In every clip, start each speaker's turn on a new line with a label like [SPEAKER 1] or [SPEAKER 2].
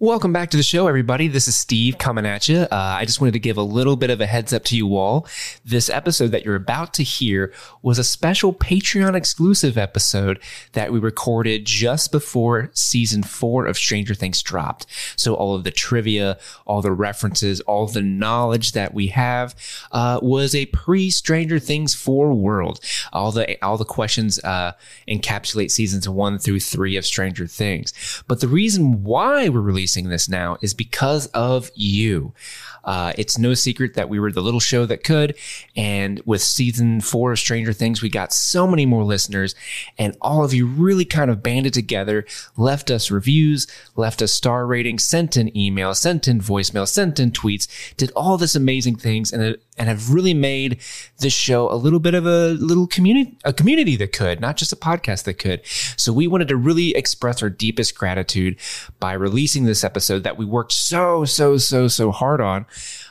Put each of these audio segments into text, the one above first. [SPEAKER 1] Welcome back to the show, everybody. This is Steve coming at you. Uh, I just wanted to give a little bit of a heads up to you all. This episode that you're about to hear was a special Patreon exclusive episode that we recorded just before season four of Stranger Things dropped. So, all of the trivia, all the references, all the knowledge that we have uh, was a pre Stranger Things 4 world. All the, all the questions uh, encapsulate seasons one through three of Stranger Things. But the reason why we're releasing releasing this now is because of you. Uh, it's no secret that we were the little show that could. And with season four of Stranger Things, we got so many more listeners, and all of you really kind of banded together, left us reviews, left us star ratings, sent in email, sent in voicemail, sent in tweets, did all this amazing things, and it, and have really made this show a little bit of a little community, a community that could, not just a podcast that could. So we wanted to really express our deepest gratitude by releasing this episode that we worked so, so, so, so hard on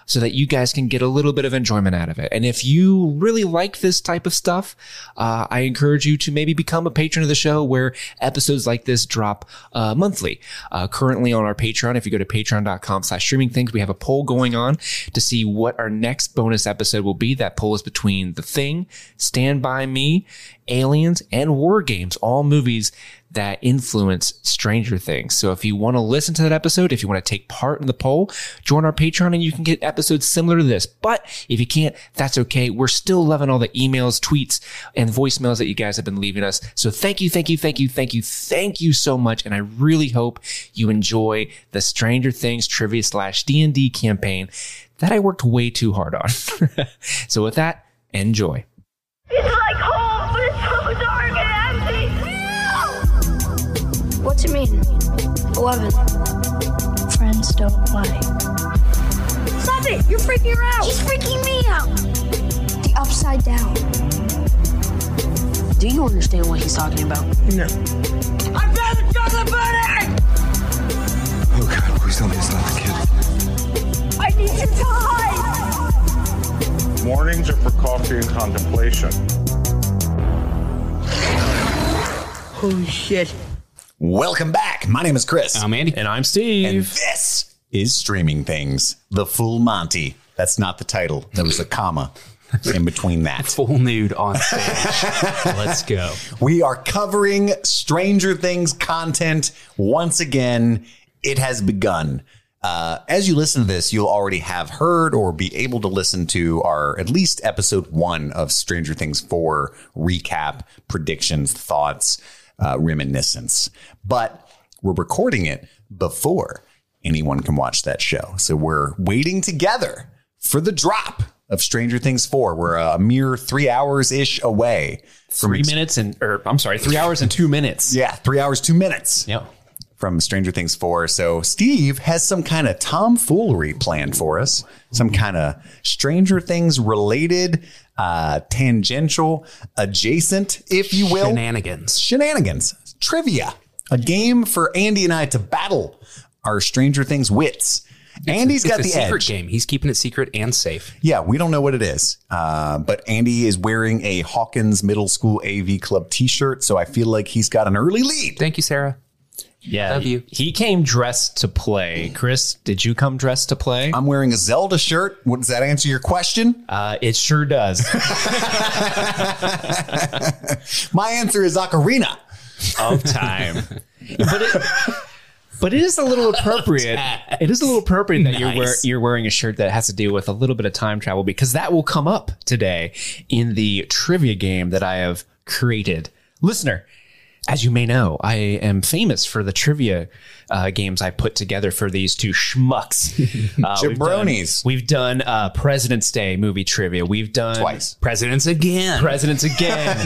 [SPEAKER 1] so that you guys can get a little bit of enjoyment out of it. And if you really like this type of stuff, uh, I encourage you to maybe become a patron of the show where episodes like this drop uh, monthly. Uh, currently on our Patreon, if you go to patreon.com slash streaming things, we have a poll going on to see what our next bonus episode will be. That poll is between The Thing, Stand By Me, Aliens, and War Games, all movies that influence Stranger Things. So if you want to listen to that episode, if you want to take part in the poll, join our Patreon and you can get episodes similar to this. But if you can't, that's okay. We're still loving all the emails, tweets, and voicemails that you guys have been leaving us. So thank you, thank you, thank you, thank you, thank you so much. And I really hope you enjoy the Stranger Things trivia slash D&D campaign that I worked way too hard on. so with that, enjoy.
[SPEAKER 2] It's like home, but it's so dark and empty.
[SPEAKER 3] What's it mean? 11. Friends don't play.
[SPEAKER 2] Stop it! You're freaking her out.
[SPEAKER 3] He's freaking me out! The upside down.
[SPEAKER 4] Do you understand what he's talking about?
[SPEAKER 2] I found the chocolate bunny.
[SPEAKER 5] Oh God, please tell me it's not the kid.
[SPEAKER 2] I need you to hide.
[SPEAKER 6] Warnings are for coffee and contemplation.
[SPEAKER 7] Welcome back. My name is Chris.
[SPEAKER 8] I'm Andy.
[SPEAKER 9] And I'm Steve.
[SPEAKER 7] and this is Streaming Things, The Full Monty. That's not the title. There was a comma in between that.
[SPEAKER 8] full nude on stage. Let's go.
[SPEAKER 7] We are covering Stranger Things content once again. It has begun. Uh, as you listen to this, you'll already have heard or be able to listen to our at least episode one of Stranger Things 4 recap, predictions, thoughts, uh, reminiscence. But we're recording it before anyone can watch that show. So we're waiting together for the drop of Stranger Things 4. We're a mere three hours ish away from
[SPEAKER 9] Three minutes and,
[SPEAKER 8] er,
[SPEAKER 9] or I'm sorry, three hours and two minutes.
[SPEAKER 7] yeah, three hours, two minutes
[SPEAKER 9] Yep.
[SPEAKER 7] from Stranger Things 4. So Steve has some kind of tomfoolery planned for us, some kind of Stranger Things related, uh, tangential, adjacent, if you will,
[SPEAKER 8] Shenanigans.
[SPEAKER 7] shenanigans, trivia, a game for Andy and I to battle our Stranger Things wits. Andy's got
[SPEAKER 8] it's
[SPEAKER 7] the
[SPEAKER 8] a secret
[SPEAKER 7] edge.
[SPEAKER 8] game. He's keeping it secret and safe.
[SPEAKER 7] Yeah, we don't know what it is. Uh, but Andy is wearing a Hawkins Middle School AV Club t shirt. So I feel like he's got an early lead.
[SPEAKER 8] Thank you, Sarah.
[SPEAKER 9] Yeah.
[SPEAKER 8] Love you. Mm.
[SPEAKER 9] He came dressed to play. Chris, did you come dressed to play?
[SPEAKER 8] Um,
[SPEAKER 7] I'm wearing a Zelda shirt. What, does that answer your question?
[SPEAKER 9] Uh, it sure does.
[SPEAKER 7] My answer is Ocarina.
[SPEAKER 9] of time. but it but it is a little appropriate. It is a little appropriate that you're wear,
[SPEAKER 8] Nice.
[SPEAKER 9] you're wearing a shirt that has to do with a little bit of time travel because that will come up today in the trivia game that I have created. Listener, as you may know, I am famous for the trivia uh, games I put together for these two schmucks. Uh, we've done-
[SPEAKER 7] Jabronis.
[SPEAKER 9] We've done, uh, President's Day movie trivia. We've done
[SPEAKER 7] Twice.
[SPEAKER 8] Presidents again.
[SPEAKER 9] Presidents again.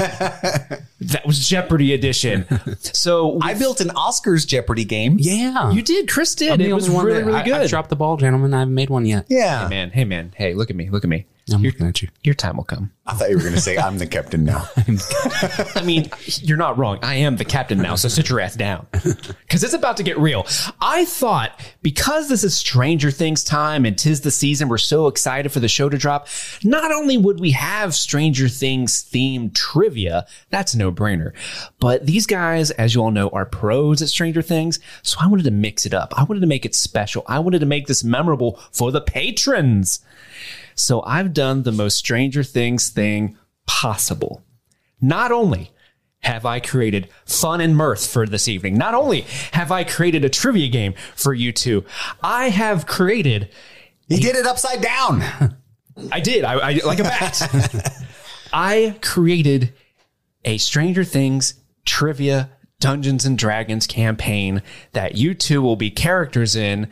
[SPEAKER 9] that was Jeopardy edition. So
[SPEAKER 7] I built an Oscars Jeopardy game.
[SPEAKER 8] yeah.
[SPEAKER 9] you did. Chris did.
[SPEAKER 8] I'm the
[SPEAKER 9] It
[SPEAKER 8] only
[SPEAKER 9] was
[SPEAKER 8] one
[SPEAKER 9] really,
[SPEAKER 8] that-
[SPEAKER 9] really
[SPEAKER 8] I-
[SPEAKER 9] good.
[SPEAKER 8] I, dropped the ball, gentlemen. I haven't made one yet.
[SPEAKER 7] Yeah.
[SPEAKER 9] man, hey man, hey, look at me, look at me.
[SPEAKER 8] I'm looking at you.
[SPEAKER 1] Your time will come.
[SPEAKER 7] I thought you were going to say, I'm the captain now.
[SPEAKER 1] I mean, you're not wrong. I am the captain now, so sit your ass down. Because it's about to get real. I thought because this is Stranger Things time and tis the season, we're so excited for the show to drop. Not only would we have Stranger Things themed trivia, that's a no brainer, but these guys, as you all know, are pros at Stranger Things. So I wanted to mix it up. I wanted to make it special. I wanted to make this memorable for the patrons. So I've done the most Stranger Things thing possible. Not only have I created fun and mirth for this evening, not only have I created a trivia game for you two, I have created.
[SPEAKER 7] he did it upside down.
[SPEAKER 1] I did. I, I like a bat. I created a Stranger Things trivia Dungeons and Dragons campaign that you two will be characters in,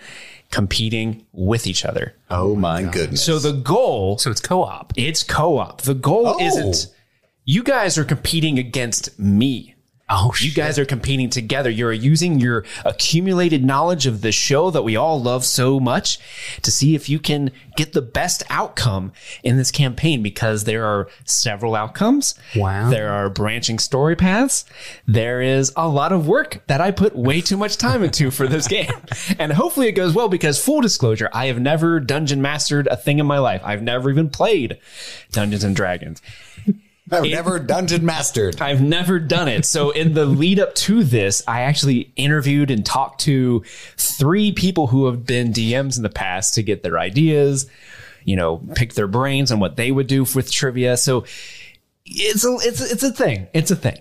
[SPEAKER 1] competing with each other.
[SPEAKER 7] Oh my goodness.
[SPEAKER 1] So the goal
[SPEAKER 8] So it's co-op.
[SPEAKER 1] It's co-op. The goal
[SPEAKER 7] Oh.
[SPEAKER 1] isn't you guys are competing against me.
[SPEAKER 8] Oh,
[SPEAKER 1] You guys are competing together. You're using your accumulated knowledge of the show that we all love so much to see if you can get the best outcome in this campaign because there are several outcomes.
[SPEAKER 8] Wow.
[SPEAKER 1] There are branching story paths. There is a lot of work that I put way too much time into for this game. And hopefully it goes well because full disclosure, I have never dungeon mastered a thing in my life. I've never even played Dungeons and Dragons.
[SPEAKER 7] I've never dungeon mastered.
[SPEAKER 1] I've never done it. So in the lead up to this, I actually interviewed and talked to three people who have been DMs in the past to get their ideas, you know, pick their brains on what they would do with trivia. So it's a it's a- it's a thing. It's a thing.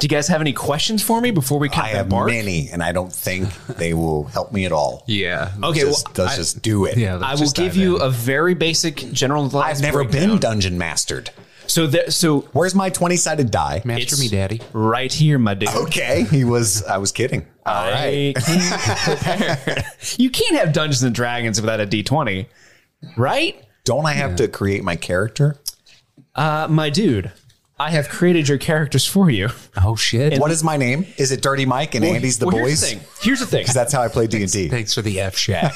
[SPEAKER 1] Do you guys have any questions for me before we kind
[SPEAKER 7] I
[SPEAKER 1] of
[SPEAKER 7] have
[SPEAKER 1] embark?
[SPEAKER 7] many, and I don't think they will help me at all.
[SPEAKER 8] Yeah.
[SPEAKER 1] Okay,
[SPEAKER 7] Just,
[SPEAKER 1] well,
[SPEAKER 7] let's just do it.
[SPEAKER 8] Yeah.
[SPEAKER 1] I will give you a very basic general.
[SPEAKER 7] I've never been dungeon mastered.
[SPEAKER 1] So there, so
[SPEAKER 7] Where's my 20 sided die?
[SPEAKER 8] master me, daddy.
[SPEAKER 1] right here, my dude.
[SPEAKER 7] Okay. He was, I was kidding. All right.
[SPEAKER 1] I came prepared. you can't have Dungeons and Dragons without a D twenty, right?
[SPEAKER 7] Don't I have to create my character?
[SPEAKER 1] Uh, my dude, I have created your characters for you.
[SPEAKER 8] Oh shit.
[SPEAKER 7] What is my name? Is it Dirty Mike and Andy's the
[SPEAKER 1] Well, Here's
[SPEAKER 7] boys?
[SPEAKER 1] the thing. Here's the thing.
[SPEAKER 7] 'Cause that's how I play D and D.
[SPEAKER 8] Thanks for the F shack.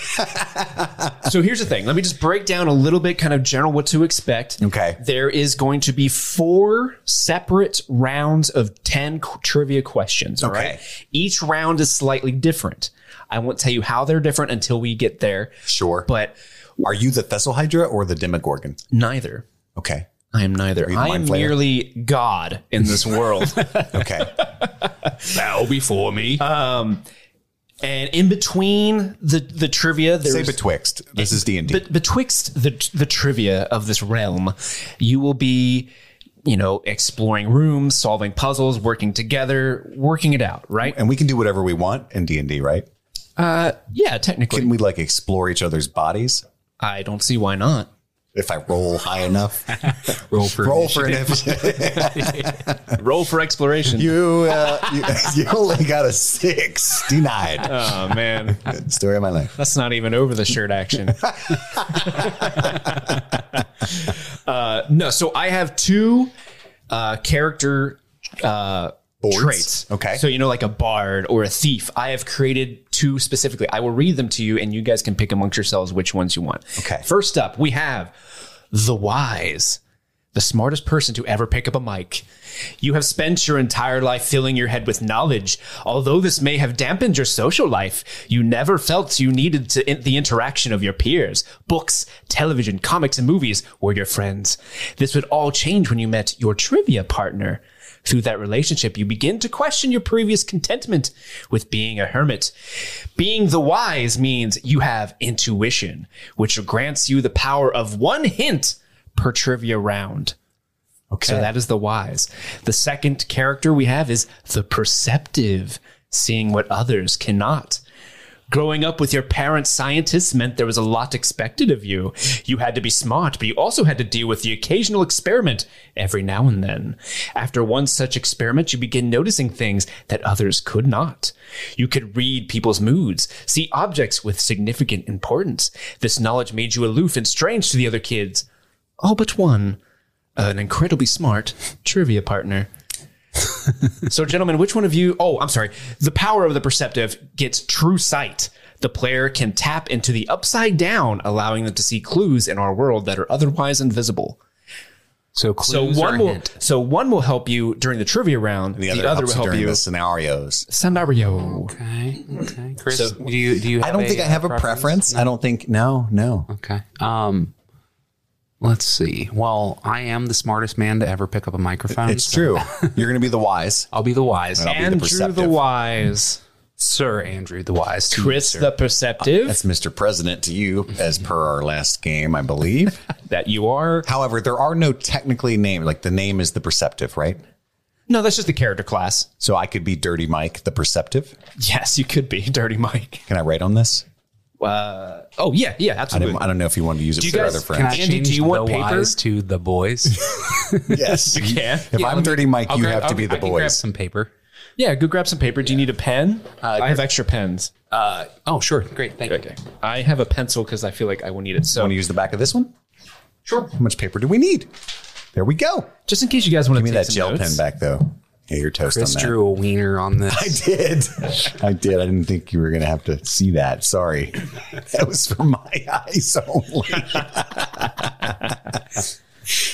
[SPEAKER 1] so here's the thing. Let me just break down a little bit, kind of general what to expect.
[SPEAKER 7] Okay.
[SPEAKER 1] There is going to be four separate rounds of ten qu- trivia questions. All
[SPEAKER 7] Okay.
[SPEAKER 1] right. Each round is slightly different. I won't tell you how they're different until we get there.
[SPEAKER 7] Sure.
[SPEAKER 1] But
[SPEAKER 7] Are you the Thessal Hydra or the Demogorgon?
[SPEAKER 1] neither.
[SPEAKER 7] Okay.
[SPEAKER 1] I am neither.
[SPEAKER 7] you the
[SPEAKER 1] I
[SPEAKER 7] Mind
[SPEAKER 1] am
[SPEAKER 7] Flayer?
[SPEAKER 1] merely God in this world.
[SPEAKER 7] Okay.
[SPEAKER 8] Bow before me.
[SPEAKER 1] Um, and in between the the trivia, there's
[SPEAKER 7] Say betwixt. This is D and D.
[SPEAKER 1] But betwixt the the trivia of this realm, you will be, you know, exploring rooms, solving puzzles, working together, working it out, right?
[SPEAKER 7] And we can do whatever we want in D and D, right?
[SPEAKER 1] Yeah, technically,
[SPEAKER 7] Can we like explore each other's bodies?
[SPEAKER 1] I don't see why not.
[SPEAKER 7] If I roll high enough,
[SPEAKER 8] roll for
[SPEAKER 7] roll for initiative.
[SPEAKER 1] Roll for exploration.
[SPEAKER 7] You, uh, you, you only got a six. Denied.
[SPEAKER 1] oh man,
[SPEAKER 7] Story of my life.
[SPEAKER 1] that's not even over the shirt action. uh, Uh, no, so I have two uh, character uh,
[SPEAKER 7] Boards.
[SPEAKER 1] traits.
[SPEAKER 7] Okay.
[SPEAKER 1] So, you know, like a bard or a thief, I have created two specifically. I will read them to you and you guys can pick amongst yourselves which ones you want.
[SPEAKER 7] Okay.
[SPEAKER 1] First up, we have the wise, the smartest person to ever pick up a mic. You have spent your entire life filling your head with knowledge. Although this may have dampened your social life, you never felt you needed to in- the interaction of your peers. Books, television, comics, and movies were your friends. This would all change when you met your trivia partner. Through that relationship, you begin to question your previous contentment with being a hermit. Being the wise means you have intuition, which grants you the power of one hint per trivia round.
[SPEAKER 7] Okay.
[SPEAKER 1] So that is the wise. The second character we have is the perceptive, seeing what others cannot. Growing up with your parents scientists meant there was a lot expected of you. You had to be smart, but you also had to deal with the occasional experiment every now and then. After one such experiment, you begin noticing things that others could not. You could read people's moods, see objects with significant importance. This knowledge made you aloof and strange to the other kids. All but one uh, an incredibly smart trivia partner. so, gentlemen, which one of you? Oh, I'm sorry. The power of the perceptive gets true sight. The player can tap into the upside down, allowing them to see clues in our world that are otherwise invisible.
[SPEAKER 10] So
[SPEAKER 1] So
[SPEAKER 10] clues are
[SPEAKER 1] one
[SPEAKER 10] a
[SPEAKER 1] will
[SPEAKER 10] hint.
[SPEAKER 1] so one will help you during the trivia round.
[SPEAKER 7] And
[SPEAKER 1] The, other will
[SPEAKER 7] helps
[SPEAKER 1] help
[SPEAKER 7] during
[SPEAKER 1] you.
[SPEAKER 7] the scenarios.
[SPEAKER 1] Scenario.
[SPEAKER 8] Okay. Okay. Chris,
[SPEAKER 1] So-
[SPEAKER 8] do you do you? Have uh,
[SPEAKER 7] I don't think I have a preference. I don't think. No, no.
[SPEAKER 8] Okay. Um, let's see. Well, I am the smartest man to ever pick up a microphone.
[SPEAKER 7] It's
[SPEAKER 8] so
[SPEAKER 7] true. You're going to be the wise.
[SPEAKER 8] I'll be the wise,
[SPEAKER 7] I'll be the
[SPEAKER 1] Andrew the
[SPEAKER 7] perceptive.
[SPEAKER 1] wise,
[SPEAKER 8] Sir Andrew the wise. to you,
[SPEAKER 1] Chris
[SPEAKER 8] sir.
[SPEAKER 1] the perceptive.
[SPEAKER 7] That's Mr. President to you, as per our last game, I believe.
[SPEAKER 1] that you are.
[SPEAKER 7] However, there are no technically named. Like the name is the perceptive, right?
[SPEAKER 1] No, that's just the character class.
[SPEAKER 7] So I could be Dirty Mike, the perceptive.
[SPEAKER 1] Yes, you could be Dirty Mike.
[SPEAKER 7] Can I write on this?
[SPEAKER 1] Uh, oh yeah, yeah,
[SPEAKER 7] I, didn't,
[SPEAKER 1] absolutely.
[SPEAKER 7] I don't know if you want to use it
[SPEAKER 1] you
[SPEAKER 7] for your
[SPEAKER 1] guys-
[SPEAKER 7] other
[SPEAKER 8] Can I
[SPEAKER 7] friends.
[SPEAKER 1] Andy,
[SPEAKER 8] change
[SPEAKER 1] do you want
[SPEAKER 8] the
[SPEAKER 1] paper?
[SPEAKER 8] wise to the boys?
[SPEAKER 7] yes, you
[SPEAKER 1] can.
[SPEAKER 7] If I'm Dirty Mike,
[SPEAKER 8] I'll
[SPEAKER 7] you
[SPEAKER 8] grab-
[SPEAKER 7] have to
[SPEAKER 8] I'll-
[SPEAKER 7] be the
[SPEAKER 8] I can grab
[SPEAKER 7] boys.
[SPEAKER 8] some paper.
[SPEAKER 1] yeah, go grab some paper. Do you need a pen?
[SPEAKER 7] Uh,
[SPEAKER 1] I have extra pens.
[SPEAKER 8] Uh, oh, sure. Great. Thank you.
[SPEAKER 1] I have a pencil because I feel like I will need it. So
[SPEAKER 7] Want to use the back of this one? Sure. How much paper do we need? There we go.
[SPEAKER 1] just in case you guys want to
[SPEAKER 7] Give me
[SPEAKER 1] take
[SPEAKER 7] that
[SPEAKER 1] some
[SPEAKER 7] gel
[SPEAKER 1] notes.
[SPEAKER 7] pen back, though. Yeah, you're toast
[SPEAKER 8] Chris
[SPEAKER 7] on that.
[SPEAKER 8] drew a wiener on this.
[SPEAKER 7] I did. I did. I didn't think you were going to have to see that. Sorry. That was for my eyes only.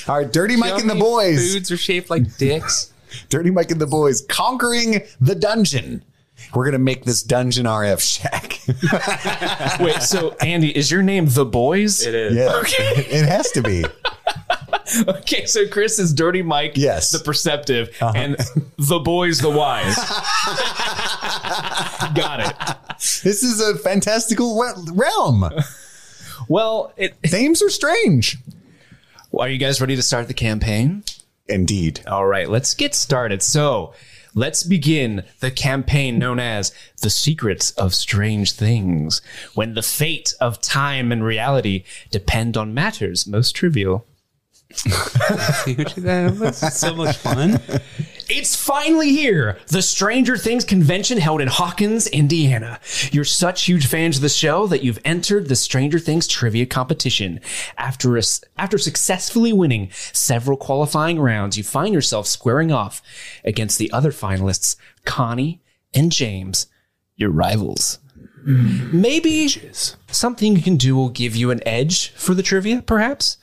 [SPEAKER 7] All right, Dirty Mike and the
[SPEAKER 8] Yummy
[SPEAKER 7] boys.
[SPEAKER 8] Foods are shaped like dicks.
[SPEAKER 7] Dirty Mike and the boys conquering the dungeon. We're going to make this dungeon RF shack.
[SPEAKER 1] Wait, so Andy, is your name the boys? It is.
[SPEAKER 7] yeah. It has to be.
[SPEAKER 1] Okay, so Chris is Dirty Mike,
[SPEAKER 7] Yes. Uh-huh.
[SPEAKER 1] the perceptive, and the boys, the wise. Got it.
[SPEAKER 7] This is a fantastical we- realm.
[SPEAKER 1] Well, it,
[SPEAKER 7] Names are strange.
[SPEAKER 1] are you guys ready to start the campaign?
[SPEAKER 7] Indeed.
[SPEAKER 1] All right, let's get started. So, let's begin the campaign known as The Secrets of Strange Things, when the fate of time and reality depend on matters most trivial.
[SPEAKER 8] Dude, that was so much fun.
[SPEAKER 1] It's finally here. The Stranger Things convention held in Hawkins, Indiana. You're such huge fans of the show that you've entered the Stranger Things trivia competition. After a, after successfully winning several qualifying rounds, you find yourself squaring off against the other finalists, Connie and James, your rivals. Maybe something you can do will give you an edge for the trivia, perhaps.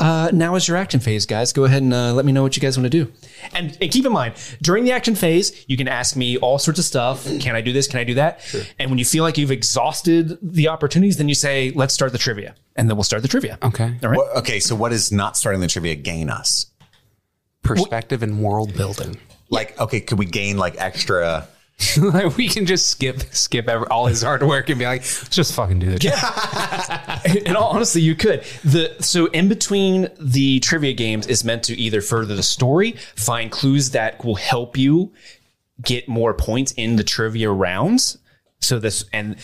[SPEAKER 1] Uh, now is your action phase, guys. Go ahead and uh, let me know what you guys want to do. And, and keep in mind, during the action phase, you can ask me all sorts of stuff. Can I do this? Can I do that? And when you feel like you've exhausted the opportunities, then you say, let's start the trivia. And then we'll start the trivia.
[SPEAKER 8] Okay.
[SPEAKER 1] All right.
[SPEAKER 7] What- okay, so what is not starting the trivia gain us?
[SPEAKER 8] Perspective and world building.
[SPEAKER 7] Like, okay, could we gain like extra?
[SPEAKER 8] like we can just skip skip every, all his hard work and be like, just fucking do the job.
[SPEAKER 1] In all honesty, you could. The so in between the trivia games is meant to either further the story, find clues that will help you get more points in the trivia rounds. So this and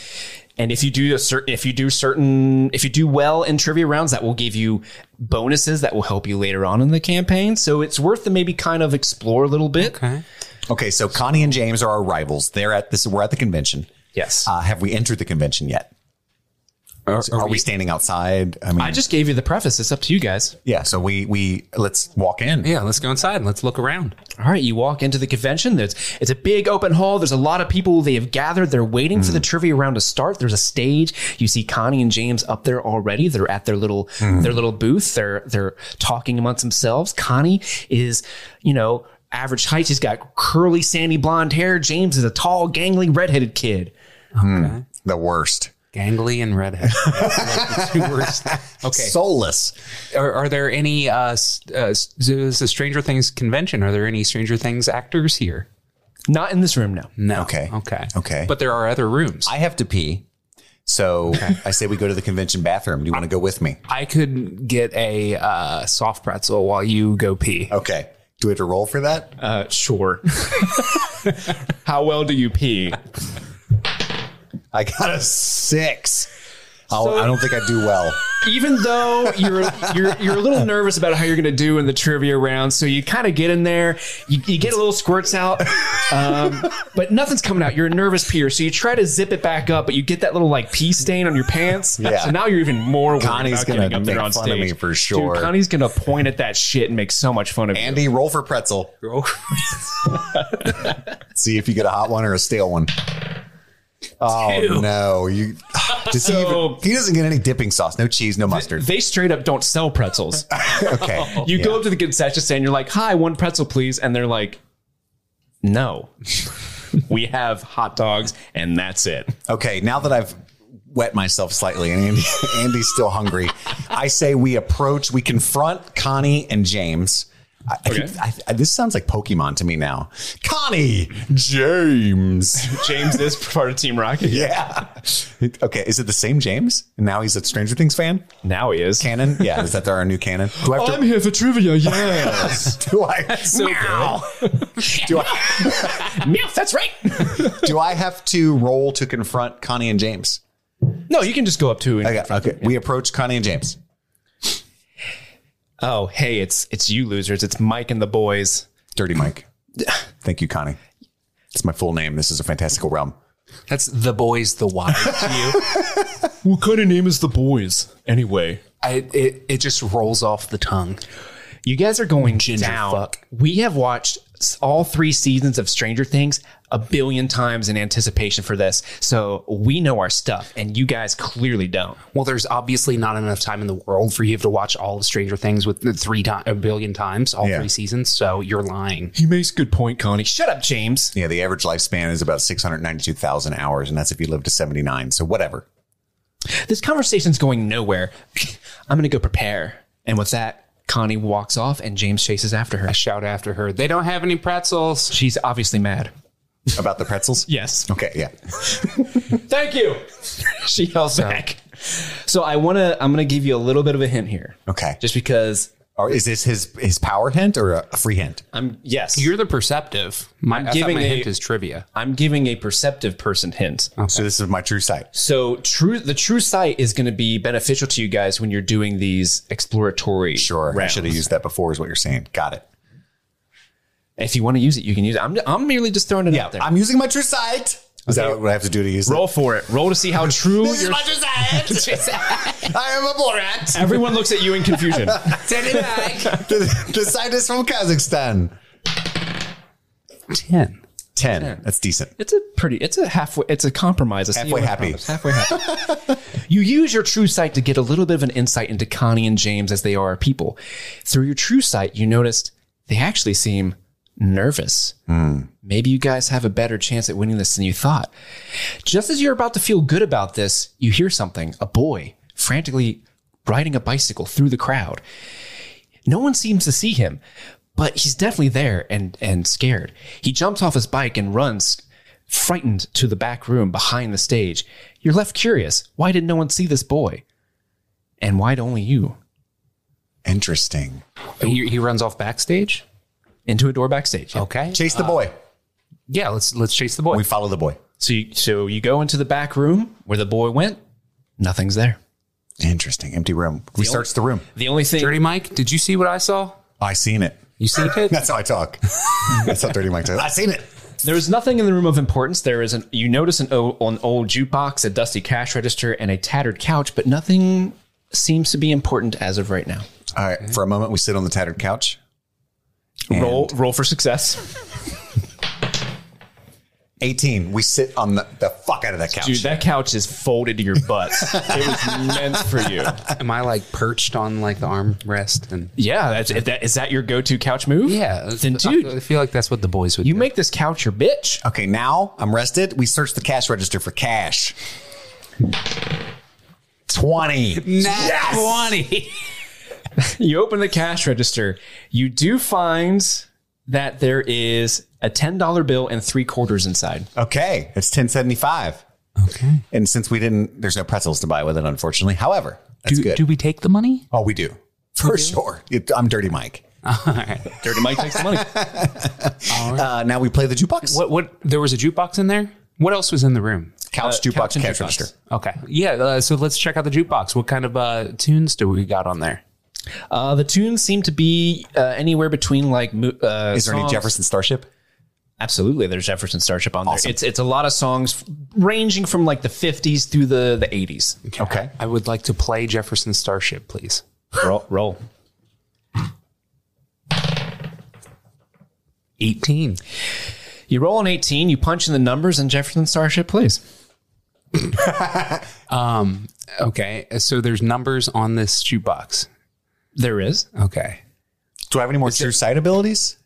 [SPEAKER 1] and if you do a certain if you do certain if you do well in trivia rounds, that will give you bonuses that will help you later on in the campaign. So it's worth to maybe kind of explore a little bit.
[SPEAKER 8] Okay.
[SPEAKER 7] Okay, so Connie and James are our rivals. They're at this. We're at the convention.
[SPEAKER 1] Yes.
[SPEAKER 7] Uh, have we entered the convention yet? Are, we, standing outside? I mean,
[SPEAKER 1] I just gave you the preface. It's up to you guys.
[SPEAKER 7] yeah. So we we let's walk in.
[SPEAKER 8] Yeah, let's go inside and let's look around.
[SPEAKER 1] All right, you walk into the convention. There's it's a big open hall. There's a lot of people. They have gathered. They're waiting for the
[SPEAKER 8] Mm.
[SPEAKER 1] trivia round to start. There's a stage. You see Connie and James up there already. They're at their little
[SPEAKER 8] Mm.
[SPEAKER 1] their little booth. They're they're talking amongst themselves. Connie is, you know, average height. She's got curly, sandy blonde hair. James is a tall, gangly, redheaded kid.
[SPEAKER 7] The worst.
[SPEAKER 8] Gangly and redhead. That's like the two worst. Okay.
[SPEAKER 7] Soulless.
[SPEAKER 8] Are, are there any uh, s- uh s- is the Stranger Things convention? Are there any Stranger Things actors here?
[SPEAKER 1] Not in this room, no.
[SPEAKER 8] No.
[SPEAKER 7] Okay.
[SPEAKER 8] Okay.
[SPEAKER 7] Okay.
[SPEAKER 8] But there are other rooms.
[SPEAKER 7] I have to pee, so I say we go to the convention bathroom. Do you want to go with me?
[SPEAKER 8] I could get a uh, soft pretzel while you go pee.
[SPEAKER 7] Okay. Do we have to roll for that?
[SPEAKER 1] Uh, sure. How well do you pee?
[SPEAKER 7] I got a six. I'll, I don't think I do well.
[SPEAKER 1] even though you're you're you're a little nervous about how you're going to do in the trivia round, so you kind of get in there, you, you get a little squirts out, um, but nothing's coming out. You're a nervous peer, so you try to zip it back up, but you get that little like pee stain on your pants.
[SPEAKER 7] Yeah.
[SPEAKER 1] So now you're even more. Worried
[SPEAKER 7] Connie's
[SPEAKER 1] about
[SPEAKER 7] gonna
[SPEAKER 1] getting up there
[SPEAKER 7] make
[SPEAKER 1] on
[SPEAKER 7] fun of
[SPEAKER 1] stage.
[SPEAKER 7] me for sure.
[SPEAKER 1] Dude, Connie's gonna point at that shit and make so much fun of you.
[SPEAKER 7] Andy, roll for pretzel. See if you get a hot one or a stale one. Oh no, you. Does he,
[SPEAKER 1] So-
[SPEAKER 7] even, he doesn't get any dipping sauce, no cheese, no mustard.
[SPEAKER 1] They straight up don't sell pretzels.
[SPEAKER 7] Okay,
[SPEAKER 1] You
[SPEAKER 7] Yeah.
[SPEAKER 1] go up to the concession stand, you're like, hi, one pretzel, please. And they're like, no, we have hot dogs and that's it.
[SPEAKER 7] Okay, now that I've wet myself slightly and Andy, Andy's still hungry, I say we approach, we confront Connie and James. I,
[SPEAKER 1] Okay.
[SPEAKER 7] I, I, this sounds like Pokemon to me now. Connie, James.
[SPEAKER 1] James is part of Team Rocket.
[SPEAKER 7] Yeah. Okay. Is it the same James? And now he's a Stranger Things fan?
[SPEAKER 1] Now he is.
[SPEAKER 7] Canon? Yeah. Is that our new canon? Do I have to,
[SPEAKER 1] here for trivia, yes.
[SPEAKER 7] do I, Meow. do, I,
[SPEAKER 1] that's right.
[SPEAKER 7] do I have to roll to confront Connie and James?
[SPEAKER 1] No, you can just go up to and
[SPEAKER 7] Okay. okay. We approach Connie and James.
[SPEAKER 1] oh, hey, it's it's you losers. It's Mike and the boys.
[SPEAKER 7] Dirty Mike. Thank you, Connie. It's my full name. This is a fantastical realm.
[SPEAKER 8] That's the boys, the wives. you.
[SPEAKER 1] What kind of name is the boys? Anyway.
[SPEAKER 8] I, it, it just rolls off the tongue.
[SPEAKER 1] You guys are going
[SPEAKER 8] Ginger
[SPEAKER 1] down.
[SPEAKER 8] fuck.
[SPEAKER 1] We have watched s- all three seasons of Stranger Things a billion times in anticipation for this. So we know our stuff, and you guys clearly don't.
[SPEAKER 8] Well, there's obviously not enough time in the world for you to watch all of Stranger Things with the three time, a billion times, all
[SPEAKER 7] Yeah.
[SPEAKER 8] three seasons. So you're lying.
[SPEAKER 1] He makes good point, Connie. Shut up, James.
[SPEAKER 7] Yeah, the average lifespan is about 692,000 hours, and that's if you live to 79. So, whatever.
[SPEAKER 1] This conversation's going nowhere. I'm gonna go prepare. And with that, Connie walks off and James chases after her.
[SPEAKER 8] I shout after her. They don't have any pretzels.
[SPEAKER 1] She's obviously mad.
[SPEAKER 7] About the pretzels?
[SPEAKER 1] Yes.
[SPEAKER 7] Okay, yeah.
[SPEAKER 1] Thank you. she yells back. So I wanna I'm gonna give you a little bit of a hint here.
[SPEAKER 7] Okay.
[SPEAKER 1] Just because
[SPEAKER 7] Or is this his his power hint or a free hint?
[SPEAKER 1] I'm yes.
[SPEAKER 8] You're the perceptive. My, I thought
[SPEAKER 1] giving
[SPEAKER 8] my
[SPEAKER 1] a-
[SPEAKER 8] hint is trivia.
[SPEAKER 1] I'm giving a perceptive person hint.
[SPEAKER 7] So this is my true sight.
[SPEAKER 1] So true, the true sight is going to be beneficial to you guys when you're doing these exploratory.
[SPEAKER 7] Sure, I
[SPEAKER 1] rounds.
[SPEAKER 7] should have used that before. Is what you're saying? Got it.
[SPEAKER 1] If you want to use it, you can use it. I'm, I'm merely just throwing it
[SPEAKER 7] Yeah,
[SPEAKER 1] out there.
[SPEAKER 7] I'm using my true sight. Is that what I have to do to use
[SPEAKER 1] Roll
[SPEAKER 7] it?
[SPEAKER 1] for it. Roll to see how true.
[SPEAKER 7] This is
[SPEAKER 1] your-
[SPEAKER 7] my true sight. I am a Borat.
[SPEAKER 1] Everyone looks at you in confusion.
[SPEAKER 7] the, the sight is from Kazakhstan.
[SPEAKER 8] Ten.
[SPEAKER 7] Ten. That's decent.
[SPEAKER 1] It's a pretty. It's a halfway. It's a compromise. A
[SPEAKER 7] Halfway
[SPEAKER 1] COO
[SPEAKER 7] happy.
[SPEAKER 1] compromise. Halfway happy. you use your true sight to get a little bit of an insight into Connie and James as they are people. Through your true sight, you noticed they actually seem nervous.
[SPEAKER 7] Hmm.
[SPEAKER 1] Maybe you guys have a better chance at winning this than you thought. Just as you're about to feel good about this, you hear something. A boy frantically riding a bicycle through the crowd. No one seems to see him, but he's definitely there and and scared. He jumps off his bike and runs frightened to the back room behind the stage. You're left curious. Why did no one see this boy? And why'd only you?
[SPEAKER 7] Interesting.
[SPEAKER 8] He, he runs off backstage.
[SPEAKER 1] Into a door backstage.
[SPEAKER 8] Okay.
[SPEAKER 7] Chase the boy.
[SPEAKER 8] Yeah. Let's let's chase the boy.
[SPEAKER 7] We follow the boy.
[SPEAKER 1] So you, so you go into the back room where the boy went. Nothing's there.
[SPEAKER 7] Interesting. Empty room. We search the room.
[SPEAKER 1] The only thing
[SPEAKER 8] Dirty Mike, did you see what I saw?
[SPEAKER 7] I seen it.
[SPEAKER 8] You seen it?
[SPEAKER 7] That's how I talk. That's how dirty Mike talks. I seen it.
[SPEAKER 1] There's nothing in the room of importance. There is an you notice an, o- an old jukebox, a dusty cash register, and a tattered couch, but nothing seems to be important as of right now.
[SPEAKER 7] All right. For a moment, we sit on the tattered couch. And
[SPEAKER 1] Roll roll for success,
[SPEAKER 7] 18. We sit on the, the fuck out of that couch.
[SPEAKER 1] dude. That couch is folded to your butt. it was meant for you.
[SPEAKER 8] Am I like perched on like the armrest and?
[SPEAKER 1] Yeah, that's, is that is that your go-to couch move?
[SPEAKER 8] Yeah,
[SPEAKER 1] Then, dude,
[SPEAKER 8] I feel like that's what the boys would.
[SPEAKER 1] you
[SPEAKER 8] do.
[SPEAKER 1] make this couch your bitch.
[SPEAKER 7] okay. Now I'm rested. We search the cash register for cash. 20.
[SPEAKER 8] yes! twenty.
[SPEAKER 1] You open the cash register. You do find that there is a ten dollar bill and three quarters inside.
[SPEAKER 7] Okay. It's 1075.
[SPEAKER 8] Okay.
[SPEAKER 7] And since we didn't, there's no pretzels to buy with it, unfortunately. However, that's
[SPEAKER 8] Do,
[SPEAKER 7] good.
[SPEAKER 8] do we take the money?
[SPEAKER 7] oh, we do. For sure. It- I'm Dirty Mike.
[SPEAKER 1] Dirty Mike takes the money.
[SPEAKER 7] Uh, now we play the jukebox.
[SPEAKER 8] What? What? There was a jukebox in there. What else was in the room?
[SPEAKER 7] Couch, jukebox,
[SPEAKER 1] Uh, couch and
[SPEAKER 7] cash
[SPEAKER 1] jukebox.
[SPEAKER 7] register.
[SPEAKER 8] Okay. Yeah. Uh, so let's check out the jukebox. What kind of uh, tunes do we got on there?
[SPEAKER 1] Uh, the tunes seem to be uh, anywhere between like. mo- Uh,
[SPEAKER 7] Is there any
[SPEAKER 1] songs-
[SPEAKER 7] Jefferson Starship?
[SPEAKER 1] Absolutely, there's Jefferson Starship on
[SPEAKER 7] Awesome.
[SPEAKER 1] there. It's it's a lot of songs ranging from like the 50s through the the 80s.
[SPEAKER 7] Okay.
[SPEAKER 8] I would like to play Jefferson Starship, please.
[SPEAKER 1] Roll, roll.
[SPEAKER 8] Eighteen.
[SPEAKER 1] You roll an 18, you punch in the numbers, and Jefferson Starship plays.
[SPEAKER 8] um, okay, so there's numbers on this shoebox.
[SPEAKER 1] There is
[SPEAKER 8] Okay,
[SPEAKER 7] Do I have any more true sight abilities?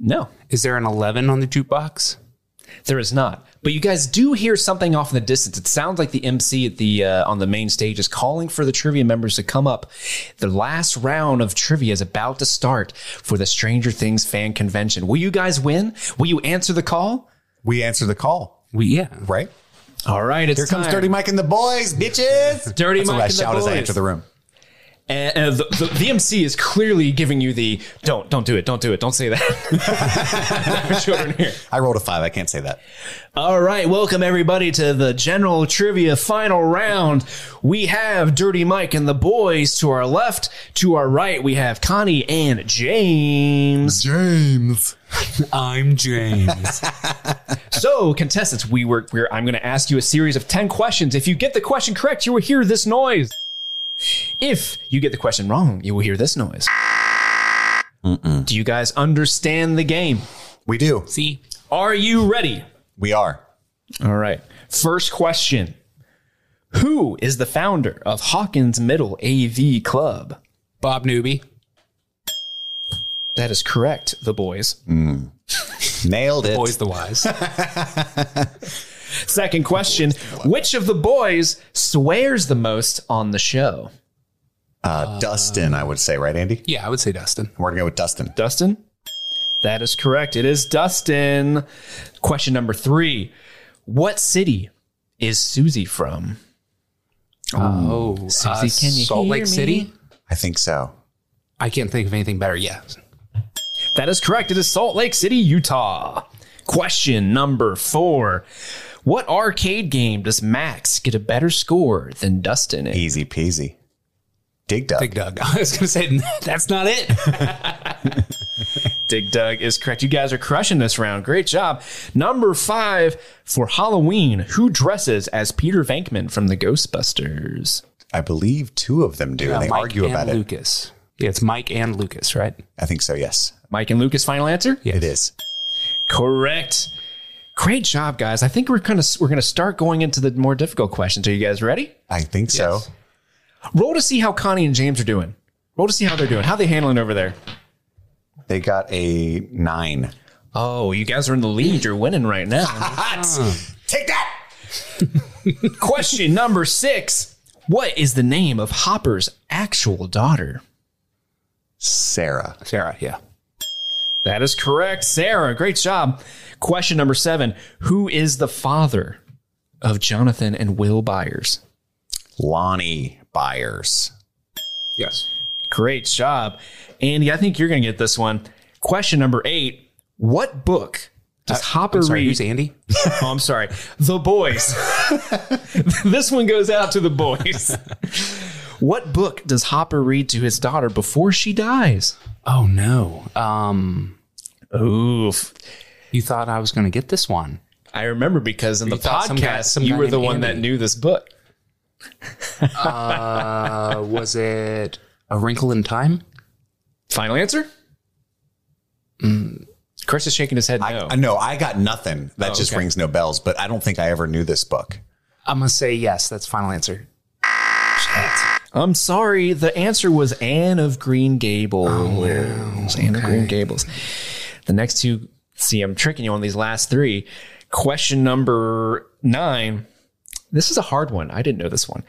[SPEAKER 1] no.
[SPEAKER 8] is there an eleven on the jukebox?
[SPEAKER 1] There is not. But you guys do hear something off in the distance. It sounds like the MC at the uh, on the main stage is calling for the trivia members to come up. The last round of trivia is about to start for the Stranger Things fan convention. Will you guys win? Will you answer the call?
[SPEAKER 7] We answer the call,
[SPEAKER 8] We yeah.
[SPEAKER 7] right?
[SPEAKER 1] All right, it's
[SPEAKER 7] Here comes
[SPEAKER 1] time.
[SPEAKER 7] Dirty Mike and the boys, bitches.
[SPEAKER 1] Dirty
[SPEAKER 7] That's
[SPEAKER 1] Mike
[SPEAKER 7] what I
[SPEAKER 1] and the
[SPEAKER 7] shout as I
[SPEAKER 1] boys.
[SPEAKER 7] enter the room.
[SPEAKER 1] And, uh, the, the, the MC is clearly giving you the don't don't do it, don't do it, don't say that. there are children here.
[SPEAKER 7] I rolled a five. I can't say that.
[SPEAKER 1] All right, welcome everybody to the general trivia final round. We have Dirty Mike and the boys to our left. To our right, we have Connie and James.
[SPEAKER 7] James.
[SPEAKER 8] I'm James.
[SPEAKER 1] So, contestants, we were, we're I'm going to ask you a series of 10 questions. If you get the question correct, you will hear this noise. If you get the question wrong, you will hear this noise. Do you guys understand the game?
[SPEAKER 7] We do.
[SPEAKER 8] See,
[SPEAKER 1] Are you ready?
[SPEAKER 7] We are.
[SPEAKER 1] All right. First question Who is the founder of Hawkins Middle AV Club?
[SPEAKER 8] Bob Newby.
[SPEAKER 1] That is correct, the boys.
[SPEAKER 7] Nailed it.
[SPEAKER 8] Always the wise.
[SPEAKER 1] Second question Which of the boys swears the most on the show?
[SPEAKER 7] Uh, Dustin, I would say, right, Andy?
[SPEAKER 8] yeah, I would say Dustin.
[SPEAKER 7] We're gonna go with Dustin.
[SPEAKER 1] Dustin? That is correct. It is Dustin. Question number three What city is Susie from?
[SPEAKER 8] Oh, uh,
[SPEAKER 1] Susie, can you
[SPEAKER 8] Salt
[SPEAKER 1] hear
[SPEAKER 8] Lake
[SPEAKER 1] me?
[SPEAKER 8] City.
[SPEAKER 7] I think so.
[SPEAKER 8] I can't think of anything better. Yeah,
[SPEAKER 1] That is correct. It is Salt Lake City, Utah. Question number four. What arcade game does Max get a better score than Dustin in?
[SPEAKER 7] Easy peasy. Dig dug.
[SPEAKER 8] Big Doug. I was gonna say that's not it.
[SPEAKER 1] Dig Dug is correct. You guys are crushing this round. Great job. Number five, for Halloween, who dresses as Peter Venkman from the Ghostbusters?
[SPEAKER 7] I believe two of them do. and they
[SPEAKER 8] Mike
[SPEAKER 7] argue
[SPEAKER 8] and
[SPEAKER 7] about it.
[SPEAKER 8] Lucas. Yeah, it's Mike and Lucas, right?
[SPEAKER 7] I think so. Yes,
[SPEAKER 1] Mike and Lucas, final answer?
[SPEAKER 7] it is.
[SPEAKER 1] Correct. Great job, guys. I think we're kind of we're gonna start going into the more difficult questions. Are you guys ready?
[SPEAKER 7] I think so.
[SPEAKER 1] Roll to see how Connie and James are doing. Roll to see how they're doing. How they handling over there?
[SPEAKER 7] They got a nine.
[SPEAKER 1] Oh, you guys are in the lead. You're winning right now.
[SPEAKER 7] Take that.
[SPEAKER 1] Question number six. What is the name of Hopper's actual daughter?
[SPEAKER 7] Sarah.
[SPEAKER 8] Sarah. Yeah.
[SPEAKER 1] That is correct, Sarah. Great job. Question number seven. Who is the father of Jonathan and Will Byers?
[SPEAKER 7] Lonnie Byers.
[SPEAKER 8] Yes.
[SPEAKER 1] Great job. Andy, I think you're going to get this one. Question number eight. What book does Hopper
[SPEAKER 8] Uh, I'm sorry.
[SPEAKER 1] read?
[SPEAKER 8] Who's Andy?
[SPEAKER 1] Oh, I'm sorry. The boys. this one goes out to the boys. what book does Hopper read to his daughter before she dies?
[SPEAKER 8] Oh no. Um,
[SPEAKER 1] Oof.
[SPEAKER 8] you thought I was gonna get this one.
[SPEAKER 1] I remember because in the
[SPEAKER 8] thought
[SPEAKER 1] podcast,
[SPEAKER 8] some guy- some
[SPEAKER 1] you
[SPEAKER 8] guy
[SPEAKER 1] were the
[SPEAKER 8] named
[SPEAKER 1] one
[SPEAKER 8] Andy.
[SPEAKER 1] that knew this book.
[SPEAKER 8] Uh, was it A Wrinkle in Time?
[SPEAKER 1] Final answer? Mm. Chris is shaking his head
[SPEAKER 7] I,
[SPEAKER 1] no.
[SPEAKER 7] I Uh, no, I got nothing. That just
[SPEAKER 1] Oh, okay.
[SPEAKER 7] rings no bells. But I don't think I ever knew this book.
[SPEAKER 8] I'm gonna say yes. That's final answer.
[SPEAKER 1] I'm sorry. The answer was Anne of Green Gables. Anne of Green Gables. The next two, see, I'm tricking you on these last three. Question number nine. This is a hard one. I didn't know this one.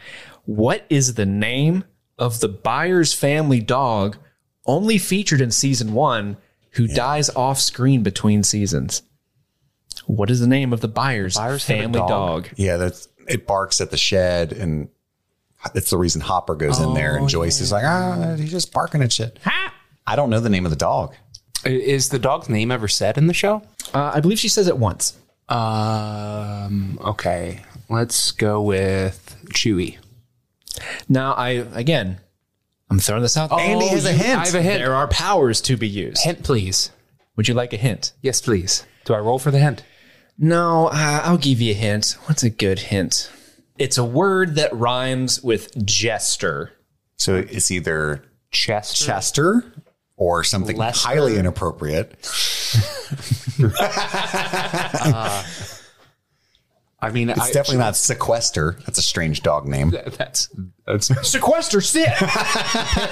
[SPEAKER 1] What is the name of the buyer's family dog only featured in season one who dies off screen between seasons? What is the name of the buyer's,
[SPEAKER 8] buyers have a
[SPEAKER 1] family
[SPEAKER 8] dog?
[SPEAKER 1] dog?
[SPEAKER 7] Yeah, that's it. Barks at the shed, and that's the reason Hopper goes in there.
[SPEAKER 8] Oh,
[SPEAKER 7] And Joyce is like, ah, he's just barking at shit. I don't know the name of the dog.
[SPEAKER 8] I- Is the dog's name ever said in the show?
[SPEAKER 1] Uh, I believe she says it once.
[SPEAKER 8] Um. Okay. Let's go with Chewy.
[SPEAKER 1] Now, I again, I'm throwing this out. there.
[SPEAKER 7] Andy has a
[SPEAKER 8] you-
[SPEAKER 7] hint.
[SPEAKER 8] I have a hint.
[SPEAKER 1] There are powers to be used.
[SPEAKER 8] Hint, please.
[SPEAKER 1] Would you like a hint?
[SPEAKER 8] Yes, please. Do I roll for the hint?
[SPEAKER 1] No, uh, I'll give you a hint. What's a good hint? It's a word that rhymes with jester.
[SPEAKER 7] So it's either
[SPEAKER 8] Chester.
[SPEAKER 7] Chester or something
[SPEAKER 8] Lester.
[SPEAKER 7] highly inappropriate.
[SPEAKER 8] I mean,
[SPEAKER 7] It's
[SPEAKER 8] I,
[SPEAKER 7] definitely not sequester. That's a strange dog name.
[SPEAKER 8] That's that's sequester. Sit,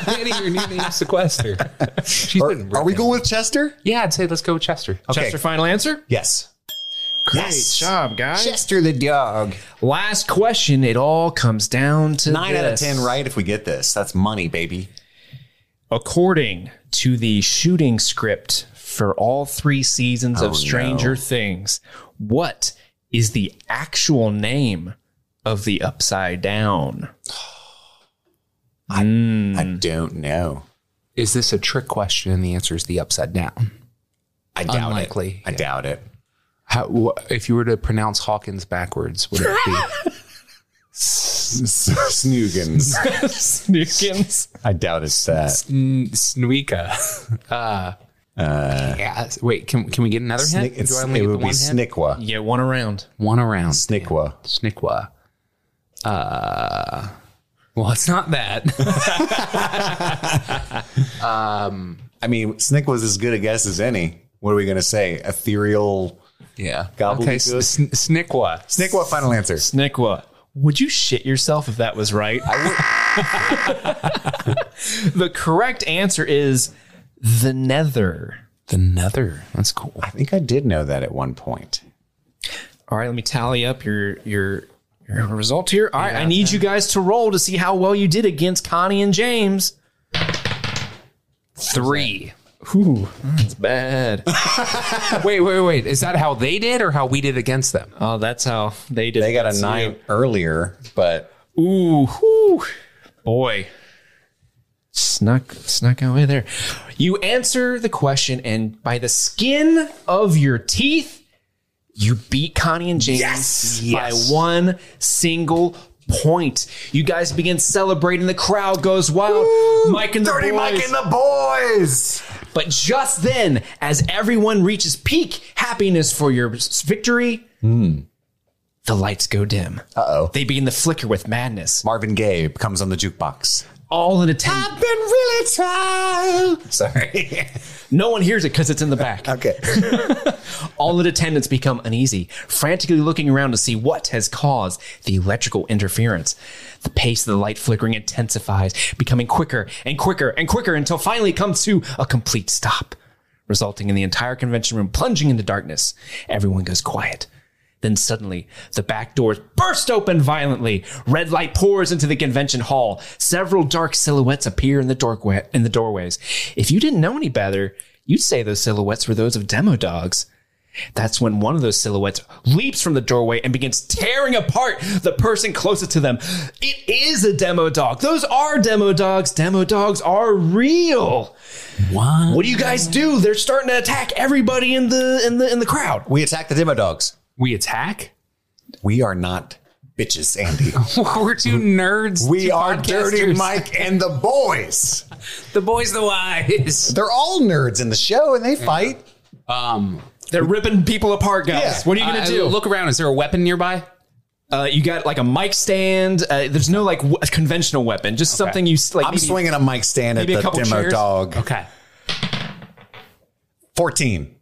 [SPEAKER 8] Danny. Your new name is sequester. She's
[SPEAKER 7] Are,
[SPEAKER 8] been
[SPEAKER 7] are we
[SPEAKER 8] working.
[SPEAKER 7] going with Chester?
[SPEAKER 8] Yeah, I'd say let's go with Chester.
[SPEAKER 1] Chester, final answer?
[SPEAKER 7] Yes. yes.
[SPEAKER 1] job, guys.
[SPEAKER 7] Chester the dog.
[SPEAKER 1] Last question. It all comes down to
[SPEAKER 7] Nine out of
[SPEAKER 1] this.
[SPEAKER 7] ten, right? If we get this, that's money, baby.
[SPEAKER 1] According to the shooting script for all three seasons
[SPEAKER 7] Oh,
[SPEAKER 1] of Stranger
[SPEAKER 7] no.
[SPEAKER 1] Things, what is the actual name of the Upside Down?
[SPEAKER 7] I
[SPEAKER 8] Mm.
[SPEAKER 7] don't know.
[SPEAKER 8] Is this a trick question? And the answer is the upside down.
[SPEAKER 7] I doubt
[SPEAKER 8] Unlikely,
[SPEAKER 7] it. I
[SPEAKER 8] yeah.
[SPEAKER 7] doubt it.
[SPEAKER 8] How, wha- if you were to pronounce Hawkins backwards, would it be?
[SPEAKER 7] Snoogans.
[SPEAKER 1] Snookins.
[SPEAKER 7] I doubt it's that.
[SPEAKER 8] Sn- Snuika. Uh, yeah. Wait, can, can we get another
[SPEAKER 7] Snick,
[SPEAKER 8] hint?
[SPEAKER 7] it's,
[SPEAKER 8] Do I
[SPEAKER 7] it
[SPEAKER 8] only get the
[SPEAKER 7] would be
[SPEAKER 8] one hint?
[SPEAKER 7] Snickwa.
[SPEAKER 1] Yeah, one around.
[SPEAKER 8] One around.
[SPEAKER 7] Snickwa.
[SPEAKER 8] Snickwa. Uh, well, it's not that.
[SPEAKER 7] I mean, Snickwa's as good a guess as any. What are we going to say? Ethereal.
[SPEAKER 8] yeah.
[SPEAKER 7] Gobbledygook.
[SPEAKER 8] Okay. S- sn- Snickwa.
[SPEAKER 7] Snickwa, final answer.
[SPEAKER 1] Snickwa. Would you shit yourself if that was right? the correct answer is the Nether.
[SPEAKER 8] The Nether. That's cool.
[SPEAKER 7] I think I did know that at one point.
[SPEAKER 1] All right, let me tally up your your your result here. All right, I need you guys to roll to see how well you did against Connie and James. Three. Ooh, that's bad.
[SPEAKER 8] wait, wait, wait. Is that how they did or how we did against them?
[SPEAKER 7] Uh,
[SPEAKER 1] oh, that's how they did.
[SPEAKER 7] They got a
[SPEAKER 1] That's
[SPEAKER 7] nine earlier, but
[SPEAKER 1] you. Ooh, whew. boy, snuck snuck away there. You answer the question, and by the skin of your teeth, you beat Connie and James by one single point. You guys begin celebrating. The crowd goes wild. Mike and the boys.
[SPEAKER 7] the boys.
[SPEAKER 1] But just then, as everyone reaches peak happiness for your s- victory, hmm, the lights go dim. Uh
[SPEAKER 7] Uh-oh.
[SPEAKER 1] They begin to flicker with madness.
[SPEAKER 7] Marvin Gaye comes on the jukebox.
[SPEAKER 1] All in attempt.
[SPEAKER 7] I've been really trying. Sorry.
[SPEAKER 1] No one hears it because it's in the back.
[SPEAKER 7] okay.
[SPEAKER 1] All in attendance become uneasy, frantically looking around to see what has caused the electrical interference. The pace of the light flickering intensifies, becoming quicker and quicker and quicker until finally it comes to a complete stop, resulting in the entire convention room plunging into darkness. Everyone goes quiet. Then suddenly, the back doors burst open violently. Red light pours into the convention hall. Several dark silhouettes appear in the doorway, in the doorways. If you didn't know any better, you'd say those silhouettes were those of demo dogs. That's when one of those silhouettes leaps from the doorway and begins tearing apart the person closest to them. It is a demo dog. Those are demo dogs. Demo dogs are real. What? What do you guys do? They're starting to attack everybody in the in the in the crowd.
[SPEAKER 7] We attack the demo dogs.
[SPEAKER 8] We attack?
[SPEAKER 7] We are not bitches, Andy.
[SPEAKER 8] We're two nerds.
[SPEAKER 7] We
[SPEAKER 8] two
[SPEAKER 7] are Dirty
[SPEAKER 8] podcasters.
[SPEAKER 7] Mike and the boys.
[SPEAKER 8] The boys, the wise.
[SPEAKER 7] They're all nerds in the show and they fight.
[SPEAKER 8] Um,
[SPEAKER 1] They're ripping people apart, guys.
[SPEAKER 7] Yeah.
[SPEAKER 1] What are you gonna
[SPEAKER 8] I- I
[SPEAKER 1] do?
[SPEAKER 8] Look around. Is there a weapon nearby?
[SPEAKER 1] uh, you got like a mic stand. Uh, there's no like w- conventional weapon. Just something you s- like.
[SPEAKER 7] I'm
[SPEAKER 1] maybe-
[SPEAKER 7] swinging a mic stand at
[SPEAKER 1] maybe a
[SPEAKER 7] the
[SPEAKER 1] couple
[SPEAKER 7] demo
[SPEAKER 1] chairs.
[SPEAKER 7] dog.
[SPEAKER 8] Okay.
[SPEAKER 7] 14.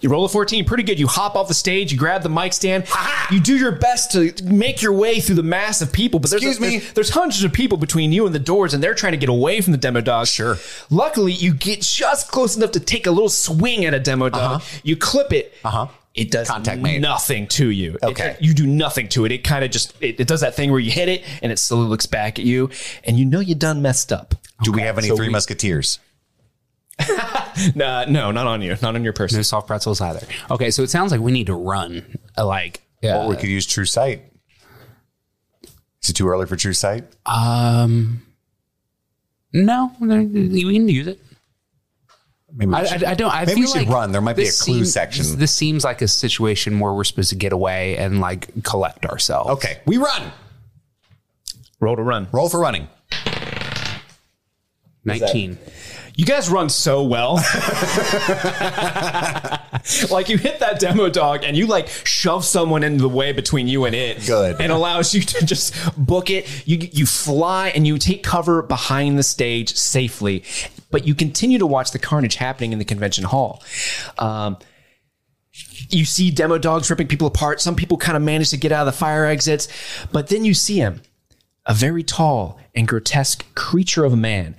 [SPEAKER 1] You roll a 14, pretty good. You hop off the stage, you grab the mic stand, you do your best to make your way through the mass of people. But there's,
[SPEAKER 7] Excuse me.
[SPEAKER 1] there's, there's hundreds of people between you and the doors, and they're trying to get away from the demo dog.
[SPEAKER 7] Sure.
[SPEAKER 1] Luckily, you get just close enough to take a little swing at a demo dog. You clip it.
[SPEAKER 7] Uh-huh.
[SPEAKER 1] It does
[SPEAKER 7] Contact made.
[SPEAKER 1] nothing to you. It-
[SPEAKER 7] Okay.
[SPEAKER 1] you do nothing to it. It kind of just it, it does that thing where you hit it and it slowly looks back at you, and you know you done messed up.
[SPEAKER 7] Do we have any Three Musketeers?
[SPEAKER 1] Nah, no, not on you, not on your person.
[SPEAKER 8] No soft pretzels either. Okay, so it sounds like we need to run. Uh, Like,
[SPEAKER 7] Or we could use True Sight. Is it too early for True Sight?
[SPEAKER 8] um, no, we can use it.
[SPEAKER 7] Maybe we
[SPEAKER 8] I,
[SPEAKER 7] should,
[SPEAKER 8] I, I don't. I
[SPEAKER 7] maybe
[SPEAKER 8] feel
[SPEAKER 7] we should
[SPEAKER 8] like
[SPEAKER 7] run. There might be a
[SPEAKER 8] this
[SPEAKER 7] clue
[SPEAKER 8] seem-
[SPEAKER 7] section.
[SPEAKER 8] This seems like a situation where we're supposed to get away and like collect ourselves.
[SPEAKER 7] okay, we run.
[SPEAKER 1] Roll to run.
[SPEAKER 7] Roll for running.
[SPEAKER 8] nineteen.
[SPEAKER 1] You guys run so well. like you hit that demo dog and you like shove someone in the way between you and it.
[SPEAKER 7] Good.
[SPEAKER 1] And allows you to just book it. You you fly and you take cover behind the stage safely. But you continue to watch the carnage happening in the convention hall. Um, you see demo dogs ripping people apart. Some people kind of manage to get out of the fire exits, but then you see him, a very tall and grotesque creature of a man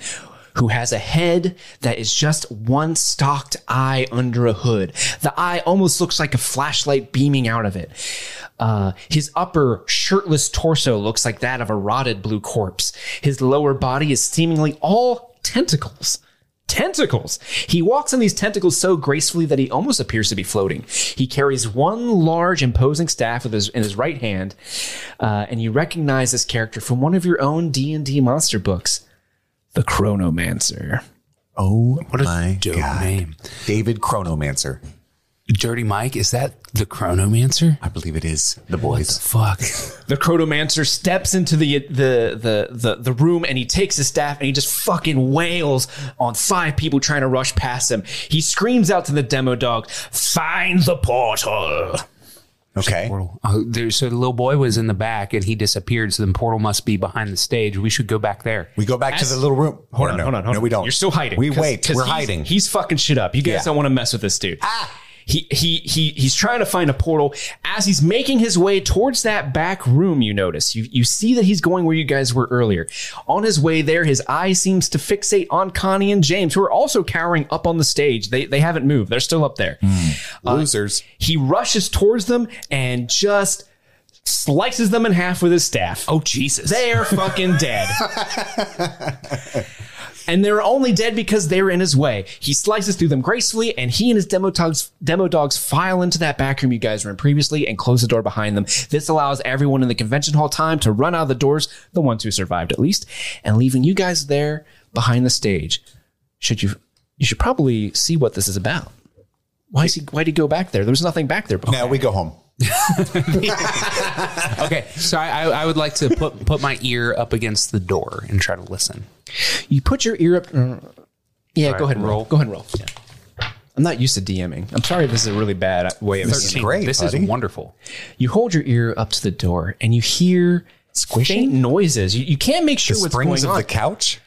[SPEAKER 1] who has a head that is just one stalked eye under a hood. The eye almost looks like a flashlight beaming out of it. Uh, his upper shirtless torso looks like that of a rotted blue corpse. His lower body is seemingly all tentacles tentacles. He walks on these tentacles so gracefully that he almost appears to be floating. He carries one large, imposing staff with his, in his right hand, uh, and you recognize this character from one of your own D and D monster books, the Chronomancer.
[SPEAKER 7] Oh my
[SPEAKER 8] dope
[SPEAKER 7] god,
[SPEAKER 8] name.
[SPEAKER 7] David Chronomancer.
[SPEAKER 8] Dirty Mike, is that the Chronomancer?
[SPEAKER 7] I believe it is the
[SPEAKER 8] What
[SPEAKER 7] boys.
[SPEAKER 8] the fuck?
[SPEAKER 1] The Chronomancer steps into the the the the, the room and he takes his staff and he just fucking wails on five people trying to rush past him. He screams out to the demo dog, "Find the portal!"
[SPEAKER 7] Okay,
[SPEAKER 8] Portal. Oh, there, so the little boy was in the back and he disappeared. So the portal must be behind the stage. We should go back there.
[SPEAKER 7] we go back to
[SPEAKER 1] As-
[SPEAKER 7] the little room.
[SPEAKER 1] Hold
[SPEAKER 7] Or
[SPEAKER 1] on,
[SPEAKER 7] no.
[SPEAKER 1] hold on, hold on.
[SPEAKER 7] No, we don't.
[SPEAKER 1] You're still hiding.
[SPEAKER 7] We
[SPEAKER 1] 'Cause-
[SPEAKER 7] wait.
[SPEAKER 1] 'cause
[SPEAKER 7] We're
[SPEAKER 1] he's-
[SPEAKER 7] hiding.
[SPEAKER 1] He's fucking shit up. You guys
[SPEAKER 7] Yeah. Ah.
[SPEAKER 1] don't want to mess with this dude. He, he he he's trying to find a portal as he's making his way towards that back room you notice you you see that he's going where you guys were earlier on his way there his eye seems to fixate on Connie and James who are also cowering up on the stage they they haven't moved they're still up there
[SPEAKER 7] Hmm.
[SPEAKER 1] Uh,
[SPEAKER 7] losers.
[SPEAKER 1] he rushes towards them and just slices them in half with his staff
[SPEAKER 8] Oh, Jesus.
[SPEAKER 1] they are fucking dead. and they're only dead because they're in his way. He slices through them gracefully, and he and his demo dogs, demo dogs file into that back room you guys were in previously and close the door behind them. This allows everyone in the convention hall time to run out of the doors, the ones who survived at least, and leaving you guys there behind the stage. Should you you should probably see what this is about. Why is he why'd he go back there? There was nothing back there before.
[SPEAKER 7] Now we go home.
[SPEAKER 8] okay, so I, I, I would like to put put my ear up against the door and try to listen.
[SPEAKER 1] You put your ear up. Yeah, go ahead and roll.
[SPEAKER 8] roll.
[SPEAKER 1] Go ahead and roll. I'm not used to DMing. I'm sorry, this is a really bad way of
[SPEAKER 7] is
[SPEAKER 1] DMing.
[SPEAKER 7] great,
[SPEAKER 8] This
[SPEAKER 7] buddy.
[SPEAKER 8] is wonderful.
[SPEAKER 1] You hold your ear up to the door and you hear faint noises. You, you can't make sure
[SPEAKER 7] The
[SPEAKER 1] what's
[SPEAKER 7] springs
[SPEAKER 1] going
[SPEAKER 7] of
[SPEAKER 1] on.
[SPEAKER 7] the couch.
[SPEAKER 1] The-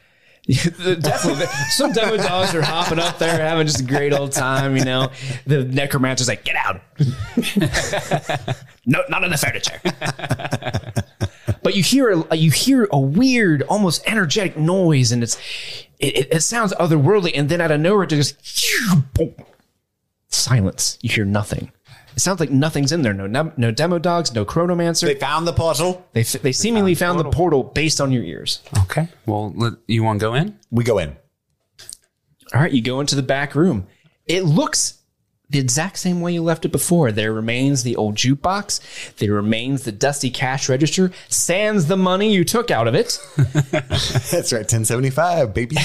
[SPEAKER 1] Definitely, some demo dogs are hopping up there, having just a great old time. You know, the necromancer's like, "Get out! no, not on the furniture." but you hear a, you hear a weird, almost energetic noise, and it's it, it, it sounds otherworldly. And then out of nowhere, it just boom. silence. You hear nothing. It sounds like nothing's in there. No, no, no demo dogs. No chronomancer.
[SPEAKER 7] They
[SPEAKER 1] They
[SPEAKER 7] found the puzzle.
[SPEAKER 1] they, seemingly found the portal based on your ears.
[SPEAKER 8] Okay, well, let, you want to go in?
[SPEAKER 7] We go in.
[SPEAKER 1] All right, you go into the back room. It looks the exact same way you left it before. There remains the old jukebox. There remains the dusty cash register. Sans the money you took out of it,
[SPEAKER 7] That's right, ten seventy five, baby.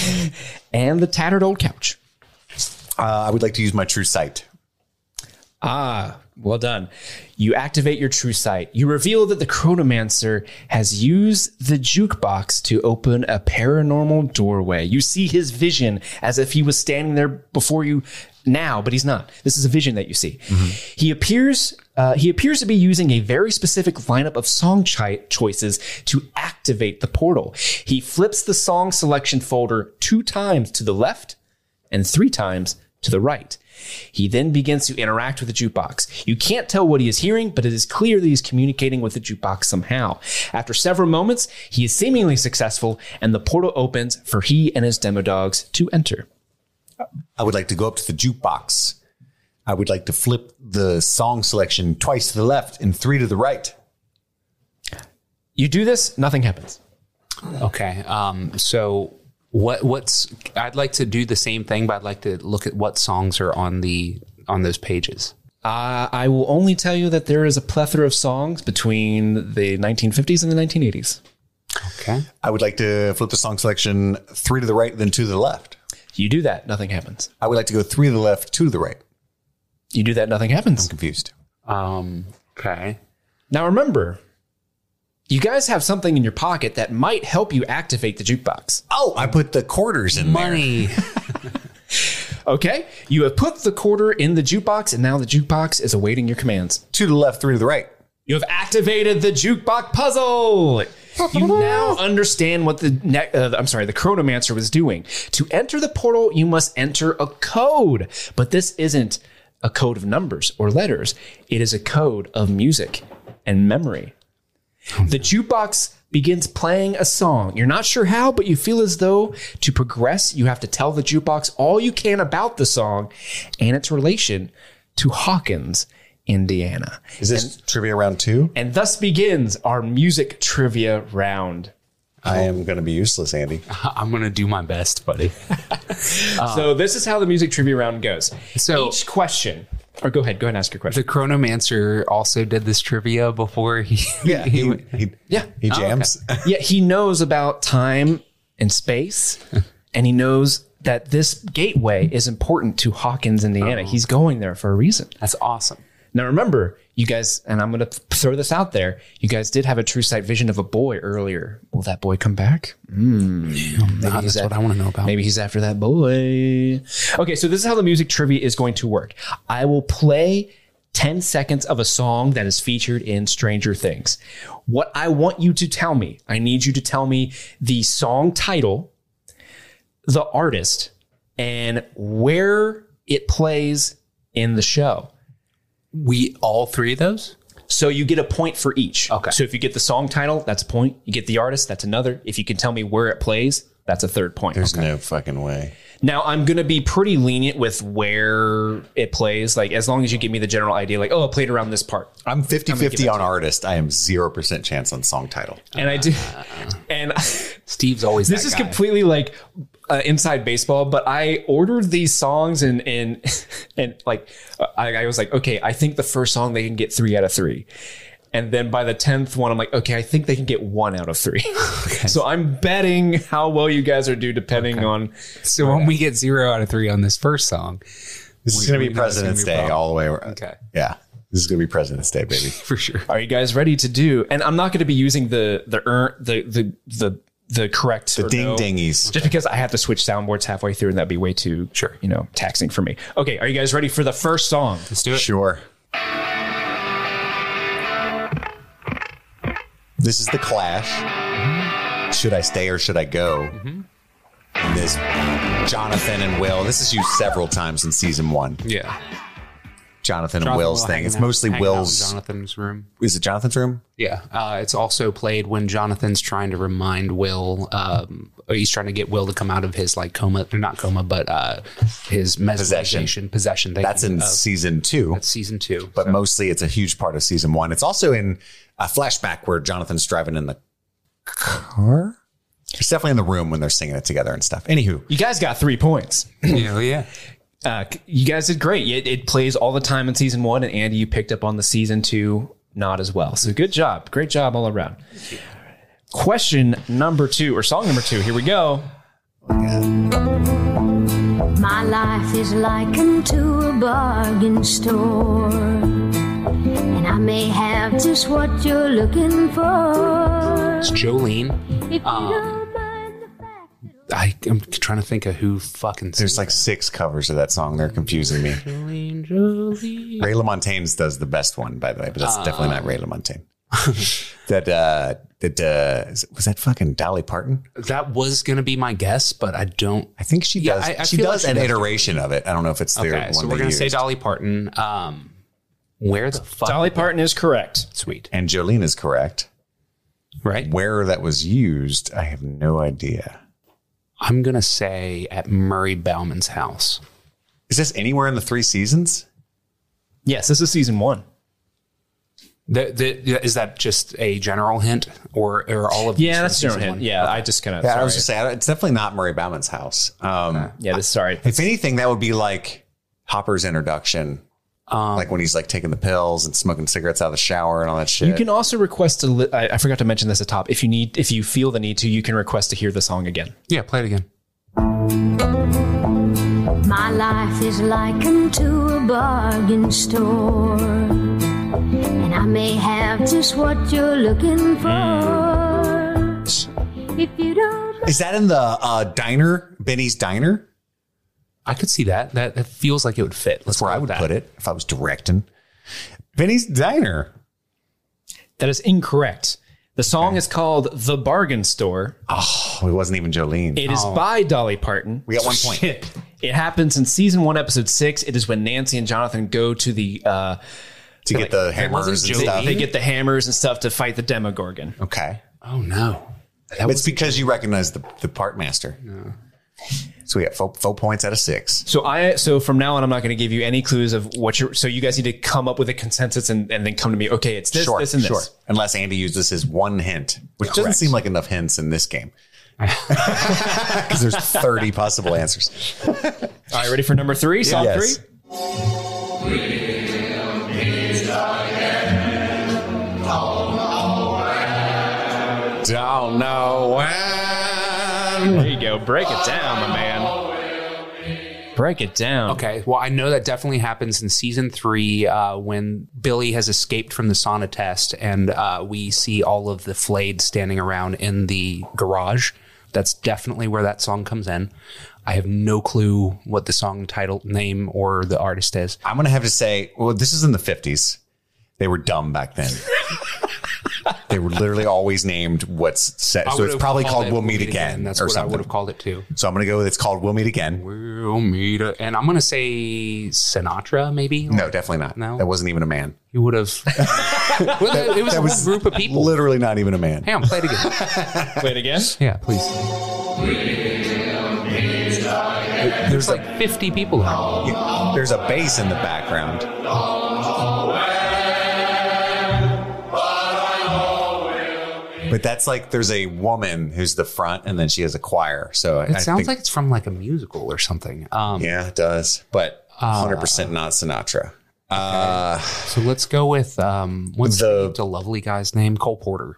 [SPEAKER 1] and the tattered old couch.
[SPEAKER 7] uh, I would like to use my true sight.
[SPEAKER 1] Ah, well done. You activate your true sight. You reveal that the chronomancer has used the jukebox to open a paranormal doorway. You see his vision as if he was standing there before you now, but he's not. This is a vision that you see. He appears uh, he appears to be using a very specific lineup of song chi- choices to activate the portal. He flips the song selection folder two times to the left and three times to the right. He then begins to interact with the jukebox. You can't tell what he is hearing, but it is clear that he's communicating with the jukebox somehow. After several moments, he is seemingly successful, and the portal opens for he and his demo dogs to enter.
[SPEAKER 7] I would like to go up to the jukebox. I would like to flip the song selection twice to the left and three to the right.
[SPEAKER 1] You do this, nothing happens.
[SPEAKER 8] Okay. Um, so what what's I'd like to do the same thing, but I'd like to look at what songs are on the on those pages.
[SPEAKER 1] Uh, I will only tell you that there is a plethora of songs between the 1950s and the 1980s.
[SPEAKER 8] Okay.
[SPEAKER 7] I would like to flip the song selection three to the right, then two to the left.
[SPEAKER 1] You do that, nothing happens.
[SPEAKER 7] I would like to go three to the left, two to the right.
[SPEAKER 1] You do that, nothing happens.
[SPEAKER 7] Confused.
[SPEAKER 8] Um, okay.
[SPEAKER 1] Now remember, you guys have something in your pocket that might help you activate the jukebox.
[SPEAKER 7] Oh, I put the quarters in
[SPEAKER 8] Money.
[SPEAKER 1] Okay? You have put the quarter in the jukebox, and now the jukebox is awaiting your commands.
[SPEAKER 7] there. Two to the left, three to the right.
[SPEAKER 1] You have activated the jukebox puzzle. You now understand what the ne- uh, I'm sorry, the chronomancer was doing. To enter the portal, you must enter a code, but this isn't a code of numbers or letters. It is a code of music and memory. The jukebox begins playing a song. You're not sure how, but you feel as though to progress, you have to tell the jukebox all you can about the song and its relation to Hawkins, Indiana.
[SPEAKER 7] Is this trivia round two?
[SPEAKER 1] And thus begins our music trivia round.
[SPEAKER 7] I am going to be useless, Andy.
[SPEAKER 8] I'm gonna do my best, buddy.
[SPEAKER 1] so this is how the music trivia round goes.
[SPEAKER 8] So-
[SPEAKER 1] each question, or go ahead, go ahead and ask your question.
[SPEAKER 8] The Chronomancer also did this trivia before he. Yeah,
[SPEAKER 7] He, Oh, he,
[SPEAKER 1] Yeah.
[SPEAKER 7] he jams.
[SPEAKER 1] yeah, he knows about time and space, and he knows that this gateway is important to Hawkins, Indiana. He's going there for a reason.
[SPEAKER 8] that's awesome.
[SPEAKER 1] Now, remember, you guys, and I'm going to throw this out there. You guys did have a true sight vision of a boy earlier. Will that boy come back?
[SPEAKER 8] Nah, that's what I want to know about.
[SPEAKER 1] Maybe he's after that boy. Okay, so this is how the music trivia is going to work. I will play 10 seconds of a song that is featured in Stranger Things. What I want you to tell me, I need you to tell me the song title, the artist, and where it plays in the show.
[SPEAKER 8] We all three of those.
[SPEAKER 1] So you get a point for each.
[SPEAKER 8] Okay.
[SPEAKER 1] So if you get the song title, that's a point. You get the artist, that's another. If you can tell me where it plays, that's a third point.
[SPEAKER 7] There's no fucking way.
[SPEAKER 1] Now I'm gonna be pretty lenient with where it plays. Like as long as you give me the general idea, like oh, it played around this part,
[SPEAKER 7] I'm 50 50 on artist. I am 0% chance on song title.
[SPEAKER 1] and I do. And
[SPEAKER 8] Steve's always.
[SPEAKER 1] this
[SPEAKER 8] Uh. that
[SPEAKER 1] is
[SPEAKER 8] guy.
[SPEAKER 1] completely like uh, inside baseball, but I ordered these songs and and and like uh, I, I was like, okay, I think the first song they can get three out of three. And then by the tenth one, I'm like, okay, I think they can get one out of three. So I'm betting how well you guys are do depending on
[SPEAKER 8] So when we get zero out of three on this first song,
[SPEAKER 7] This is going to
[SPEAKER 8] we
[SPEAKER 7] be
[SPEAKER 8] know it's gonna
[SPEAKER 7] President's
[SPEAKER 8] be a
[SPEAKER 7] Day
[SPEAKER 8] problem.
[SPEAKER 7] all the way around.
[SPEAKER 8] Okay.
[SPEAKER 7] Yeah. This is going to be President's Day, baby.
[SPEAKER 8] for sure.
[SPEAKER 1] Are you guys ready to do? And I'm not going to be using the the er, the the the the correct
[SPEAKER 7] The
[SPEAKER 1] or
[SPEAKER 7] ding
[SPEAKER 1] no,
[SPEAKER 7] dingies.
[SPEAKER 1] just because I have to switch soundboards halfway through, and that'd be way too
[SPEAKER 8] Sure.
[SPEAKER 1] you know taxing for me. Okay, are you guys ready for the first song?
[SPEAKER 8] Let's do it.
[SPEAKER 7] Sure. This is the Clash.
[SPEAKER 8] Mm-hmm.
[SPEAKER 7] Should I stay or should I go? And This Jonathan and Will. This is used several times in season one.
[SPEAKER 8] Yeah.
[SPEAKER 7] Jonathan, and
[SPEAKER 8] Jonathan
[SPEAKER 7] Will's
[SPEAKER 8] Will
[SPEAKER 7] thing.
[SPEAKER 8] hanging
[SPEAKER 7] It's
[SPEAKER 8] out-
[SPEAKER 7] mostly
[SPEAKER 8] hanging out in
[SPEAKER 7] Will's.
[SPEAKER 8] Jonathan's room.
[SPEAKER 7] Is it Jonathan's room?
[SPEAKER 8] Yeah. Uh, it's also played when Jonathan's trying to remind Will, um, or he's trying to get Will to come out of his like coma, or not coma, but uh, his mesmerization, possession. thing.
[SPEAKER 7] That's in
[SPEAKER 8] Uh,
[SPEAKER 7] season two.
[SPEAKER 8] that's season two.
[SPEAKER 7] but mostly it's a huge part of season one. It's also in a flashback where Jonathan's driving in the car. He's definitely in the room when they're singing it together and stuff. Anywho,
[SPEAKER 1] You guys got three points.
[SPEAKER 8] yeah, yeah.
[SPEAKER 1] Uh, you guys did great. It, it plays all the time in season one, and Andy, you picked up on the season two not as well. So good job, great job all around. Question number two or song number two. Here we go.
[SPEAKER 3] My life is likened to a bargain store. And I may have just what you're looking for.
[SPEAKER 8] It's Jolene.
[SPEAKER 3] If you
[SPEAKER 8] Um,
[SPEAKER 3] don't mind the fact that
[SPEAKER 8] I, I'm trying to think of who fucking.
[SPEAKER 7] there's like six covers of that song. They're confusing me.
[SPEAKER 8] Jolene, Jolene.
[SPEAKER 7] Ray LaMontagne's does the best one, by the way, but that's
[SPEAKER 8] Ah.
[SPEAKER 7] definitely not Ray LaMontagne. that uh that uh is- was that fucking Dolly Parton?
[SPEAKER 8] That was gonna be my guess, but I don't.
[SPEAKER 7] I think she
[SPEAKER 8] Yeah,
[SPEAKER 7] does.
[SPEAKER 8] I- I
[SPEAKER 7] she
[SPEAKER 8] feel
[SPEAKER 7] does
[SPEAKER 8] like she
[SPEAKER 7] an
[SPEAKER 8] does.
[SPEAKER 7] iteration of it. I don't know if it's the
[SPEAKER 8] Okay,
[SPEAKER 7] one
[SPEAKER 8] so
[SPEAKER 7] they
[SPEAKER 8] we're gonna say
[SPEAKER 7] used.
[SPEAKER 8] Dolly Parton. Um, where the fuck?
[SPEAKER 1] Dolly Parton is correct.
[SPEAKER 8] Sweet,
[SPEAKER 7] And Jolene is correct.
[SPEAKER 8] right?
[SPEAKER 7] Where that was used, I have no idea.
[SPEAKER 8] I'm gonna say at Murray Bauman's house.
[SPEAKER 7] Is this anywhere in the three seasons?
[SPEAKER 1] Yes, this is season one.
[SPEAKER 8] The, the, is that just a general hint, or or all of? these
[SPEAKER 1] Yeah,
[SPEAKER 8] from
[SPEAKER 1] that's general
[SPEAKER 8] season
[SPEAKER 1] hint.
[SPEAKER 8] one?
[SPEAKER 1] Yeah, I just kind of.
[SPEAKER 7] Yeah,
[SPEAKER 1] sorry.
[SPEAKER 7] I was just saying it's definitely not Murray Bauman's house. Um,
[SPEAKER 1] yeah, this, sorry.
[SPEAKER 7] If anything, that would be like Hopper's introduction,
[SPEAKER 1] Um,
[SPEAKER 7] like when he's like taking the pills and smoking cigarettes out of the shower and all that shit.
[SPEAKER 1] You can also request a. Li- I, I forgot to mention this at top. If you need, if you feel the need to, you can request to hear the song again.
[SPEAKER 8] Yeah, play it again.
[SPEAKER 3] My life is likened to a bargain store. And I may have just what you're looking for. If you don't
[SPEAKER 7] Is that in the uh, diner, Benny's diner?
[SPEAKER 8] I could see that. That that feels like it would fit. Let's
[SPEAKER 7] Where
[SPEAKER 8] go
[SPEAKER 7] I would
[SPEAKER 8] with that.
[SPEAKER 7] put it if I was directing. Benny's diner.
[SPEAKER 1] That is incorrect. The song is called "The Bargain Store."
[SPEAKER 7] Oh, it wasn't even Jolene.
[SPEAKER 1] It is by Dolly Parton.
[SPEAKER 7] we got one point.
[SPEAKER 8] Shit.
[SPEAKER 1] It happens in season one, episode six. It is when Nancy and Jonathan go to the uh,
[SPEAKER 7] to get the hammers and
[SPEAKER 1] they,
[SPEAKER 7] stuff.
[SPEAKER 1] they get the hammers and stuff to fight the Demogorgon.
[SPEAKER 7] Okay.
[SPEAKER 8] Oh no. That
[SPEAKER 7] It's because you recognize the, the part master. So we got four, four points out of six.
[SPEAKER 1] So I so from now on, I'm not going to give you any clues of what you're. So you guys need to come up with a consensus and, and then come to me. Okay, it's this,
[SPEAKER 7] sure,
[SPEAKER 1] this, and this.
[SPEAKER 7] sure. Unless Andy used this as one hint, which doesn't
[SPEAKER 1] Correct.
[SPEAKER 7] seem like enough hints in this game. Because there's 30 possible answers.
[SPEAKER 1] All right, ready for number three? Song
[SPEAKER 7] Yes.
[SPEAKER 1] three.
[SPEAKER 7] Don't know when.
[SPEAKER 1] There you go. Break it down, my man. Break it down.
[SPEAKER 8] Okay. Well, I know that definitely happens in season three uh, when Billy has escaped from the sauna test, and uh, we see all of the flayed standing around in the garage. That's definitely where that song comes in. I have no clue what the song title, name, or the artist is.
[SPEAKER 7] I'm going to have to say, well, this is in the 50s. They were dumb back then. they were literally always named what's set.
[SPEAKER 8] I
[SPEAKER 7] So it's
[SPEAKER 8] would've
[SPEAKER 7] probably
[SPEAKER 8] called
[SPEAKER 7] called
[SPEAKER 8] it
[SPEAKER 7] We'll Meet Again.
[SPEAKER 8] That's
[SPEAKER 7] or
[SPEAKER 8] what I
[SPEAKER 7] something.
[SPEAKER 8] would have called it too.
[SPEAKER 7] So I'm going to go with it's called We'll Meet Again.
[SPEAKER 8] We'll meet, a- and I'm gonna say Sinatra, maybe.
[SPEAKER 7] No, definitely not.
[SPEAKER 8] No.
[SPEAKER 7] That wasn't even a man.
[SPEAKER 8] he would have. well, it was,
[SPEAKER 7] that was-
[SPEAKER 8] a was group of people.
[SPEAKER 7] Literally not even a man.
[SPEAKER 8] Hang on, play it again.
[SPEAKER 1] Play it again.
[SPEAKER 8] Yeah, please. There's like 50 people. Now.
[SPEAKER 7] There's a bass in the background. But that's like there's a woman who's the front, and then she has a choir. So
[SPEAKER 8] It sounds like it's from like a musical or something. Um,
[SPEAKER 7] yeah, it does, but 100 percent not Sinatra. Uh,
[SPEAKER 8] So let's go with um, what's
[SPEAKER 7] The-
[SPEAKER 8] the, the lovely guy's name? Cole Porter.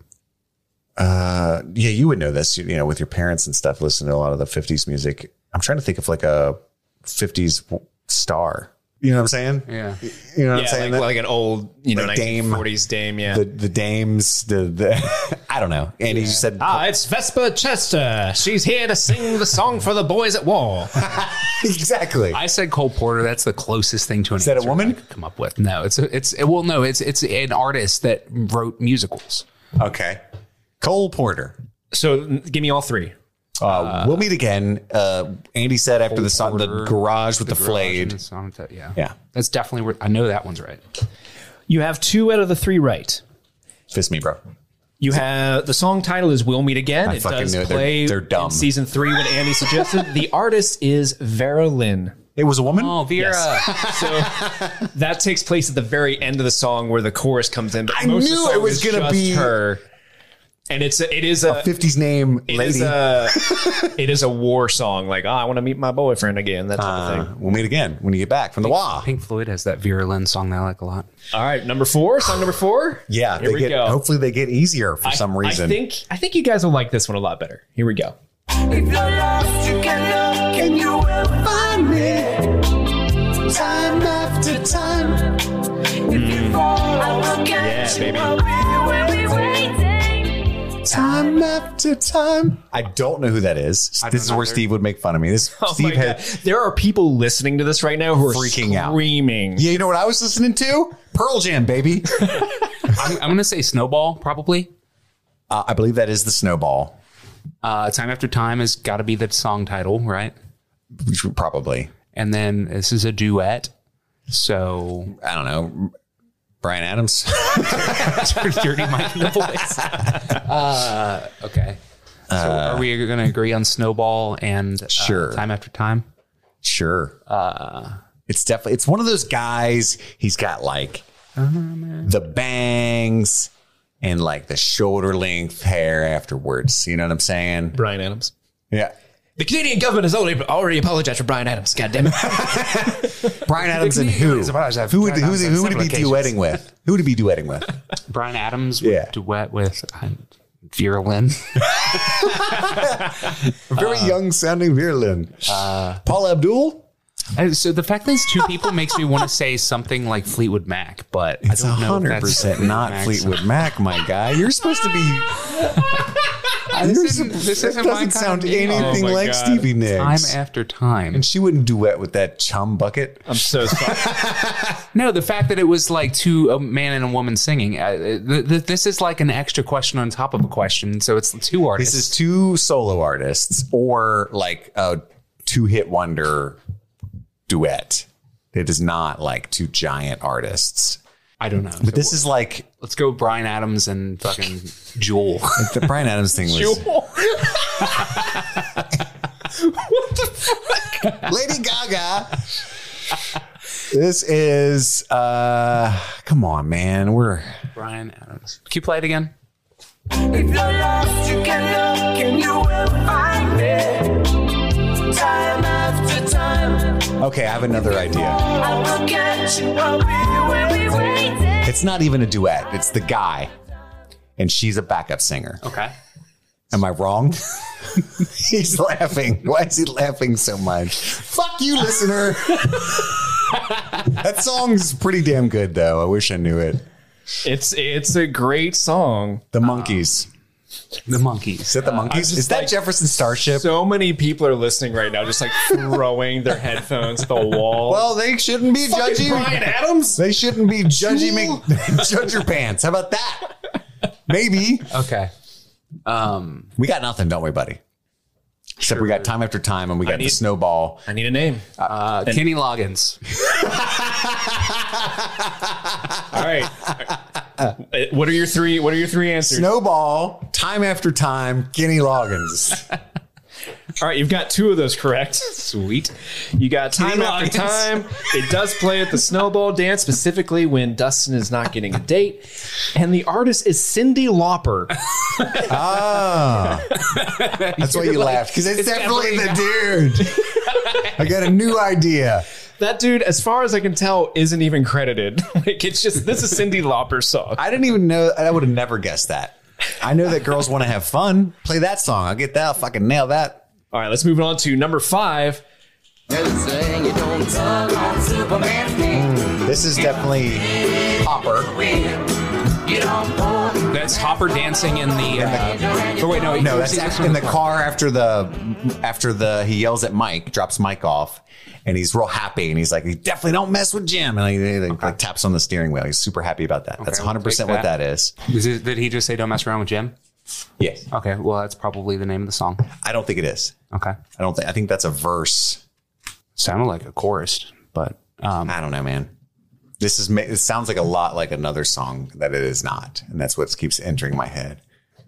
[SPEAKER 7] uh, yeah, you would know this, you, you know, with your parents and stuff. Listening to a lot of the 50s music. I'm trying to think of like a 50s w- star. You know what I'm saying?
[SPEAKER 8] Yeah.
[SPEAKER 7] You know what I'm
[SPEAKER 1] Yeah, like,
[SPEAKER 7] saying? That-
[SPEAKER 1] like an old, you know,
[SPEAKER 7] Like Dame.
[SPEAKER 1] 1940s dame. Yeah.
[SPEAKER 7] the the dames, the, the I don't know. And he said,
[SPEAKER 1] Ah, it's Vesper Chester. She's here to sing the song for the boys at war.
[SPEAKER 7] exactly.
[SPEAKER 8] I said Cole Porter. That's the closest thing to an. Is
[SPEAKER 7] that a woman?
[SPEAKER 8] come up with? No, it's a, it's well, no, it's it's an artist that wrote musicals.
[SPEAKER 7] okay. Cole Porter.
[SPEAKER 1] So n- give me all three.
[SPEAKER 7] Uh, we'll meet again. Uh, Andy said after the song, the
[SPEAKER 8] Porter,
[SPEAKER 7] garage with the,
[SPEAKER 8] Garage
[SPEAKER 7] flayed.
[SPEAKER 8] and the sonata, yeah,
[SPEAKER 7] Yeah.
[SPEAKER 8] that's definitely. Where, I know that one's right.
[SPEAKER 1] You have two out of the three right.
[SPEAKER 7] Fist me, bro.
[SPEAKER 1] You have the song title is "We'll Meet Again."
[SPEAKER 7] I
[SPEAKER 1] it
[SPEAKER 7] fucking
[SPEAKER 1] does
[SPEAKER 7] knew it. They're-
[SPEAKER 1] play
[SPEAKER 7] they're dumb.
[SPEAKER 1] in season three when Andy suggested. the artist is Vera Lynn.
[SPEAKER 7] It was a woman.
[SPEAKER 8] Oh, Vera.
[SPEAKER 1] So that takes place at the very end of the song where the chorus comes in. But
[SPEAKER 7] I
[SPEAKER 1] most of the
[SPEAKER 7] knew it
[SPEAKER 1] song
[SPEAKER 7] was
[SPEAKER 1] is
[SPEAKER 7] gonna
[SPEAKER 1] just
[SPEAKER 7] be-
[SPEAKER 1] her. And it's a, it is a,
[SPEAKER 7] Fifties name
[SPEAKER 1] it
[SPEAKER 7] lady.
[SPEAKER 1] is uh, a it is a war song like oh, I want to meet my boyfriend again that type of
[SPEAKER 7] Uh,
[SPEAKER 1] thing.
[SPEAKER 7] we'll meet again when you get back from the wah.
[SPEAKER 8] Pink Floyd has that Vera Lynn song that I like a lot.
[SPEAKER 1] All right, number four, song number four.
[SPEAKER 7] Ah. Yeah,
[SPEAKER 1] Here
[SPEAKER 7] they
[SPEAKER 1] we
[SPEAKER 7] get.
[SPEAKER 1] go.
[SPEAKER 7] Hopefully, they get easier for
[SPEAKER 1] I-
[SPEAKER 7] some
[SPEAKER 1] I
[SPEAKER 7] reason.
[SPEAKER 1] think I think you guys will like this one a lot better. Here we go.
[SPEAKER 4] If you're lost, you can look and you will find me. Time after time. If you fall, I will
[SPEAKER 1] Yeah,
[SPEAKER 4] catch
[SPEAKER 1] baby.
[SPEAKER 4] you. Time after time.
[SPEAKER 7] I don't know who that is.
[SPEAKER 8] don't
[SPEAKER 7] This is
[SPEAKER 8] know
[SPEAKER 7] where
[SPEAKER 8] either.
[SPEAKER 7] Steve would make fun of me. This
[SPEAKER 1] Oh my
[SPEAKER 7] Steve had.
[SPEAKER 1] God. There are people listening to this right now who are
[SPEAKER 7] Freaking out.
[SPEAKER 1] screaming.
[SPEAKER 7] Yeah, you know what I was listening to? Pearl Jam, baby.
[SPEAKER 8] I'm, I'm gonna say Snowball probably.
[SPEAKER 7] uh, I believe that is the snowball.
[SPEAKER 8] Uh, time after time has got to be the song title, right?
[SPEAKER 7] Which would Probably.
[SPEAKER 8] And then this is a duet, so
[SPEAKER 7] I don't know. Brian Adams.
[SPEAKER 8] Dirty Mike and the Boys. Uh, okay. So are we gonna agree on Snowball and uh,
[SPEAKER 7] Sure.
[SPEAKER 8] Time after time?
[SPEAKER 7] Sure. Uh, it's definitely it's one of those guys. He's got like the bangs and like the shoulder length hair afterwards. You know what I'm saying?
[SPEAKER 1] Brian Adams.
[SPEAKER 7] Yeah.
[SPEAKER 1] The Canadian government has already, already apologized for Brian Adams. God damn it.
[SPEAKER 7] Brian Adams and who?
[SPEAKER 8] It's about- it's
[SPEAKER 7] Who would who,
[SPEAKER 8] about-
[SPEAKER 7] would- who would he be duetting with? Who would he be duetting with?
[SPEAKER 8] Brian Adams
[SPEAKER 7] Yeah.
[SPEAKER 8] would duet with uh, Vera Lynn.
[SPEAKER 7] A very young sounding violin. Paul Abdul.
[SPEAKER 8] Uh, so the fact that it's two people makes me want to say something like Fleetwood Mac, but
[SPEAKER 7] It's
[SPEAKER 8] I don't know. if
[SPEAKER 7] hundred
[SPEAKER 8] that's
[SPEAKER 7] percent not
[SPEAKER 8] Mac's-
[SPEAKER 7] Fleetwood Mac, my guy. You're supposed to be.
[SPEAKER 8] Uh, This
[SPEAKER 7] You're
[SPEAKER 8] isn't-
[SPEAKER 7] sup-
[SPEAKER 8] this
[SPEAKER 7] that
[SPEAKER 8] isn't my
[SPEAKER 7] doesn't
[SPEAKER 8] kind of
[SPEAKER 7] sound
[SPEAKER 8] music.
[SPEAKER 7] anything
[SPEAKER 1] Oh my
[SPEAKER 7] like
[SPEAKER 1] God.
[SPEAKER 7] Stevie Nicks.
[SPEAKER 8] Time after time.
[SPEAKER 7] And she wouldn't duet with that chum bucket.
[SPEAKER 1] I'm so sorry.
[SPEAKER 8] No, the fact that it was like two a man and a woman singing. Uh, th- th- this is like an extra question on top of a question, so it's two
[SPEAKER 7] This
[SPEAKER 8] artists.
[SPEAKER 7] is two solo artists or like a two hit wonder duet. It is not like two giant artists.
[SPEAKER 8] I don't know.
[SPEAKER 7] But this is like
[SPEAKER 8] Let's go Brian Adams and fucking Jewel.
[SPEAKER 7] the Brian Adams thing was. Lady Gaga. this is uh come on, man. We're
[SPEAKER 8] Brian Adams. Can you play it again?
[SPEAKER 4] If you're lost, you can look and you will find me. Time after time,
[SPEAKER 7] okay, I have another idea.
[SPEAKER 4] I will get you. I'll be where we waiting.
[SPEAKER 7] It's not even a duet, it's the guy. And she's a backup singer.
[SPEAKER 8] Okay.
[SPEAKER 7] Am I wrong? He's laughing. Why is he laughing so much? Fuck you, listener. that song's pretty damn good though. I wish I knew it.
[SPEAKER 1] It's it's a great song.
[SPEAKER 7] The monkeys.
[SPEAKER 8] The Monkeys.
[SPEAKER 7] Is that the monkeys?
[SPEAKER 1] Uh, just
[SPEAKER 7] Is that
[SPEAKER 1] like-
[SPEAKER 7] Jefferson Starship?
[SPEAKER 1] So many people are listening right now, just like throwing their headphones at the wall.
[SPEAKER 7] well, they shouldn't be judging.
[SPEAKER 1] Brian Adams.
[SPEAKER 7] They shouldn't be judging me. Judge your pants. How about that? Maybe
[SPEAKER 8] Uh, Okay. Um,
[SPEAKER 7] we got nothing, don't we, buddy? Except we got time after time, and we got the
[SPEAKER 1] need-
[SPEAKER 7] snowball.
[SPEAKER 1] I need a name.
[SPEAKER 8] uh, Kenny Loggins.
[SPEAKER 1] All right. Uh, What are your three? What are your three answers?
[SPEAKER 7] Snowball, time after time, Kenny Loggins.
[SPEAKER 1] All right, you've got two of those correct. Sweet. You got time
[SPEAKER 7] Kenny
[SPEAKER 1] after
[SPEAKER 7] Loggins.
[SPEAKER 1] time. It does play at the snowball dance, specifically when Dustin is not getting a date, and the artist is Cindy Lauper.
[SPEAKER 7] ah, that's why you laughed because it's, definitely the dude. I got a new idea.
[SPEAKER 1] That dude, as far as I can tell, isn't even credited. Like it's just this is Cindy Lauper's song.
[SPEAKER 7] I didn't even know. I would have never guessed that. I know that girls want to have fun. Play that song. I'll get that. I'll fucking nail that.
[SPEAKER 1] All right, let's move on to number five.
[SPEAKER 7] This is definitely Hopper.
[SPEAKER 8] That's Hopper dancing in the. Uh, oh, wait, no.
[SPEAKER 7] No,
[SPEAKER 8] it
[SPEAKER 7] that's
[SPEAKER 8] was the next
[SPEAKER 7] in
[SPEAKER 8] one.
[SPEAKER 7] the car after the after the he yells at Mike, drops Mike off, and he's real happy, and he's like, "Definitely don't mess with Jim," and he, he, like, like, taps on the steering wheel. He's super happy about that. that's
[SPEAKER 8] we'll take
[SPEAKER 7] 100 percent what
[SPEAKER 8] that.
[SPEAKER 7] that is.
[SPEAKER 8] Was it- Did he just say, don't mess around with Jim?
[SPEAKER 7] Yes,
[SPEAKER 8] Okay. Well, that's probably the name of the song.
[SPEAKER 7] I don't think it is.
[SPEAKER 8] Okay.
[SPEAKER 7] I don't think. I think that's a verse.
[SPEAKER 8] Sounded like a chorus, but. Um,
[SPEAKER 7] I don't know, man. This is. ma- It sounds like a lot like another song that it is not, and that's what keeps entering my head.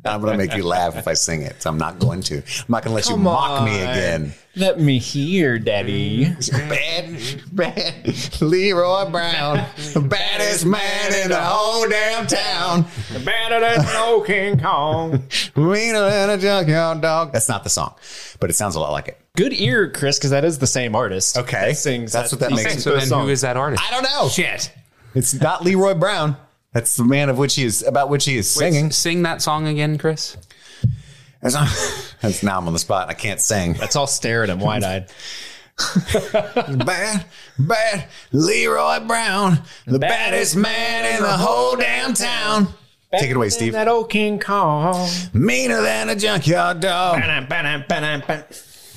[SPEAKER 7] I'm gonna make you laugh if I sing it, so I'm not going to. I'm not gonna let you mock me again.
[SPEAKER 1] Let me hear, Daddy.
[SPEAKER 7] Bad, bad Leroy Brown, the baddest man in the whole damn town.
[SPEAKER 1] Better than no King Kong.
[SPEAKER 7] Meaner than a junkyard dog. That's not the song, but it sounds a lot like it.
[SPEAKER 1] Good ear, Chris, because that is the same artist.
[SPEAKER 7] Okay.
[SPEAKER 1] That sings.
[SPEAKER 7] That's what that
[SPEAKER 1] he
[SPEAKER 7] makes
[SPEAKER 1] sings
[SPEAKER 7] sense.
[SPEAKER 8] so
[SPEAKER 1] those
[SPEAKER 8] then
[SPEAKER 1] songs.
[SPEAKER 8] who is that artist?
[SPEAKER 7] I don't know.
[SPEAKER 8] Shit.
[SPEAKER 7] It's not Leroy Brown. That's the man of which he is about which he is singing.
[SPEAKER 8] Sing that song again, Chris.
[SPEAKER 7] That's, not, that's now I'm on the spot. I can't sing.
[SPEAKER 1] Let's all stare at him wide eyed.
[SPEAKER 7] Bad, bad Leroy Brown, the baddest man in the whole damn town. Take it away, Steve.
[SPEAKER 1] That old King Kong.
[SPEAKER 7] Meaner than a junkyard dog.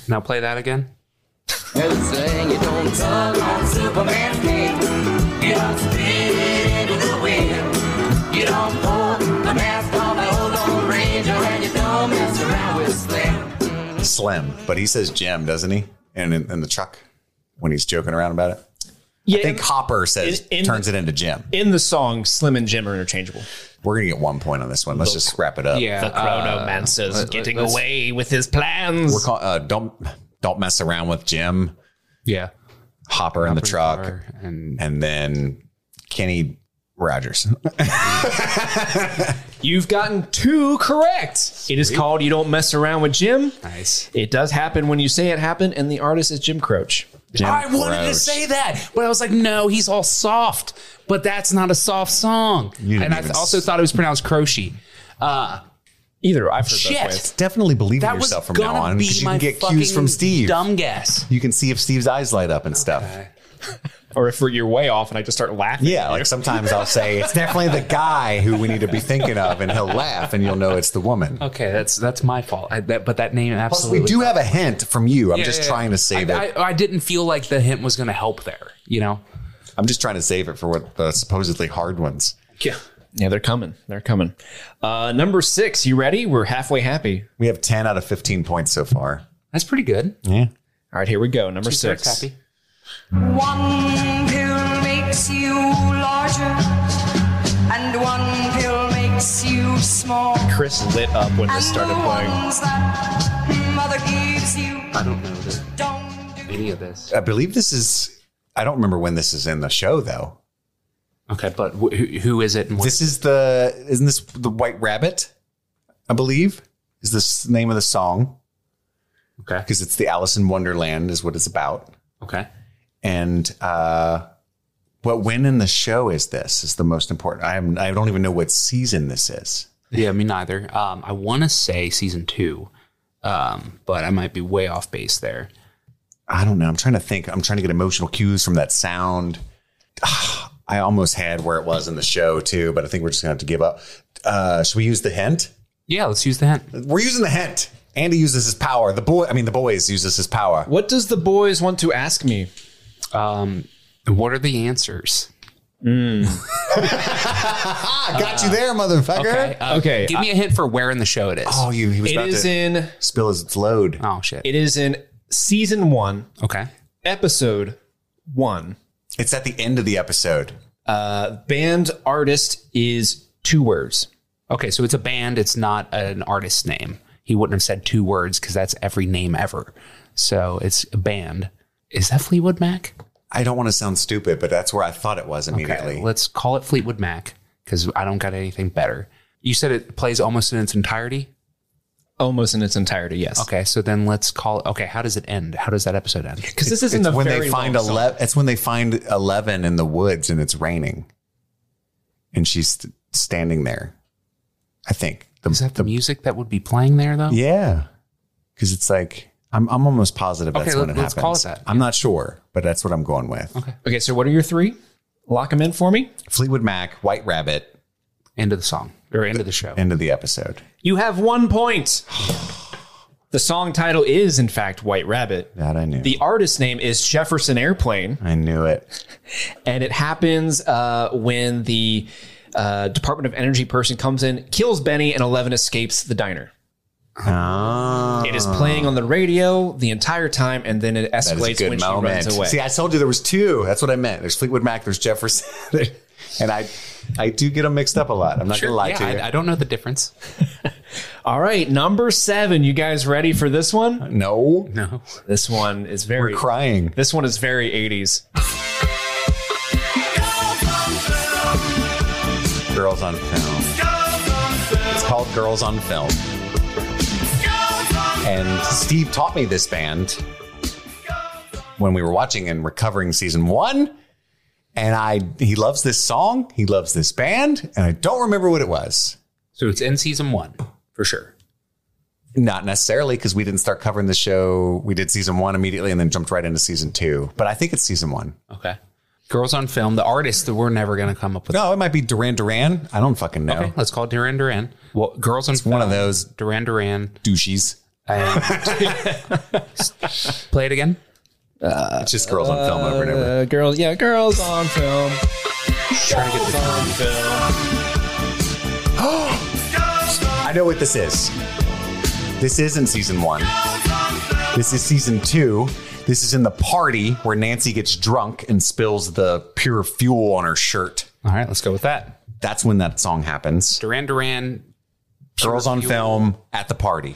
[SPEAKER 8] Now play that again.
[SPEAKER 7] Slim, but he says Jim, doesn't he? And in, in the truck when he's joking around about it.
[SPEAKER 1] Yeah,
[SPEAKER 7] I think Hopper says
[SPEAKER 1] in- in-
[SPEAKER 7] turns it into Jim.
[SPEAKER 1] in the song, Slim and Jim are interchangeable.
[SPEAKER 7] We're gonna get one point on this one. Let's just wrap it up.
[SPEAKER 8] Yeah.
[SPEAKER 1] The chronomancer's
[SPEAKER 8] let-
[SPEAKER 1] getting
[SPEAKER 8] let's-
[SPEAKER 1] away with his plans.
[SPEAKER 7] uh, We're call, uh, don't don't mess around with Jim
[SPEAKER 8] yeah.
[SPEAKER 7] Hopper in the truck,
[SPEAKER 8] And
[SPEAKER 7] and then Kenny Rogers.
[SPEAKER 1] You've gotten two correct. It is called You Don't Mess Around with Jim.
[SPEAKER 8] nice.
[SPEAKER 1] It does happen when you say it happened, and the artist is Jim Croce.
[SPEAKER 8] I wanted to
[SPEAKER 7] Gross.
[SPEAKER 8] say that, but I was like, no, he's all soft. But that's not a soft song.
[SPEAKER 7] didn't
[SPEAKER 8] And I
[SPEAKER 7] even
[SPEAKER 8] also
[SPEAKER 7] s-
[SPEAKER 8] thought it was pronounced crochet.
[SPEAKER 1] Either I've heard both
[SPEAKER 8] Shit.
[SPEAKER 1] ways.
[SPEAKER 7] Definitely believe in
[SPEAKER 8] That was
[SPEAKER 7] yourself from now
[SPEAKER 8] gonna
[SPEAKER 7] on
[SPEAKER 8] be
[SPEAKER 7] because you
[SPEAKER 8] my
[SPEAKER 7] can get
[SPEAKER 8] fucking
[SPEAKER 7] cues from Steve.
[SPEAKER 8] dumb guess.
[SPEAKER 7] You can see if Steve's eyes light up and stuff.
[SPEAKER 1] Or if we're, you're way off and I just start laughing.
[SPEAKER 7] Yeah, like sometimes I'll say it's definitely the guy who we need to be thinking of, and he'll laugh, and you'll know it's the woman.
[SPEAKER 8] Okay, that's that's my fault. I, that, but that name
[SPEAKER 7] Plus,
[SPEAKER 8] absolutely.
[SPEAKER 7] we do have a hint from you. I'm
[SPEAKER 8] Yeah,
[SPEAKER 7] just
[SPEAKER 8] yeah,
[SPEAKER 7] trying
[SPEAKER 8] yeah.
[SPEAKER 7] to save
[SPEAKER 8] I,
[SPEAKER 7] it.
[SPEAKER 8] I, I didn't feel like the hint was going to help there. You know.
[SPEAKER 7] I, am just trying to save it for what the supposedly hard ones.
[SPEAKER 8] Yeah.
[SPEAKER 1] Yeah, they're coming. They're coming. Uh, number six, you ready? We're halfway happy.
[SPEAKER 7] We have 10 out of 15 points so far.
[SPEAKER 8] That's pretty good.
[SPEAKER 7] Yeah.
[SPEAKER 1] All right, here we go. Number
[SPEAKER 8] Two-thirds
[SPEAKER 1] six.
[SPEAKER 8] happy.
[SPEAKER 4] One pill makes you larger, and one pill makes you small.
[SPEAKER 1] Chris lit up when this started playing.
[SPEAKER 8] I don't know the,
[SPEAKER 4] playing.
[SPEAKER 8] any of this.
[SPEAKER 7] I believe this is. I don't remember when this is in the show though.
[SPEAKER 8] Okay, but wh- who, who is it? And what,
[SPEAKER 7] This is the. Isn't this the White Rabbit? I believe is this the name of the song
[SPEAKER 8] okay,
[SPEAKER 7] because it's the Alice in Wonderland is what it's about.
[SPEAKER 8] okay.
[SPEAKER 7] And uh, but when in the show is this is the most important. I am. I don't even know what season this is.
[SPEAKER 8] Yeah, me neither. Um, I want to say season two, um, but I might be way off base there.
[SPEAKER 7] I don't know. I'm trying to think. I'm trying to get emotional cues from that sound. Ah, I almost had where it was in the show too, but I think we're just gonna have to give up. Uh, should we use the hint?
[SPEAKER 8] Yeah, let's use that.
[SPEAKER 7] We're using the hint. Andy uses his power. The boy, I mean, the boys uses his power.
[SPEAKER 1] What does the boys want to ask me?
[SPEAKER 8] Um, what are the answers?
[SPEAKER 7] I Ah, got you there, motherfucker.
[SPEAKER 8] Okay, uh,
[SPEAKER 1] Uh, Okay,
[SPEAKER 8] Give me a hint for where in the show it is.
[SPEAKER 7] Oh, you. He was
[SPEAKER 1] It
[SPEAKER 7] about
[SPEAKER 1] is
[SPEAKER 7] to
[SPEAKER 1] in Uh,
[SPEAKER 7] spill his load.
[SPEAKER 8] Oh, shit.
[SPEAKER 1] it is in season one,
[SPEAKER 8] okay.
[SPEAKER 1] episode one.
[SPEAKER 7] It's at the end of the episode.
[SPEAKER 1] Band artist is two words.
[SPEAKER 8] Okay, so it's a band. It's not an artist's name. He wouldn't have said two words because that's every name ever. So it's a band. Is that Fleetwood Mac?
[SPEAKER 7] I don't want to sound stupid, but that's where I thought it was immediately.
[SPEAKER 8] Okay, let's call it Fleetwood Mac because I don't got anything better. You said it plays almost in its entirety.
[SPEAKER 1] Almost in its entirety, yes.
[SPEAKER 8] Okay, so then let's call. Okay, how does it end? How does that episode end?
[SPEAKER 1] Because this isn't
[SPEAKER 7] it's
[SPEAKER 1] a
[SPEAKER 7] when
[SPEAKER 1] very
[SPEAKER 7] they find
[SPEAKER 1] long song.
[SPEAKER 7] eleven. It's when they find eleven in the woods and it's raining, and she's st- standing there. I think the,
[SPEAKER 8] Is that the music that would be playing there though?
[SPEAKER 7] yeah, because it's like I'm I'm almost positive
[SPEAKER 8] Okay,
[SPEAKER 7] that's when
[SPEAKER 8] let-
[SPEAKER 7] it
[SPEAKER 8] let's
[SPEAKER 7] happens.
[SPEAKER 8] call it that.
[SPEAKER 7] I'm not sure, but that's what I'm going with. Okay.
[SPEAKER 1] Okay, so what are your three? Lock them in for me.
[SPEAKER 7] Fleetwood Mac, White Rabbit,
[SPEAKER 8] End of the song or end of the show?
[SPEAKER 7] end of the episode.
[SPEAKER 1] You have one point. The song title is, in fact, White Rabbit.
[SPEAKER 7] That I knew.
[SPEAKER 1] The artist's name is Jefferson Airplane,
[SPEAKER 7] I knew it.
[SPEAKER 1] and it happens uh, when the uh, Department of Energy person comes in, kills Benny, and Eleven escapes the diner.
[SPEAKER 7] Ah,
[SPEAKER 1] It is playing on the radio the entire time, and then it
[SPEAKER 7] that is a
[SPEAKER 1] escalates when
[SPEAKER 7] good moment.
[SPEAKER 1] she runs away.
[SPEAKER 7] See, I told you there was two. That's what I meant. There's Fleetwood Mac. There's Jefferson. and I, I do get them mixed up a lot. I'm not gonna lie
[SPEAKER 8] yeah,
[SPEAKER 7] to you.
[SPEAKER 8] I, I don't know the difference.
[SPEAKER 1] All right, number seven. You guys ready for this one?
[SPEAKER 7] no,
[SPEAKER 8] No.
[SPEAKER 1] This one is very.
[SPEAKER 7] we're crying.
[SPEAKER 1] This one is very 80s.
[SPEAKER 7] Girls on Film. It's called Girls on Film. And Steve taught me this band when we were watching and recovering season one. And I, he loves this song. He loves this band, and I don't remember what it was.
[SPEAKER 8] So it's in season one for sure.
[SPEAKER 7] Not necessarily because we didn't start covering the show. We did season one immediately and then jumped right into season two. But I think it's season one.
[SPEAKER 8] Okay. Girls on Film, the artist that we're never going to come up with.
[SPEAKER 7] No, Oh, it might be Duran Duran. I don't fucking know.
[SPEAKER 8] Okay, let's call it Duran Duran. Well, Girls on Film.
[SPEAKER 7] One of those
[SPEAKER 8] Duran Duran.
[SPEAKER 7] douches.
[SPEAKER 8] Play it again.
[SPEAKER 7] It's just girls on film over and over.
[SPEAKER 1] Uh, girls, yeah, girls on film.
[SPEAKER 8] Trying to get the
[SPEAKER 7] I know what this is. This isn't season one. This is season two. This is in the party where Nancy gets drunk and spills the pure fuel on her shirt.
[SPEAKER 8] All right, let's go with that.
[SPEAKER 7] That's when that song happens.
[SPEAKER 8] Duran Duran.
[SPEAKER 7] Girls on film at the party.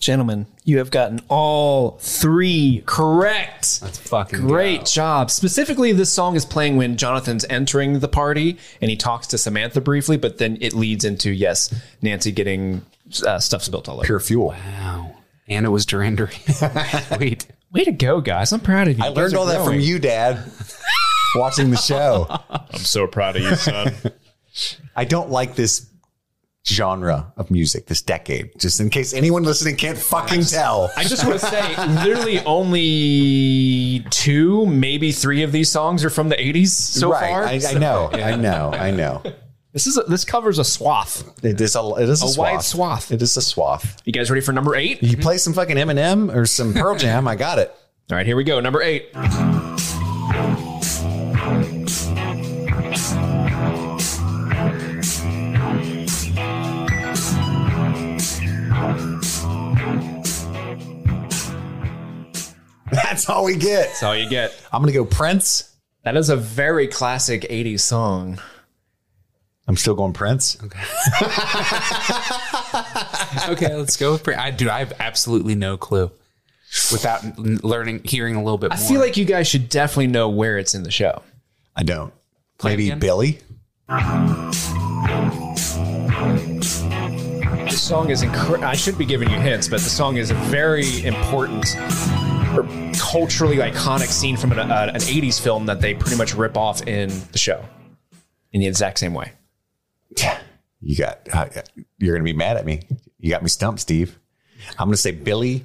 [SPEAKER 1] Gentlemen, you have gotten all three correct.
[SPEAKER 8] That's fucking
[SPEAKER 1] Great
[SPEAKER 8] go.
[SPEAKER 1] job. Specifically, this song is playing when Jonathan's entering the party and he talks to Samantha briefly, but then it leads into, yes, Nancy getting uh, stuff spilled all over.
[SPEAKER 7] Pure fuel.
[SPEAKER 8] Wow. And it was Duran Duran. Sweet.
[SPEAKER 1] Way to go, guys. I'm proud of you.
[SPEAKER 7] I learned all that from you, Dad. watching the show.
[SPEAKER 1] I'm so proud of you, son.
[SPEAKER 7] I don't like this genre of music, this decade. Just in case anyone listening can't fucking tell.
[SPEAKER 1] I just want to say, literally only two, maybe three of these songs are from the 80s so
[SPEAKER 7] right.
[SPEAKER 1] far.
[SPEAKER 7] I, I know. I know. I know.
[SPEAKER 1] This is a, this covers a swath.
[SPEAKER 7] It is a it is a,
[SPEAKER 1] A
[SPEAKER 7] swath.
[SPEAKER 1] wide swath. Hmm.
[SPEAKER 7] It is a swath.
[SPEAKER 1] You guys ready for number eight?
[SPEAKER 7] You play some fucking Eminem or some Pearl Jam. I got it.
[SPEAKER 1] All right, here we go. Number eight.
[SPEAKER 7] That's all we get.
[SPEAKER 1] That's all you get.
[SPEAKER 7] I'm gonna go Prince.
[SPEAKER 1] That is a very classic 80s song.
[SPEAKER 7] I'm still going Prince.
[SPEAKER 8] okay, let's go with. Pre- I do. I have absolutely no clue. Without n- learning, hearing a little bit
[SPEAKER 1] I
[SPEAKER 8] more.
[SPEAKER 1] feel like you guys should definitely know where it's in the show.
[SPEAKER 7] I don't.
[SPEAKER 8] it
[SPEAKER 7] Maybe
[SPEAKER 8] again?
[SPEAKER 7] Billy.
[SPEAKER 1] This song is incredible. I should be giving you hints, but the song is a very important or culturally iconic scene from an, uh, an 80s film that they pretty much rip off in the show in the exact same way.
[SPEAKER 7] You got. Uh, you're gonna be mad at me. You got me stumped, Steve. I'm gonna say Billy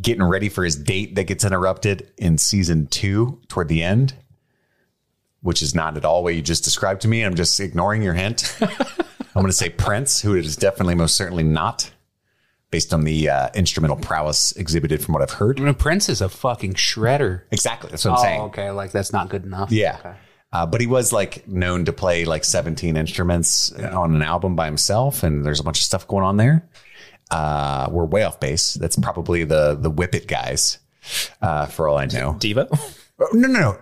[SPEAKER 7] getting ready for his date that gets interrupted in season two toward the end, which is not at all what you just described to me. I'm just ignoring your hint. I'm gonna say Prince, who it is definitely most certainly not, based on the uh, instrumental prowess exhibited from what I've heard.
[SPEAKER 8] You know, Prince is a fucking shredder.
[SPEAKER 7] Exactly. That's what I'm saying.
[SPEAKER 8] Oh, okay. Like that's not good enough.
[SPEAKER 7] Yeah. Uh, but he was like known to play like 17 instruments on an album by himself, and there's a bunch of stuff going on there. Uh, we're way off base. That's probably the the Whippet guys, uh, for all I know.
[SPEAKER 1] Diva?
[SPEAKER 7] Oh, No, no, no.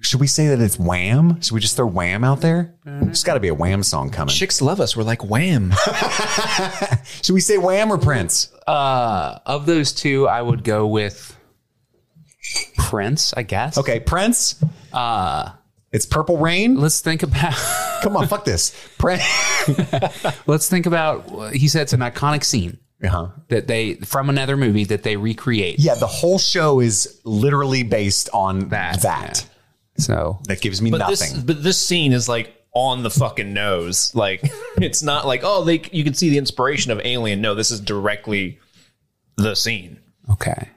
[SPEAKER 7] Should we say that it's Wham? Should we just throw Wham out there? There's got to be a Wham song coming.
[SPEAKER 1] Chicks love us. We're like wham.
[SPEAKER 7] Should we say Wham or Prince?
[SPEAKER 8] Uh, of those two, I would go with Prince. I guess.
[SPEAKER 7] Okay, Prince. Uh, it's Purple Rain.
[SPEAKER 8] Let's think about.
[SPEAKER 7] Come on, fuck this. Prince.
[SPEAKER 8] let's think about. He said it's an iconic scene
[SPEAKER 7] Uh-huh.
[SPEAKER 8] that they from another movie that they recreate.
[SPEAKER 7] Yeah, the whole show is literally based on that.
[SPEAKER 8] That,
[SPEAKER 7] That,
[SPEAKER 8] yeah. So
[SPEAKER 7] gives me
[SPEAKER 1] But this,
[SPEAKER 7] nothing.
[SPEAKER 1] but this scene is like on the fucking nose. Like it's not like oh they you can see the inspiration of Alien. No, this is directly the scene.
[SPEAKER 8] okay.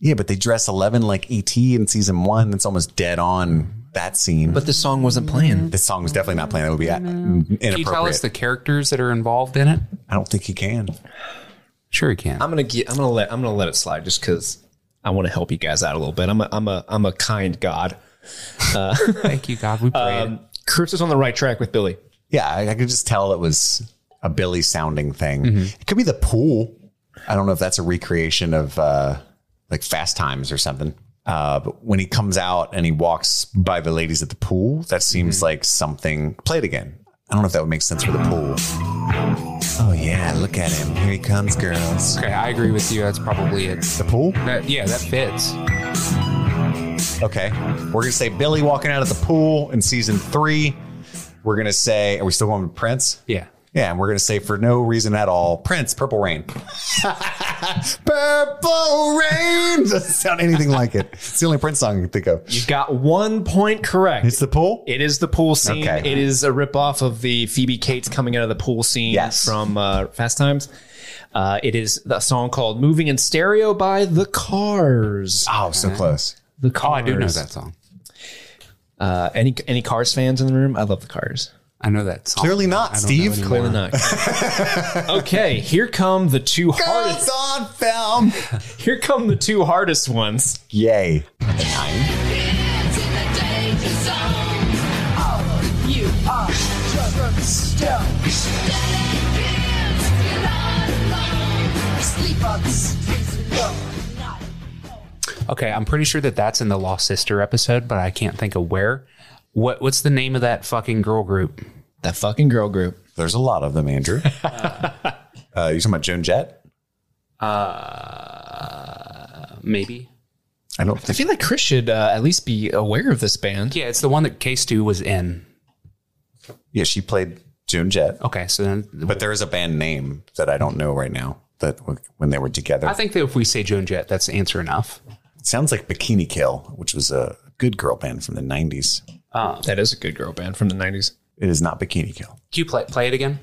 [SPEAKER 7] yeah, but they dress Eleven like ET in season one. That's almost dead on that scene. But
[SPEAKER 1] the song wasn't playing.
[SPEAKER 7] this song was definitely not playing. That would be uh,
[SPEAKER 8] Can you
[SPEAKER 7] inappropriate.
[SPEAKER 8] tell us the characters that are involved in it?
[SPEAKER 7] I don't think he can.
[SPEAKER 8] Sure, you can.
[SPEAKER 1] I'm gonna get. I'm gonna let. I'm gonna let it slide just because I want to help you guys out a little bit. I'm a. I'm a. I'm a kind god.
[SPEAKER 8] Thank you, God. We prayed.
[SPEAKER 1] Um, Chris is on the right track with Billy.
[SPEAKER 7] Yeah, I, I could just tell it was a Billy sounding thing.
[SPEAKER 8] Mm-hmm.
[SPEAKER 7] It could be the pool. I don't know if that's a recreation of uh, like Fast Times or something. Uh, but when he comes out and he walks by the ladies at the pool, that seems
[SPEAKER 8] Mm-hmm.
[SPEAKER 7] like something. Play it again. I don't know if that would make sense for the pool. Oh yeah, look at him. Here he comes, girls.
[SPEAKER 8] okay, I agree with you. That's probably it.
[SPEAKER 7] The pool.
[SPEAKER 8] That, yeah, that fits.
[SPEAKER 7] Okay, we're gonna say Billy walking out of the pool in season three. We're gonna say, are we still going with Prince?
[SPEAKER 8] Yeah.
[SPEAKER 7] Yeah, and we're gonna say for no reason at all, Prince, Purple Rain. Purple Rain doesn't sound anything like it. It's the only Prince song I can think of.
[SPEAKER 1] You got one point correct.
[SPEAKER 7] It's the pool.
[SPEAKER 1] It is the pool scene.
[SPEAKER 7] Okay.
[SPEAKER 1] It is a ripoff of the Phoebe Cates coming out of the pool scene
[SPEAKER 7] Yes.
[SPEAKER 1] from uh, Fast Times. Uh, it is a song called "Moving in Stereo" by The Cars.
[SPEAKER 7] Oh, so close.
[SPEAKER 1] The Cars.
[SPEAKER 8] Ah, Oh, I do know that song.
[SPEAKER 1] Uh, any any Cars fans in the room? I love The Cars.
[SPEAKER 8] I know that song.
[SPEAKER 7] Clearly not, Steve.
[SPEAKER 1] Clearly not. okay, here come the two
[SPEAKER 7] Girls
[SPEAKER 1] hardest.
[SPEAKER 7] on film.
[SPEAKER 1] Here come the two hardest ones.
[SPEAKER 7] Yay.
[SPEAKER 8] Okay, I'm pretty sure that that's in the Lost Sister episode, but I can't think of where. What What's the name of that fucking girl group?
[SPEAKER 1] That fucking girl group.
[SPEAKER 7] There's a lot of them, Andrew. uh, you talking about Joan Jett?
[SPEAKER 8] Uh, Maybe.
[SPEAKER 7] I don't
[SPEAKER 1] I
[SPEAKER 7] think.
[SPEAKER 1] feel like Chris should uh, at least be aware of this band.
[SPEAKER 8] Yeah, it's the one that Case Two was in.
[SPEAKER 7] Yeah, she played Joan Jett.
[SPEAKER 8] Okay, so then
[SPEAKER 7] But there is a band name that I don't know right now that w- when they were together.
[SPEAKER 8] I think that if we say Joan Jett, that's answer enough.
[SPEAKER 7] it sounds like Bikini Kill, which was a good girl band from the 90s.
[SPEAKER 1] That is a good girl band from the '90s.
[SPEAKER 7] It is not Bikini Kill.
[SPEAKER 8] Can you play play it again?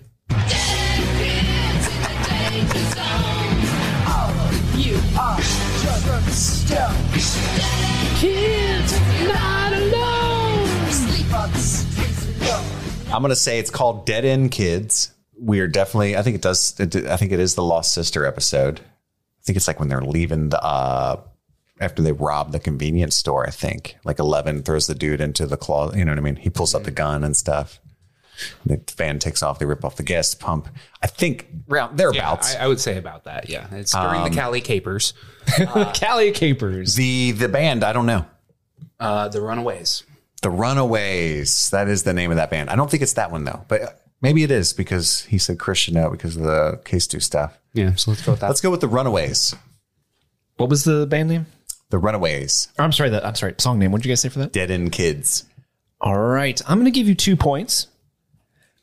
[SPEAKER 7] I'm gonna say it's called Dead End Kids. We are definitely. I think it does. It, I think it is the Lost Sister episode. I think it's like when they're leaving the uh, after they rob the convenience
[SPEAKER 8] Mm-hmm.
[SPEAKER 7] store. I think like Eleven throws the dude into the closet. You know what I mean? He pulls up the gun and stuff. The fan takes off. They rip off the gas pump. I think round thereabouts.
[SPEAKER 8] I, I would say about that. Yeah, it's during the Cali Capers,
[SPEAKER 1] Cali Capers.
[SPEAKER 7] the the band. I don't know.
[SPEAKER 8] uh, the Runaways.
[SPEAKER 7] The Runaways. That is the name of that band. I don't think it's that one though, but uh, maybe it is because he said Christian out because of the Case Two stuff.
[SPEAKER 8] Yeah, so let's go with that.
[SPEAKER 7] Let's go with the Runaways.
[SPEAKER 1] What was the band name?
[SPEAKER 7] The Runaways.
[SPEAKER 1] I'm sorry, that I'm sorry, song name. What did you guys say for that?
[SPEAKER 7] Dead End Kids.
[SPEAKER 1] All right. I'm going to give you two points.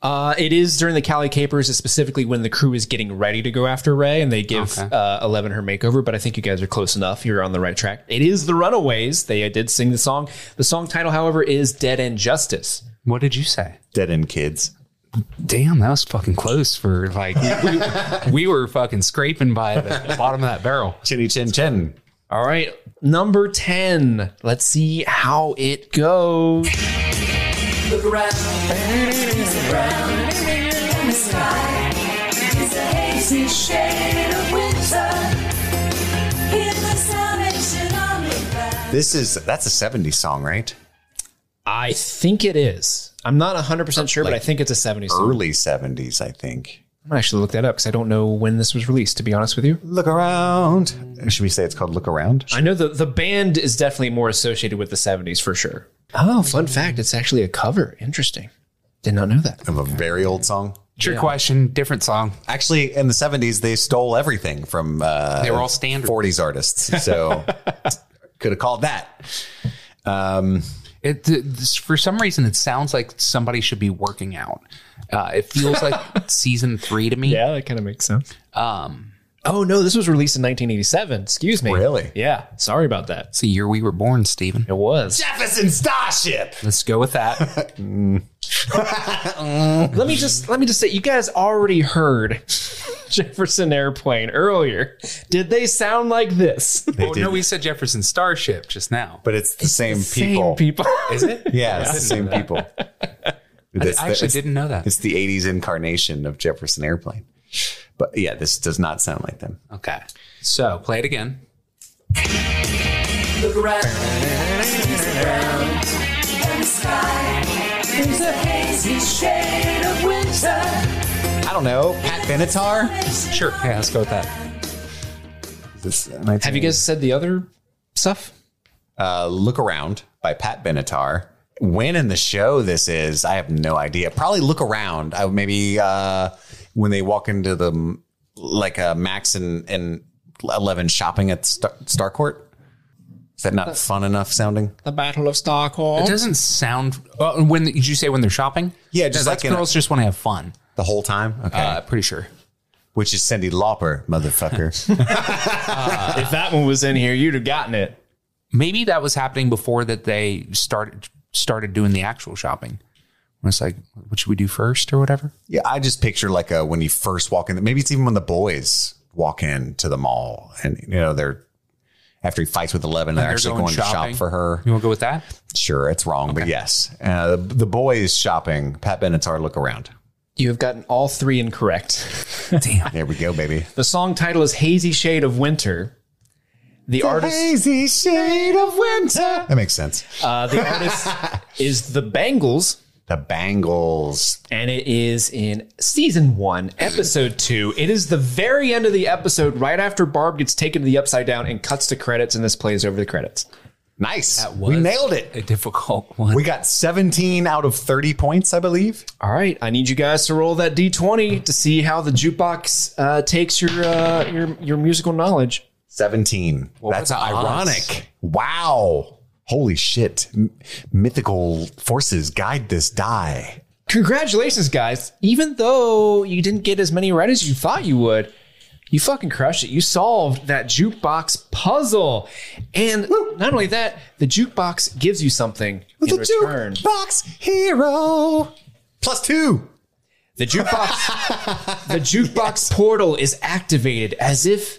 [SPEAKER 1] Uh, it is during the Cali Capers, it's specifically when the crew is getting ready to go after Ray and they give uh, Eleven her makeover. But I think you guys are close enough. You're on the right track. It is the Runaways. They uh, did sing the song. The song title, however, is Dead End Justice.
[SPEAKER 8] what did you say?
[SPEAKER 7] Dead End Kids.
[SPEAKER 8] Damn, that was fucking close for like we, we were fucking scraping by the bottom of that barrel.
[SPEAKER 7] Chinny chin chin.
[SPEAKER 1] All right. Number 10. Let's see how it goes.
[SPEAKER 4] Look around. It's a brown in the sky. It's a hazy shade of winter. Hear the Salvation Army band.
[SPEAKER 7] This is that's a 70s song, right?
[SPEAKER 1] I think it is. I'm not 100% sure, but I think it's a 70s song.
[SPEAKER 7] Early 70s, I think.
[SPEAKER 1] I'm going to actually look that up because I don't know when this was released, to be honest with you.
[SPEAKER 7] Look around. Should we say it's called Look Around?
[SPEAKER 1] I know the, the band is definitely more associated with the 70s for sure. Oh, fun fact. It's actually a cover. Interesting. Did not know that.
[SPEAKER 7] Of a very old song.
[SPEAKER 8] It's your question, different song.
[SPEAKER 7] Actually, in the 70s, they stole everything from uh,
[SPEAKER 8] They were all standard.
[SPEAKER 7] 40s artists. So could have called that. Um,
[SPEAKER 8] It th- this, for some reason it sounds like somebody should be working out. Uh, it feels like season three to me.
[SPEAKER 1] Yeah, that kind of makes sense. Um, oh, no, this was released in 1987. Excuse me.
[SPEAKER 7] Really?
[SPEAKER 1] Yeah. Sorry about that.
[SPEAKER 8] It's the year we were born, Steven.
[SPEAKER 1] It was.
[SPEAKER 7] Jefferson Starship.
[SPEAKER 8] Let's go with that.
[SPEAKER 1] let me just let me just say you guys already heard Jefferson Airplane earlier. Did they sound like this?
[SPEAKER 7] They
[SPEAKER 8] oh
[SPEAKER 7] did.
[SPEAKER 8] no, we said Jefferson Starship just now.
[SPEAKER 7] but it's the same
[SPEAKER 1] Same
[SPEAKER 7] people.
[SPEAKER 1] people.
[SPEAKER 8] Is it?
[SPEAKER 7] Yeah, it's the same people. It's the-
[SPEAKER 8] I actually
[SPEAKER 7] it's-
[SPEAKER 8] didn't know that.
[SPEAKER 7] It's the 80s incarnation of Jefferson Airplane. But yeah, this does not sound like them.
[SPEAKER 8] Okay. So play it again.
[SPEAKER 4] Look around. It's a brown in the sky. It's a hazy shade of winter.
[SPEAKER 7] I don't know. Pat Benatar?
[SPEAKER 8] Sure. Yeah, let's go with that.
[SPEAKER 7] This,
[SPEAKER 1] Have you guys said the other stuff?
[SPEAKER 7] uh, Look Around by Pat Benatar. When in the show this is, I have no idea. Probably Look Around. I, maybe uh, when they walk into the, like uh, Max and, and Eleven shopping at Star- Starcourt. Is that not fun enough sounding?
[SPEAKER 1] The Battle of
[SPEAKER 8] It
[SPEAKER 1] Stockholm.
[SPEAKER 8] doesn't sound. Uh, when did you say when they're shopping?
[SPEAKER 7] Yeah, just
[SPEAKER 8] no,
[SPEAKER 7] like
[SPEAKER 8] that's
[SPEAKER 7] in a-
[SPEAKER 8] girls just want to have fun.
[SPEAKER 7] The whole time? Okay.
[SPEAKER 8] Uh, pretty sure.
[SPEAKER 7] Which is Cindy Lauper, motherfucker.
[SPEAKER 1] if that one was in here, you'd have gotten it.
[SPEAKER 8] Maybe that was happening before that they started started doing the actual shopping. When it's like, what should we do first or whatever?
[SPEAKER 7] Yeah, I just picture like a, when you first walk in. Maybe it's even when the boys walk in to the mall, and you know they're after he fights with Eleven, they're,
[SPEAKER 8] they're
[SPEAKER 7] actually
[SPEAKER 8] going
[SPEAKER 7] going, to
[SPEAKER 8] shopping?
[SPEAKER 7] shop for her.
[SPEAKER 8] You want to go with that?
[SPEAKER 7] Sure, it's wrong, but yes, uh, the, the boys shopping. Pat Benatar, look around.
[SPEAKER 1] You have gotten all three incorrect.
[SPEAKER 8] Damn.
[SPEAKER 7] There we go, baby.
[SPEAKER 1] The song title is Hazy Shade of Winter. The artist
[SPEAKER 7] hazy shade of winter. That makes sense.
[SPEAKER 1] uh, the artist is the Bangles.
[SPEAKER 7] The Bangles.
[SPEAKER 1] and it is in season one, episode two. It is the very end of the episode, right after Barb gets taken to the upside down and cuts to credits, and this plays over the credits.
[SPEAKER 7] Nice.
[SPEAKER 8] That
[SPEAKER 7] we
[SPEAKER 8] was
[SPEAKER 7] nailed it.
[SPEAKER 8] A difficult one.
[SPEAKER 7] We got 17 out of 30 points, I believe.
[SPEAKER 1] All right, I need you guys to roll that d twenty to see how the jukebox uh, takes your uh, your your musical knowledge.
[SPEAKER 7] 17. That's
[SPEAKER 8] what's
[SPEAKER 7] ironic.
[SPEAKER 8] us?
[SPEAKER 7] Wow. Holy shit. M- mythical forces guide this die.
[SPEAKER 1] Congratulations, guys! Even though you didn't get as many right as you thought you would. You fucking crushed it. You solved that jukebox puzzle. And not only that, the jukebox gives you something in return.
[SPEAKER 7] jukebox hero. Plus two.
[SPEAKER 1] The jukebox, the jukebox portal is activated as if,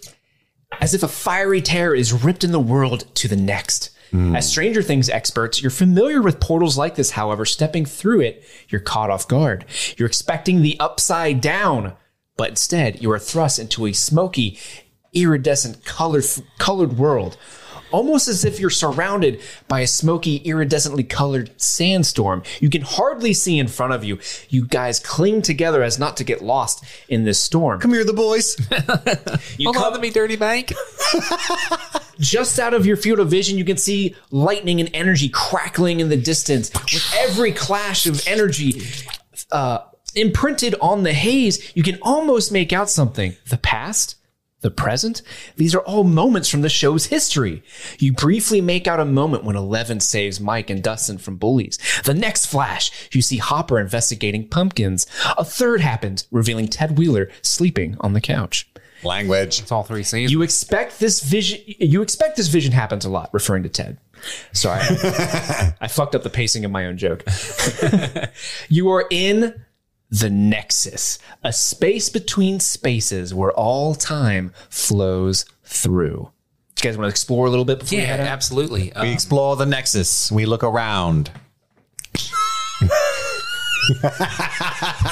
[SPEAKER 1] as if a fiery terror is ripped in the world to the next. As Stranger Things experts, you're familiar with portals like this. However, stepping through it, you're caught off guard. You're expecting the upside down, but instead, you are thrust into a smoky, iridescent, colored, colored world almost as if you're surrounded by a smoky, iridescently colored sandstorm. You can hardly see in front of you. You guys cling together as not to get lost in this storm.
[SPEAKER 7] Come here, the boys.
[SPEAKER 1] You come to me, Dirty Bank. Just out of your field of vision, you can see lightning and energy crackling in the distance. With every clash of energy uh, imprinted on the haze, you can almost make out something. The past, the present, these are all moments from the show's history. You briefly make out a moment when Eleven saves Mike and Dustin from bullies. The next flash, you see Hopper investigating pumpkins. A third happens, revealing Ted Wheeler sleeping on the couch.
[SPEAKER 7] Language.
[SPEAKER 8] It's all three scenes.
[SPEAKER 1] You expect this vision. You expect this vision happens a lot. Referring to Ted. Sorry, I fucked up the pacing of my own joke. you are in the nexus, a space between spaces where all time flows through. Do you guys want to explore a little bit? Before we
[SPEAKER 8] yeah,
[SPEAKER 1] head out?
[SPEAKER 8] absolutely.
[SPEAKER 7] We
[SPEAKER 8] Um,
[SPEAKER 7] explore the nexus. We look around.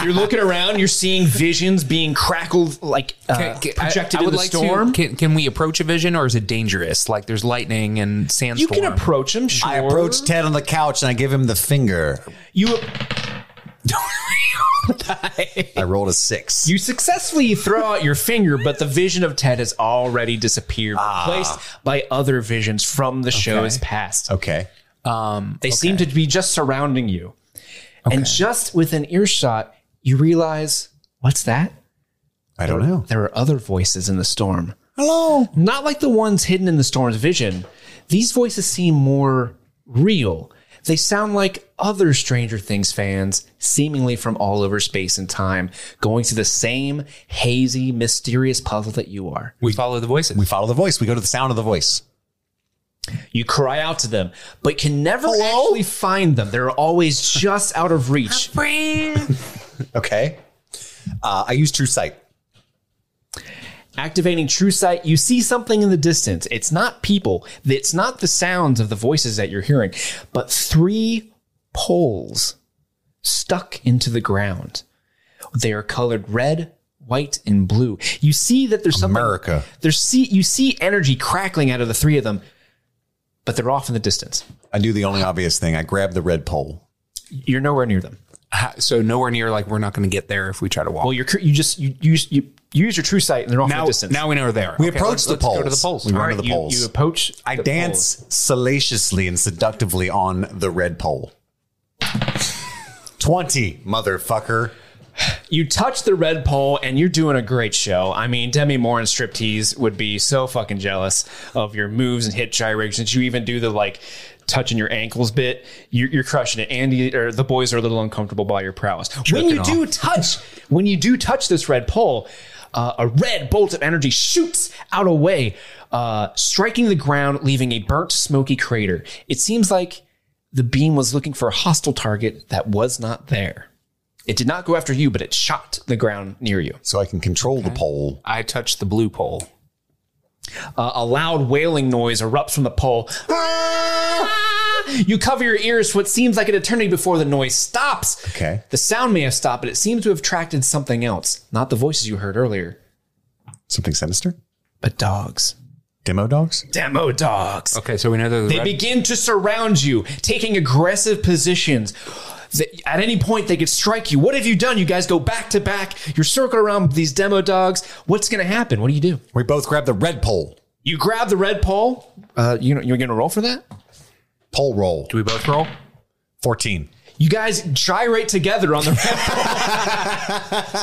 [SPEAKER 1] You're looking around. You're seeing visions being crackled, like uh,
[SPEAKER 8] can- can- I-
[SPEAKER 1] projected
[SPEAKER 8] I
[SPEAKER 1] in
[SPEAKER 8] would
[SPEAKER 1] the
[SPEAKER 8] like to-
[SPEAKER 1] storm.
[SPEAKER 8] can, can we approach a vision, or is it dangerous? Like there's lightning and sandstorm.
[SPEAKER 1] you can approach them. Sure.
[SPEAKER 7] I approach Ted on the couch and I give him the finger.
[SPEAKER 1] you.
[SPEAKER 7] I rolled a six.
[SPEAKER 1] You successfully throw out your finger, but the vision of Ted has already disappeared, replaced by other visions from the show's past.
[SPEAKER 7] okay.
[SPEAKER 1] They seem to be just surrounding you. And just within earshot, you realize what's that?
[SPEAKER 7] I don't know.
[SPEAKER 1] There are other voices in the storm.
[SPEAKER 7] Hello.
[SPEAKER 1] Not like the ones hidden in the storm's vision. These voices seem more real. They sound like other Stranger Things fans, seemingly from all over space and time, going through the same hazy, mysterious puzzle that you are.
[SPEAKER 8] We follow the voices.
[SPEAKER 7] We follow the voice. We go to the sound of the voice.
[SPEAKER 1] You cry out to them, but can never actually find them. They're always just out of reach.
[SPEAKER 7] Okay. Uh, I use true sight.
[SPEAKER 1] Activating True Sight, you see something in the distance. It's not people, it's not the sounds of the voices that you're hearing, but three poles stuck into the ground. They are colored red, white, and blue. You see that there's something.
[SPEAKER 7] America.
[SPEAKER 1] There's see you see energy crackling out of the three of them, but they're off in the distance.
[SPEAKER 7] I do the only obvious thing. I grab the red pole.
[SPEAKER 1] You're nowhere near them.
[SPEAKER 8] Ha- so nowhere near. Like we're not going to get there if we try to walk.
[SPEAKER 1] Well, you're cur- you just you use you, you use your True Sight and they're off in
[SPEAKER 8] now,
[SPEAKER 1] the distance.
[SPEAKER 8] now we know we're there.
[SPEAKER 7] We approach
[SPEAKER 8] let's-
[SPEAKER 7] the
[SPEAKER 8] let's Go to the
[SPEAKER 7] poles.
[SPEAKER 8] poles.
[SPEAKER 7] We
[SPEAKER 8] All
[SPEAKER 7] run
[SPEAKER 8] right.
[SPEAKER 7] to the
[SPEAKER 1] you,
[SPEAKER 7] poles.
[SPEAKER 1] you approach.
[SPEAKER 7] I
[SPEAKER 1] the poles.
[SPEAKER 7] dance salaciously and seductively on the red pole. 20, motherfucker.
[SPEAKER 1] you touch the red pole and you're doing a great show. I mean, Demi Moore and Striptease would be so fucking jealous of your moves and hit gyrations. You even do the like touching your ankles bit. You're, you're crushing it. Andy or the boys are a little uncomfortable by your prowess. When you do touch, when you do touch this red pole, uh, a red bolt of energy shoots out away, uh, striking the ground, leaving a burnt, smoky crater. It seems like the beam was looking for a hostile target that was not there. It did not go after you, but it shot the ground near you.
[SPEAKER 7] So I can control the pole.
[SPEAKER 8] I touched the blue pole.
[SPEAKER 1] Uh, a loud wailing noise erupts from the pole. Ah! You cover your ears for what seems like an eternity before the noise stops.
[SPEAKER 7] Okay.
[SPEAKER 1] The sound may have stopped, but it seems to have attracted something else. Not the voices you heard earlier,
[SPEAKER 7] Something sinister?
[SPEAKER 1] but dogs.
[SPEAKER 7] Demo dogs?
[SPEAKER 1] Demo dogs.
[SPEAKER 8] Okay, so we know they're the
[SPEAKER 1] They
[SPEAKER 8] red-
[SPEAKER 1] begin to surround you, taking aggressive positions. Th- At any point, they could strike you. What have you done? You guys go back to back. You're circling around these demo dogs. What's going to happen? What do you do?
[SPEAKER 7] We both grab the red pole.
[SPEAKER 1] You grab the red pole. Uh, you know, you're going to roll for that?
[SPEAKER 7] Pole roll.
[SPEAKER 8] Do we both roll?
[SPEAKER 7] 14.
[SPEAKER 1] You guys gyrate together on the red pole,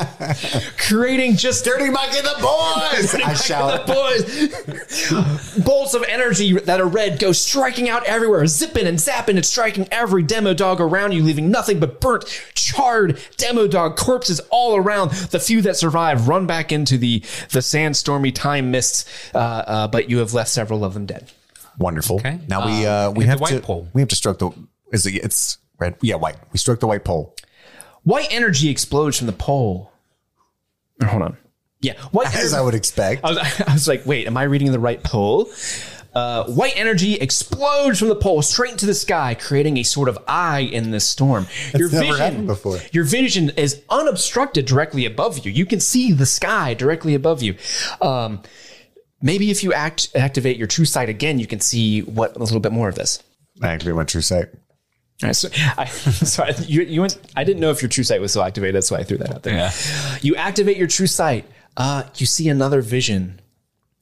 [SPEAKER 1] creating just
[SPEAKER 7] Dirty Mike and the boys! I shout.
[SPEAKER 1] boys. Bolts of energy that are red go striking out everywhere, zipping and zapping and striking every demo dog around you, leaving nothing but burnt, charred demo dog corpses all around. The few that survive run back into the the sandstormy time mists, uh, uh, but you have left several of them dead.
[SPEAKER 7] Wonderful.
[SPEAKER 8] Okay.
[SPEAKER 7] Now we uh,
[SPEAKER 8] Uh,
[SPEAKER 7] we
[SPEAKER 8] hit the
[SPEAKER 7] have
[SPEAKER 8] white
[SPEAKER 7] to
[SPEAKER 8] pole.
[SPEAKER 7] we have to stroke the is it it's red yeah white we stroke the white pole
[SPEAKER 1] White energy explodes from the pole. Or, Hold on. Yeah, white
[SPEAKER 7] as I would expect.
[SPEAKER 1] I was, I was like, wait, am I reading the right pole? Uh, white energy explodes from the pole straight into the sky, creating a sort of eye in this storm. your
[SPEAKER 7] never
[SPEAKER 1] vision,
[SPEAKER 7] happened before.
[SPEAKER 1] your vision is unobstructed directly above you. You can see the sky directly above you. Um, Maybe if you act activate your true sight again, you can see what a little bit more of this.
[SPEAKER 7] Activate my true sight.
[SPEAKER 1] All right, so I, so I- you, you went, I didn't know if your true sight was still activated. That's why I threw that out there. You activate your true sight. Uh, you see another vision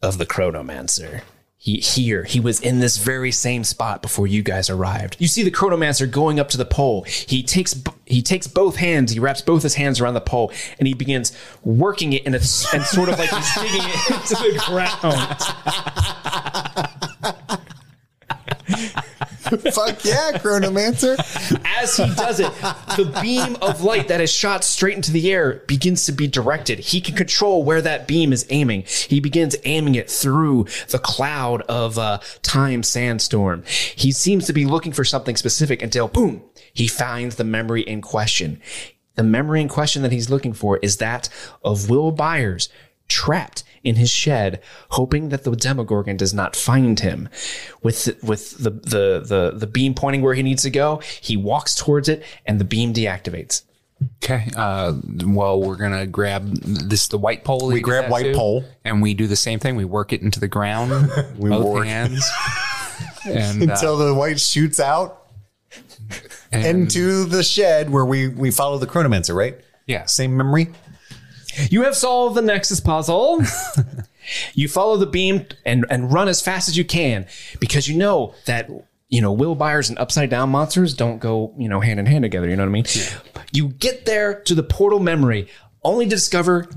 [SPEAKER 1] of the chronomancer. He here. He was in this very same spot before you guys arrived. You see the chronomancer going up to the pole. He takes b- he takes both hands. He wraps both his hands around the pole and he begins working it in a, s- and sort of like he's digging it into the ground.
[SPEAKER 7] Fuck yeah, Chronomancer.
[SPEAKER 1] As he does it, the beam of light that is shot straight into the air begins to be directed. He can control where that beam is aiming. He begins aiming it through the cloud of uh, time sandstorm. He seems to be looking for something specific until boom, he finds the memory in question. The memory in question that he's looking for is that of Will Byers trapped in his shed, hoping that the Demogorgon does not find him. With with the the the, the beam pointing where he needs to go, he walks towards it, and the beam deactivates.
[SPEAKER 8] Okay. Uh, well, we're gonna grab this the white pole.
[SPEAKER 7] We grab white pole.
[SPEAKER 8] and we do the same thing. We work it into the ground. we both
[SPEAKER 7] work.
[SPEAKER 8] hands. and, uh,
[SPEAKER 7] Until the white shoots out into
[SPEAKER 8] Mm.
[SPEAKER 7] the shed where we, we follow the Chronomancer, right?
[SPEAKER 8] yeah.
[SPEAKER 7] Same memory.
[SPEAKER 1] You have solved the Nexus puzzle. you follow the beam and and run as fast as you can because you know that you know Will Byers and Upside Down monsters don't go you know hand in hand together. You know what I mean? You get there to the portal memory, only to discover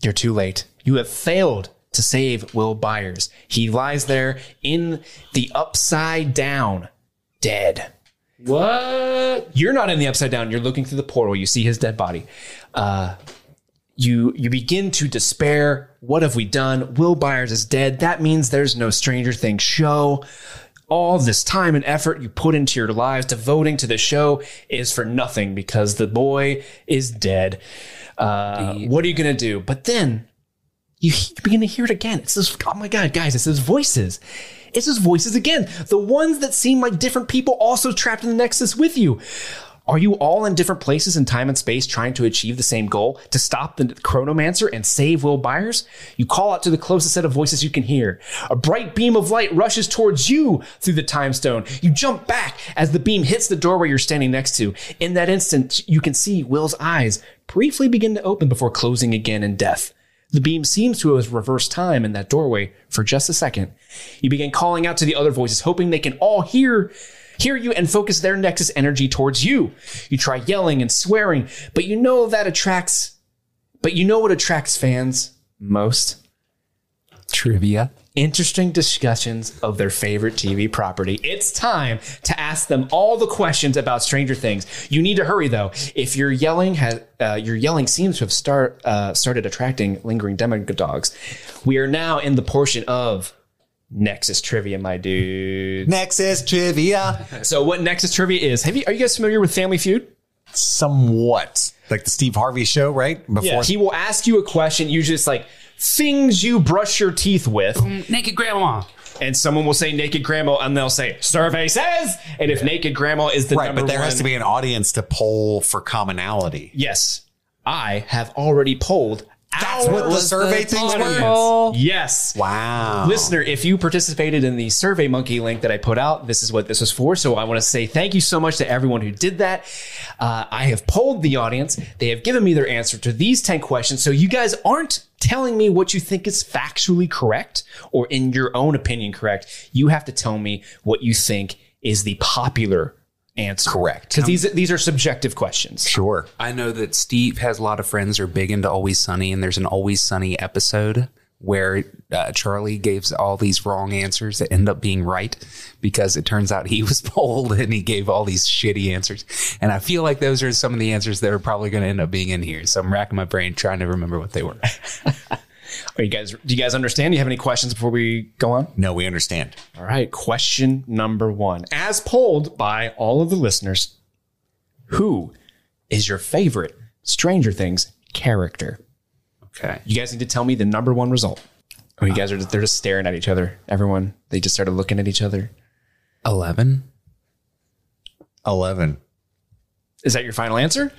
[SPEAKER 1] you're too late. You have failed to save Will Byers. He lies there in the upside down, dead. What? You're not in the upside down. You're looking through the portal. You see his dead body. Uh, you you begin to despair. What have we done? Will Byers is dead. That means there's no Stranger Things show. All this time and effort you put into your lives devoting to the show is for nothing because the boy is dead. Uh, what are you gonna do? But then you he- you begin to hear it again. It's this, oh my God, guys, it's his voices. It's his voices again. The ones that seem like different people also trapped in the Nexus with you. Are you all in different places in time and space trying to achieve the same goal to stop the chronomancer and save Will Byers? You call out to the closest set of voices you can hear. A bright beam of light rushes towards you through the time stone. You jump back as the beam hits the doorway you're standing next to. In that instant, you can see Will's eyes briefly begin to open before closing again in death. The beam seems to have reversed time in that doorway for just a second. You begin calling out to the other voices, hoping they can all hear hear you and focus their nexus energy towards you. You try yelling and swearing, but you know that attracts but you know what attracts fans most?
[SPEAKER 8] Trivia.
[SPEAKER 1] interesting discussions of their favorite TV property. It's time to ask them all the questions about Stranger Things. You need to hurry though. If your yelling has uh, your yelling seems to have start uh, started attracting lingering demagogues, we are now in the portion of Nexus trivia, my dude.
[SPEAKER 7] Nexus trivia.
[SPEAKER 1] So, what Nexus trivia is? Have you are you guys familiar with Family Feud?
[SPEAKER 7] Somewhat. Like the Steve Harvey show, right? Before
[SPEAKER 1] He will ask you a question. Usually, it's like things you brush your teeth with.
[SPEAKER 8] Naked grandma.
[SPEAKER 1] and someone will say naked grandma and they'll say survey says and if naked grandma is the
[SPEAKER 7] Right,
[SPEAKER 1] number
[SPEAKER 7] but there
[SPEAKER 1] one,
[SPEAKER 7] has to be an audience to poll for commonality.
[SPEAKER 1] yes i have already polled
[SPEAKER 7] That's what the survey things were.
[SPEAKER 1] poll. yes
[SPEAKER 7] Wow.
[SPEAKER 1] Listener, if you participated in the Survey Monkey link that I put out, this is what this was for. So I want to say thank you so much to everyone who did that. Uh, I have polled the audience. They have given me their answer to these 10 questions. So you guys aren't telling me what you think is factually correct or in your own opinion correct. You have to tell me what you think is the popular answer.
[SPEAKER 7] Correct.
[SPEAKER 1] Because these, these are subjective questions.
[SPEAKER 7] Sure.
[SPEAKER 8] I know that Steve has a lot of friends who are big into Always Sunny, and there's an Always Sunny episode where uh, Charlie gives all these wrong answers that end up being right because it turns out he was polled and he gave all these shitty answers. And I feel like those are some of the answers that are probably going to end up being in here. So I'm racking my brain trying to remember what they were.
[SPEAKER 1] Are you guys, do you guys understand? Do you have any questions before we go on?
[SPEAKER 7] No, we understand.
[SPEAKER 1] All right, question number one. As polled by all of the listeners, who is your favorite Stranger Things character?
[SPEAKER 8] Okay.
[SPEAKER 1] You guys need to tell me the number one result. Oh, you guys are just, they're just staring at each other. Everyone, they just started looking at each other.
[SPEAKER 8] 11.
[SPEAKER 7] 11.
[SPEAKER 1] Is that your final answer?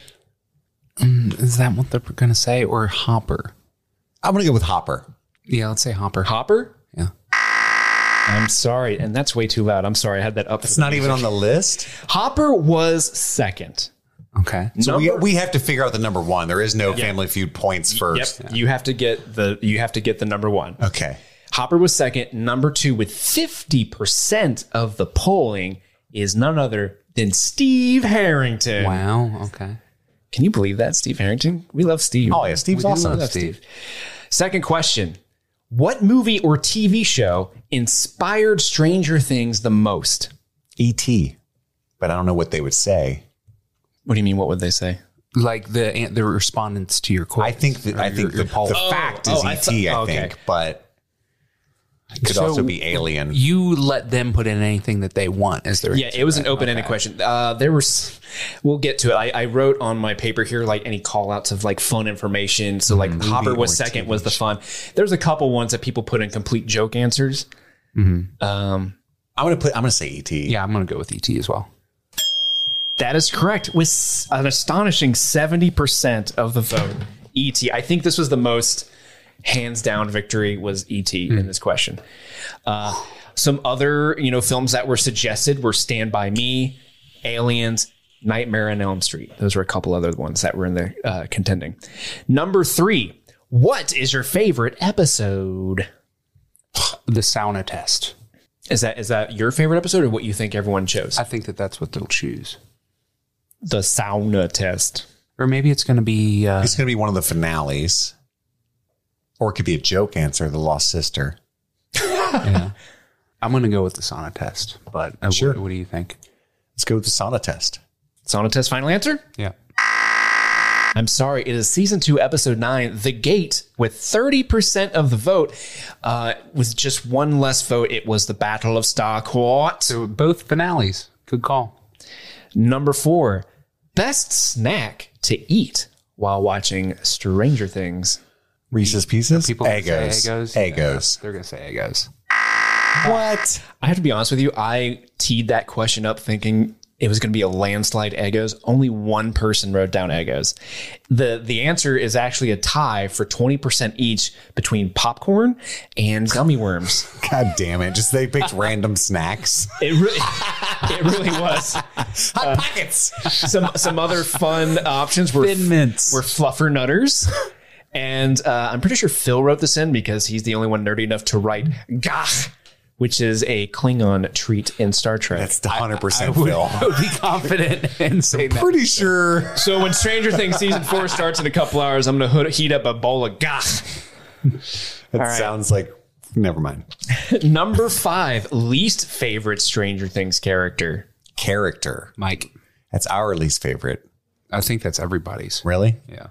[SPEAKER 8] Is that what they're going to say? Or Hopper?
[SPEAKER 7] I'm going to go with Hopper.
[SPEAKER 8] Yeah, let's say Hopper.
[SPEAKER 1] Hopper?
[SPEAKER 8] Yeah.
[SPEAKER 1] I'm sorry. And that's way too loud. I'm sorry. I had that up.
[SPEAKER 7] It's not even on the list.
[SPEAKER 1] Hopper was second.
[SPEAKER 8] Okay.
[SPEAKER 7] So we, we have to figure out the number one. There is no Family Feud points first.
[SPEAKER 1] Yep. You have to get the you have to get the number one.
[SPEAKER 7] Okay.
[SPEAKER 1] Hopper was second. Number two with 50% of the polling is none other than Steve Harrington.
[SPEAKER 8] Wow. Okay.
[SPEAKER 1] Can you believe that? Steve Harrington? We love Steve.
[SPEAKER 7] Oh yeah, Steve's
[SPEAKER 8] do
[SPEAKER 7] awesome.
[SPEAKER 8] love Steve.
[SPEAKER 1] Second question. What movie or TV show inspired Stranger Things the most?
[SPEAKER 7] E.T. E But I don't know what they would say.
[SPEAKER 1] What do you mean? What would they say?
[SPEAKER 8] Like the an- the respondents to your quiz.
[SPEAKER 7] I think that I think the, the fact is
[SPEAKER 1] oh, I
[SPEAKER 7] E.T. I
[SPEAKER 1] thought- oh, okay.
[SPEAKER 7] think, but it could also be Alien.
[SPEAKER 8] you let them put in anything that they want as their
[SPEAKER 1] Yeah, it was an open-ended question. Uh, there was, we'll get to it. I, I wrote on my paper here like any call-outs of like fun information. So like Hopper was second was the fun. There's a couple ones that people put in complete joke answers. Um,
[SPEAKER 7] I'm gonna put. I'm gonna say E E.T.
[SPEAKER 8] Yeah, I'm gonna go with ET as well.
[SPEAKER 1] that is correct with s- an astonishing seventy percent of the vote. ET. I think this was the most hands down victory was ET in this question. Uh, some other you know films that were suggested were Stand by Me, Aliens, Nightmare on Elm Street. Those were a couple other ones that were in the uh, contending. Number three. What is your favorite episode?
[SPEAKER 8] The sauna test.
[SPEAKER 1] Is that is that your favorite episode or what you think everyone chose?
[SPEAKER 8] I think that that's what they'll choose.
[SPEAKER 1] The sauna test.
[SPEAKER 8] Or maybe it's gonna be uh,
[SPEAKER 7] It's gonna be one of the finales, or it could be a joke answer. The Lost Sister.
[SPEAKER 8] I'm gonna go with the sauna test. But uh,
[SPEAKER 7] Sure.
[SPEAKER 8] what, what do you think?
[SPEAKER 7] Let's go with the sauna test.
[SPEAKER 1] Sauna test final answer?
[SPEAKER 8] Yeah.
[SPEAKER 1] I'm sorry, it is season two, episode nine, The Gate, with 30% of the vote. Uh, with just one less vote, it was the Battle of Starcourt.
[SPEAKER 8] So both finales. Good call.
[SPEAKER 1] Number four, best snack to eat while watching Stranger Things.
[SPEAKER 7] Reese's Pieces.
[SPEAKER 8] People would say
[SPEAKER 7] Egos.
[SPEAKER 8] Egos.
[SPEAKER 7] Egos.
[SPEAKER 8] They're gonna say egos.
[SPEAKER 7] What?
[SPEAKER 1] I have to be honest with you, I teed that question up thinking it was going to be a landslide Eggos. Only one person wrote down Eggos. The the answer is actually a tie for 20% each between popcorn and gummy worms.
[SPEAKER 7] God damn it! Just they picked random snacks.
[SPEAKER 1] It really, it really was. Uh,
[SPEAKER 7] Hot pockets.
[SPEAKER 1] Some some other fun options were
[SPEAKER 8] Thin Mints.
[SPEAKER 1] were fluffer nutters, and uh, I'm pretty sure Phil wrote this in because he's the only one nerdy enough to write gah, which is a Klingon treat in Star Trek.
[SPEAKER 7] That's 100 percent Phil.
[SPEAKER 8] Be confident and say that.
[SPEAKER 7] Pretty sure.
[SPEAKER 1] so when Stranger Things season four starts in a couple hours, I'm gonna hood- heat up a bowl of gah.
[SPEAKER 7] That sounds like. Never mind.
[SPEAKER 1] Number five, least favorite Stranger Things character.
[SPEAKER 7] Character.
[SPEAKER 8] Mike.
[SPEAKER 7] That's our least favorite.
[SPEAKER 8] I think that's everybody's.
[SPEAKER 7] Really?
[SPEAKER 8] Yeah.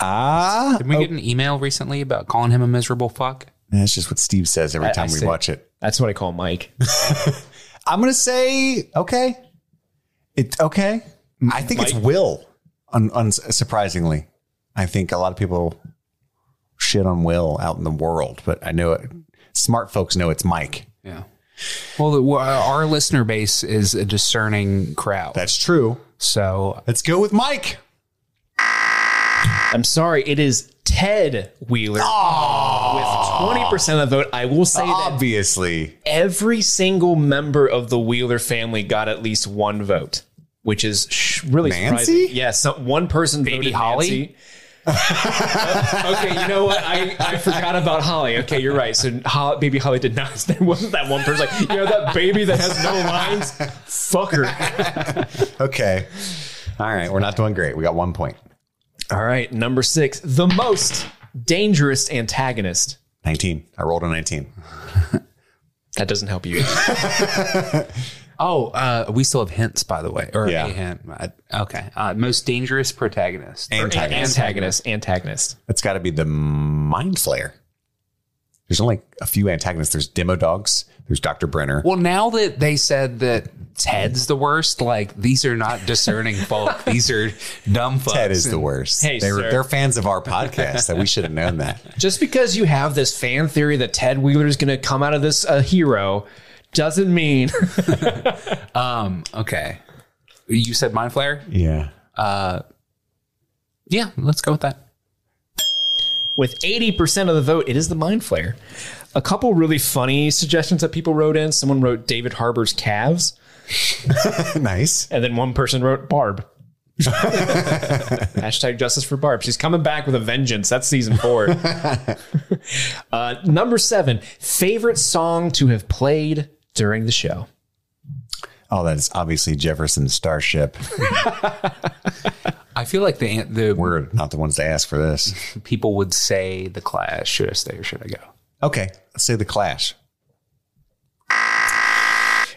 [SPEAKER 7] Ah,
[SPEAKER 8] Did we get an email recently about calling him a miserable fuck?
[SPEAKER 7] that's just what Steve says every
[SPEAKER 1] I-
[SPEAKER 7] time
[SPEAKER 1] I
[SPEAKER 7] we
[SPEAKER 1] see.
[SPEAKER 7] watch it.
[SPEAKER 1] That's what I call Mike.
[SPEAKER 7] I'm gonna say okay. It okay. I think it's
[SPEAKER 1] Mike?
[SPEAKER 7] Will. Un, un, surprisingly, I think a lot of people shit on Will out in the world, but I know it. Smart folks know it's Mike.
[SPEAKER 8] Yeah. Well, the- well, our listener base is a discerning crowd.
[SPEAKER 7] That's true.
[SPEAKER 8] so
[SPEAKER 7] Let's go with Mike.
[SPEAKER 1] I'm sorry, it is Ted Wheeler with 20% of the vote. I will say that
[SPEAKER 7] Obviously,
[SPEAKER 1] every single member of the Wheeler family got at least one vote, which is sh- really
[SPEAKER 7] Nancy?
[SPEAKER 1] surprising. Yeah, some, one person voted
[SPEAKER 8] Holly?
[SPEAKER 1] Nancy. Uh, okay, you know what? I, I forgot about Holly. Okay, you're right. So Ho- baby Holly did not. There wasn't that one person like, you know, that baby that has no lines? Fuck her.
[SPEAKER 7] okay. All right, we're not doing great. We got one point.
[SPEAKER 1] All right, number six, the most dangerous antagonist.
[SPEAKER 7] Nineteen. I rolled a nineteen.
[SPEAKER 1] That doesn't help you.
[SPEAKER 8] Oh, uh, we still have hints, by the way. Or
[SPEAKER 7] Yeah.
[SPEAKER 8] a hint. I- okay. Uh, most dangerous protagonist.
[SPEAKER 7] Antagonist.
[SPEAKER 1] antagonist, antagonist.
[SPEAKER 7] That's got to be the Mind Flayer. There's only a few antagonists. There's Demo Dogs. There's Doctor Brenner.
[SPEAKER 8] Well, now that they said that Ted's the worst, like these are not discerning folk. These are dumb folk.
[SPEAKER 7] Ted is the worst.
[SPEAKER 1] Hey,
[SPEAKER 7] they
[SPEAKER 1] sir.
[SPEAKER 7] they're fans of our podcast, that we should have known that.
[SPEAKER 1] Just because you have this fan theory that Ted Wheeler is going to come out of this a hero doesn't mean
[SPEAKER 8] Um, Okay. You said Mind Flayer?
[SPEAKER 7] Yeah.
[SPEAKER 8] Yeah, let's go with that.
[SPEAKER 1] With 80% of the vote, it is the Mind Flayer. A couple really funny suggestions that people wrote in. Someone wrote David Harbour's calves,
[SPEAKER 7] nice.
[SPEAKER 1] and then one person wrote Barb. Hashtag justice for Barb. She's coming back with a vengeance. That's season four. uh, number seven, favorite song to have played during the show.
[SPEAKER 7] Oh, that is obviously Jefferson's Starship.
[SPEAKER 8] I feel like the the
[SPEAKER 7] We're not the ones to ask for this.
[SPEAKER 8] people would say the class. Should I stay or should I go?
[SPEAKER 7] Okay, let's say the Clash.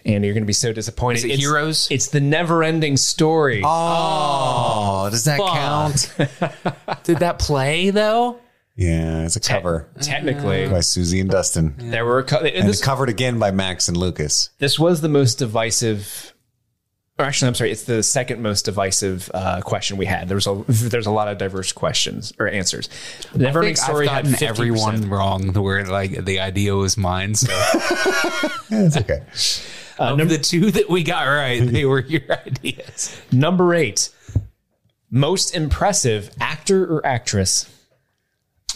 [SPEAKER 1] And you're going to be so disappointed.
[SPEAKER 8] Is it
[SPEAKER 1] It's-
[SPEAKER 8] Heroes?
[SPEAKER 1] It's the never ending story.
[SPEAKER 7] Oh, does that
[SPEAKER 8] fuck.
[SPEAKER 7] count?
[SPEAKER 8] Did that play though?
[SPEAKER 7] Yeah, it's a cover
[SPEAKER 1] Technically,
[SPEAKER 8] Mm-hmm.
[SPEAKER 7] by Susie and Dustin,
[SPEAKER 1] there were a cou-
[SPEAKER 7] and
[SPEAKER 1] this,
[SPEAKER 7] covered again by Max and Lucas.
[SPEAKER 1] this was the most divisive. Or actually, I'm sorry. It's the second most divisive uh, question we had. There was a there's a lot of diverse questions or answers. The never
[SPEAKER 8] I
[SPEAKER 1] ending
[SPEAKER 8] think
[SPEAKER 1] story
[SPEAKER 8] I've
[SPEAKER 1] had
[SPEAKER 8] gotten
[SPEAKER 1] 50%.
[SPEAKER 8] everyone wrong. The word like the idea was mine. So
[SPEAKER 7] It's okay.
[SPEAKER 8] of the two that we got right, they were your ideas.
[SPEAKER 1] Number eight, most impressive actor or actress.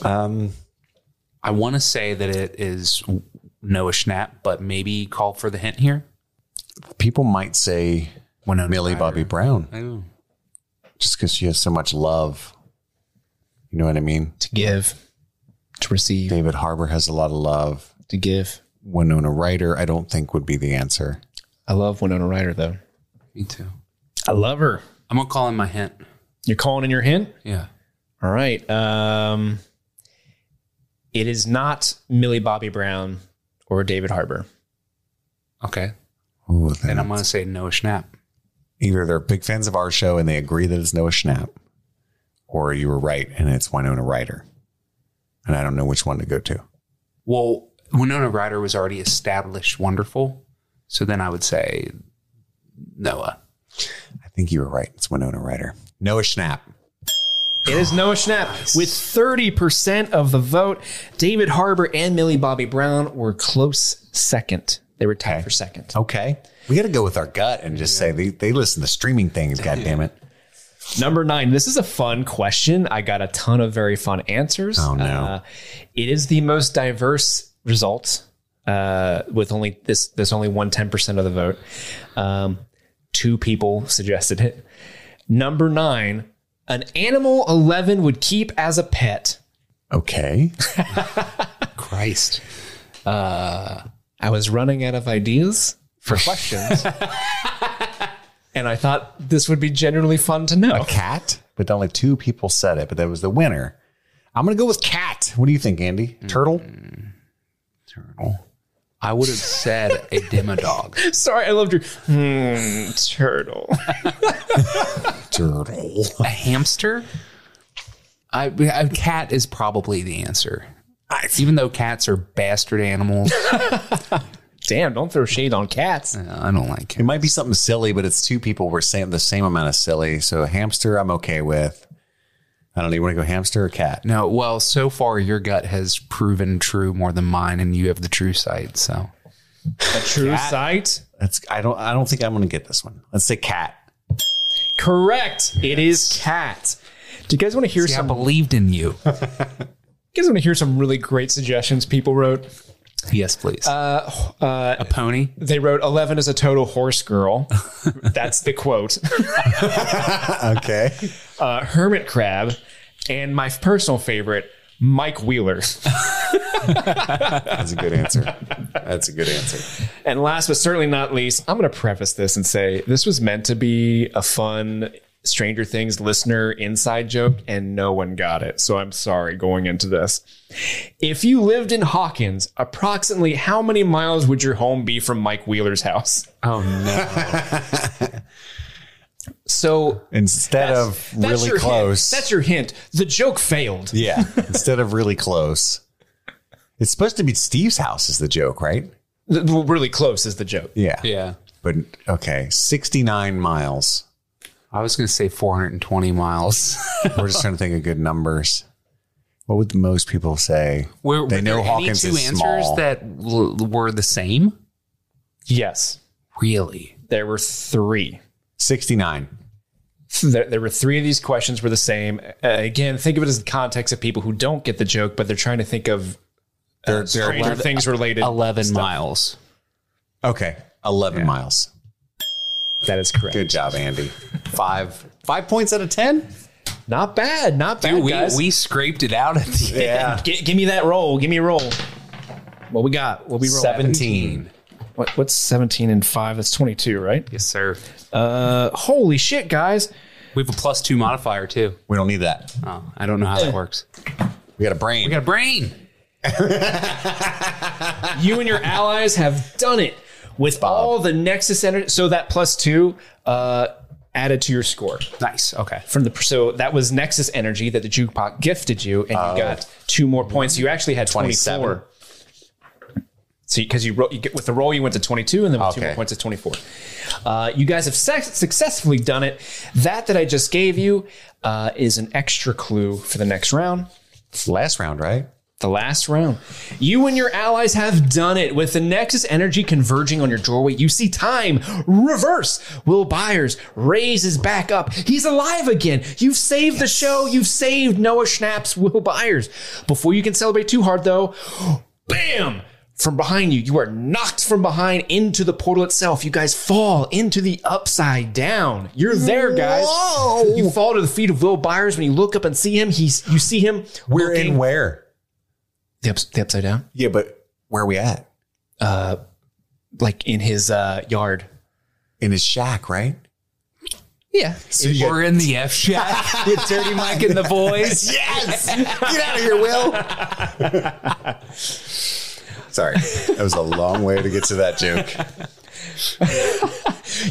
[SPEAKER 7] Um,
[SPEAKER 8] I want to say that it is Noah Schnapp, but maybe call for the hint here.
[SPEAKER 7] people might say
[SPEAKER 8] Winona
[SPEAKER 7] Millie
[SPEAKER 8] Ryder.
[SPEAKER 7] Bobby Brown
[SPEAKER 8] Oh.
[SPEAKER 7] just because she has so much love. You know what I mean?
[SPEAKER 1] To give, to receive,
[SPEAKER 7] David Harbour has a lot of love.
[SPEAKER 1] to give.
[SPEAKER 7] Winona Ryder, I don't think would be the answer.
[SPEAKER 1] I love Winona Ryder though.
[SPEAKER 8] Me too.
[SPEAKER 1] I love her.
[SPEAKER 8] I'm gonna call in my hint.
[SPEAKER 1] You're calling in your hint.
[SPEAKER 8] Yeah.
[SPEAKER 1] All right. Um, it is not Millie Bobby Brown or David Harbour.
[SPEAKER 8] Okay.
[SPEAKER 7] Ooh,
[SPEAKER 8] And
[SPEAKER 7] then
[SPEAKER 8] I'm gonna say Noah Schnapp.
[SPEAKER 7] either they're big fans of our show and they agree that it's Noah Schnapp, or you were right and it's Winona Ryder. And I don't know which one to go to.
[SPEAKER 8] Well, Winona Ryder was already established wonderful. So then I would say Noah.
[SPEAKER 7] I think you were right. It's Winona Ryder. Noah Schnapp.
[SPEAKER 1] It is Noah Schnapp with 30% of the vote. David Harbour and Millie Bobby Brown were close second. They were tied
[SPEAKER 7] Okay.
[SPEAKER 1] for second.
[SPEAKER 7] Okay. We got to go with our gut and just say they, they listen to streaming things, God damn it.
[SPEAKER 1] Number nine. This is a fun question. I got a ton of very fun answers. Uh,
[SPEAKER 7] Oh, no.
[SPEAKER 1] it is the most diverse result uh, with only this. There's only one ten percent of the vote. Um, two people suggested it. Number nine. An animal Eleven would keep as a pet.
[SPEAKER 7] Okay.
[SPEAKER 8] Christ.
[SPEAKER 1] I was running out of ideas for questions. And I thought this would be generally fun to know.
[SPEAKER 7] Cat, but only two people said it, but that was the winner. I'm going to go with cat. What do you think, Andy? Turtle?
[SPEAKER 8] I would have said a demodog.
[SPEAKER 1] Sorry, I loved your hmm, turtle.
[SPEAKER 7] Turtle.
[SPEAKER 8] a hamster? I, a cat is probably the answer. Even though cats are bastard animals,
[SPEAKER 1] Damn, don't throw shade on cats.
[SPEAKER 8] I don't like
[SPEAKER 7] It
[SPEAKER 8] cats.
[SPEAKER 7] might be something silly, but it's two people were saying the same amount of silly. So hamster, I'm okay with. I don't know. You want to go hamster or cat?
[SPEAKER 8] No, well, so far your gut has proven true more than mine, and you have the true sight. So
[SPEAKER 1] True sight.
[SPEAKER 7] That's I don't I don't think I'm gonna get this one. Let's say cat.
[SPEAKER 1] Correct. It is cat. Do you guys want to hear
[SPEAKER 8] See, I
[SPEAKER 1] some?
[SPEAKER 8] believed in you.
[SPEAKER 1] you guys want to hear some really great suggestions people wrote?
[SPEAKER 8] yes, please. Uh, uh, a pony.
[SPEAKER 1] They wrote eleven is a total horse girl. That's the quote.
[SPEAKER 7] Okay.
[SPEAKER 1] Uh, hermit crab, and my personal favorite, Mike Wheeler.
[SPEAKER 7] That's a good answer. That's a good answer.
[SPEAKER 1] And last but certainly not least, I'm going to preface this and say this was meant to be a fun Stranger Things listener inside joke, and no one got it. So I'm sorry going into this. If you lived in Hawkins, approximately how many miles would your home be from Mike Wheeler's house?
[SPEAKER 8] Oh no!
[SPEAKER 1] So
[SPEAKER 7] Instead of
[SPEAKER 1] that's
[SPEAKER 7] really
[SPEAKER 1] your hint.
[SPEAKER 7] close.
[SPEAKER 1] That's your hint. The joke failed.
[SPEAKER 7] yeah. Instead of really close. It's supposed to be Steve's house is the joke, right?
[SPEAKER 1] Th- well, Really close is the joke.
[SPEAKER 7] Yeah.
[SPEAKER 8] yeah,
[SPEAKER 7] But okay. Sixty nine miles.
[SPEAKER 8] I was going to say 420 miles.
[SPEAKER 7] We're just trying to think of good numbers. What would most people say?
[SPEAKER 8] Were,
[SPEAKER 7] They
[SPEAKER 8] were
[SPEAKER 7] know
[SPEAKER 8] there
[SPEAKER 7] Hawkins
[SPEAKER 8] any two
[SPEAKER 7] is
[SPEAKER 8] answers
[SPEAKER 7] small.
[SPEAKER 8] that l- were the same.
[SPEAKER 1] Yes,
[SPEAKER 8] Really?
[SPEAKER 1] there were three.
[SPEAKER 7] Sixty nine.
[SPEAKER 1] There, there were three of these questions were the same. Uh, again, think of it as the context of people who don't get the joke, but they're trying to think of uh,
[SPEAKER 7] They're- they're
[SPEAKER 1] stranger
[SPEAKER 7] eleven-
[SPEAKER 1] things related.
[SPEAKER 8] 11 miles.
[SPEAKER 7] Okay, eleven miles.
[SPEAKER 1] That is correct.
[SPEAKER 7] Good job, Andy. Five five points out of ten.
[SPEAKER 1] Not bad. Not bad.
[SPEAKER 8] we,
[SPEAKER 1] guys.
[SPEAKER 8] we scraped it out at the end.
[SPEAKER 7] Yeah,
[SPEAKER 1] Gi- give me that roll. Give me a roll. What we got? What we roll?
[SPEAKER 7] seventeen.
[SPEAKER 1] What, what's seventeen and five? That's twenty-two, right?
[SPEAKER 8] Yes, sir.
[SPEAKER 1] Uh, holy shit, guys!
[SPEAKER 8] We have a plus two modifier, too.
[SPEAKER 7] We don't need that.
[SPEAKER 8] Oh, I don't know how that works.
[SPEAKER 7] Uh, We got a brain.
[SPEAKER 8] We got a brain.
[SPEAKER 1] You and your allies have done it with all the Nexus energy. So that plus two uh, added to your score
[SPEAKER 8] Nice. Okay.
[SPEAKER 1] from the so that was Nexus energy that the jukebox gifted you, and you got two more points. You actually had
[SPEAKER 7] 27.
[SPEAKER 1] twenty-four. So because you, ro- you get, with the roll, you went to 22, and then with two
[SPEAKER 7] Okay.
[SPEAKER 1] more points to 24. Uh, you guys have suc- successfully done it. That that I just gave you uh, is an extra clue for the next round
[SPEAKER 7] It's the last round, right?
[SPEAKER 1] the last round. You and your allies have done it with the Nexus energy converging on your doorway. You see time reverse. Will Byers raises back up. He's alive again. You've saved the show. You've saved Noah Schnapp's Will Byers. Before you can celebrate too hard, though, bam! From behind you, you are knocked from behind into the portal itself. You guys fall into the upside down. You're there, guys.
[SPEAKER 7] Whoa.
[SPEAKER 1] You fall to the feet of Will Byers. When you look up and see him, he's you see him.
[SPEAKER 7] We're
[SPEAKER 1] looking-
[SPEAKER 7] in where?
[SPEAKER 1] the, ups, the upside down
[SPEAKER 7] Yeah, but where are we at?
[SPEAKER 1] like in his uh yard
[SPEAKER 7] In his shack, right?
[SPEAKER 1] yeah
[SPEAKER 8] We're in the F shot.
[SPEAKER 7] With Dirty Mike
[SPEAKER 8] in the boys.
[SPEAKER 7] Yes! Get out of here, Will. Sorry. That was a long way to get to that joke.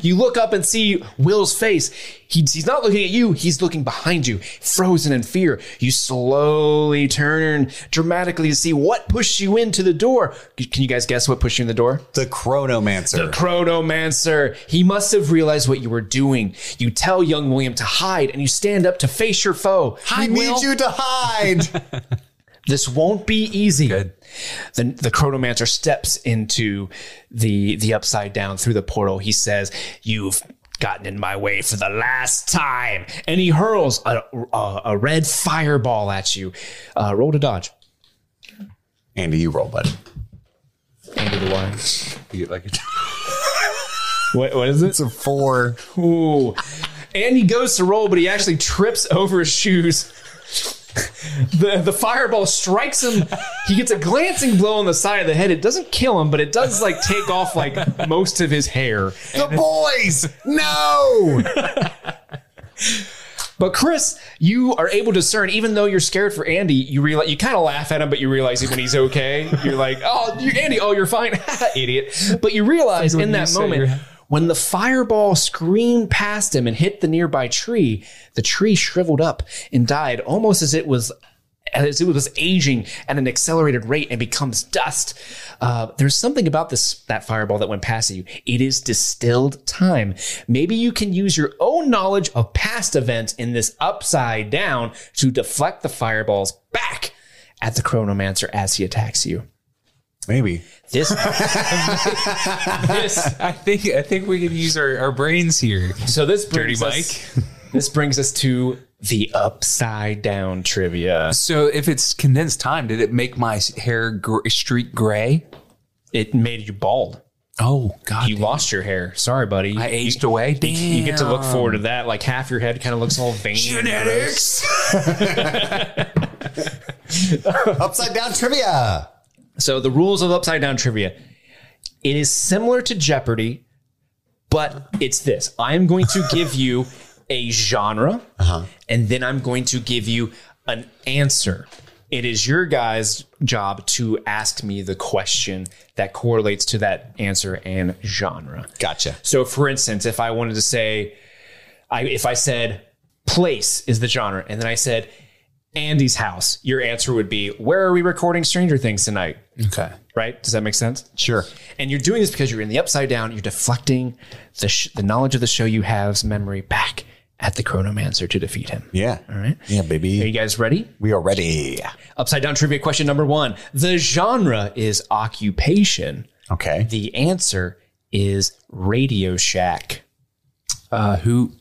[SPEAKER 1] you look up and see will's face he, he's not looking at you he's looking behind you frozen in fear you slowly turn dramatically to see what pushed you into the door can you guys guess what pushed you in the door
[SPEAKER 7] The Chronomancer.
[SPEAKER 1] Chronomancer. He must have realized what you were doing. You tell young William to hide and you stand up to face your foe.
[SPEAKER 7] I need you to hide.
[SPEAKER 1] This won't be easy. The, the chronomancer steps into the the upside down through the portal. He says, "You've gotten in my way for the last time," and he hurls a, a, a red fireball at you. Uh, roll to dodge.
[SPEAKER 7] Andy, you roll, bud.
[SPEAKER 1] Andy the wire.
[SPEAKER 11] like
[SPEAKER 1] What, what is it?
[SPEAKER 7] It's a four.
[SPEAKER 1] Ooh. And he goes to roll, but he actually trips over his shoes. The, the fireball strikes him. He gets a glancing blow on the side of the head. It doesn't kill him, but it does like take off like most of his hair.
[SPEAKER 7] The boys! No!
[SPEAKER 1] But Chris, you are able to discern, even though you're scared for Andy, you realize you kind of laugh at him, but you realize when he's okay, you're like, "Oh, you Andy, oh, you're fine, idiot." But you realize in that moment. When the fireball screamed past him and hit the nearby tree, the tree shriveled up and died almost as it was as it was aging at an accelerated rate and becomes dust. Uh, there's something about this that fireball that went past you. It is distilled time. Maybe you can use your own knowledge of past events in this upside down to deflect the fireballs back at the chronomancer as he attacks you.
[SPEAKER 7] Maybe.
[SPEAKER 1] This, this
[SPEAKER 11] I think I think we can use our, our brains here.
[SPEAKER 1] so this
[SPEAKER 11] Dirty
[SPEAKER 1] brings
[SPEAKER 11] Mike.
[SPEAKER 1] us, this brings us to the upside down trivia.
[SPEAKER 11] So if it's condensed time, did it make my hair gr- streak gray?
[SPEAKER 1] It made you bald.
[SPEAKER 11] Oh God!
[SPEAKER 1] You lost your hair. Sorry, buddy.
[SPEAKER 11] I aged away. Damn.
[SPEAKER 1] You get to look forward to that. Like half your head kind of looks all veiny. and gross.
[SPEAKER 7] Upside down trivia.
[SPEAKER 1] So the rules of upside down trivia. It is similar to Jeopardy, but it's this. I am going to give you a genre, and then I'm going to give you an answer. It is your guys' job to ask me the question that correlates to that answer and genre.
[SPEAKER 7] Gotcha.
[SPEAKER 1] So, for instance, if I wanted to say, I if I said place is the genre, and then I said Andy's house, your answer would be, where are we recording Stranger Things tonight?
[SPEAKER 11] Okay.
[SPEAKER 1] Right? Does that make sense?
[SPEAKER 7] Sure.
[SPEAKER 1] And you're doing this because you're in the upside down. You're deflecting the sh- the knowledge of the show you have's memory back at the Chronomancer to defeat him.
[SPEAKER 7] Yeah.
[SPEAKER 1] All right.
[SPEAKER 7] Yeah,
[SPEAKER 1] Are you
[SPEAKER 7] baby.
[SPEAKER 1] guys ready?
[SPEAKER 7] We are ready.
[SPEAKER 1] Upside down trivia question number one. The genre is occupation.
[SPEAKER 7] Okay.
[SPEAKER 1] The answer is Radio Shack.
[SPEAKER 11] Uh, who?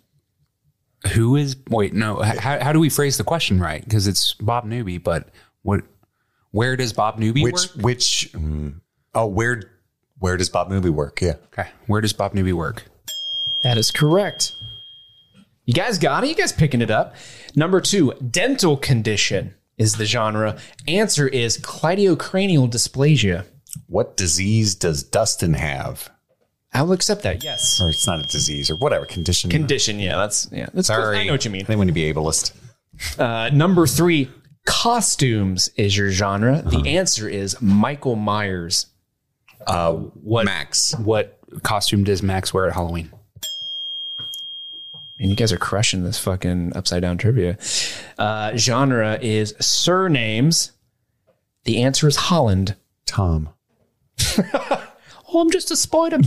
[SPEAKER 8] Who is? Wait, no. h- How, how do we phrase the question right? Because it's Bob Newby, but what? Where does Bob Newby
[SPEAKER 7] Which
[SPEAKER 8] work?
[SPEAKER 7] which mm, oh where where does Bob Movie work? Yeah.
[SPEAKER 8] Okay, where does Bob Newby work?
[SPEAKER 1] That is correct. You guys got it? You guys picking it up. Number two, dental condition is the genre. Answer is cladiocranial dysplasia.
[SPEAKER 7] What disease does Dustin have?
[SPEAKER 1] I will accept that. Yes.
[SPEAKER 7] Or it's not a disease or whatever condition.
[SPEAKER 1] Condition. Yeah, that's yeah. That's close.
[SPEAKER 7] Sorry.
[SPEAKER 1] I know what you mean.
[SPEAKER 7] They want to be ableist.
[SPEAKER 1] Uh, number three, costumes is your genre. The answer is Michael Myers.
[SPEAKER 7] Uh, what Max?
[SPEAKER 8] What costume does Max wear at Halloween?
[SPEAKER 1] And you guys are crushing this fucking upside down trivia. Uh, genre is surnames. The answer is Holland.
[SPEAKER 7] Tom.
[SPEAKER 1] Oh, I'm just a spider.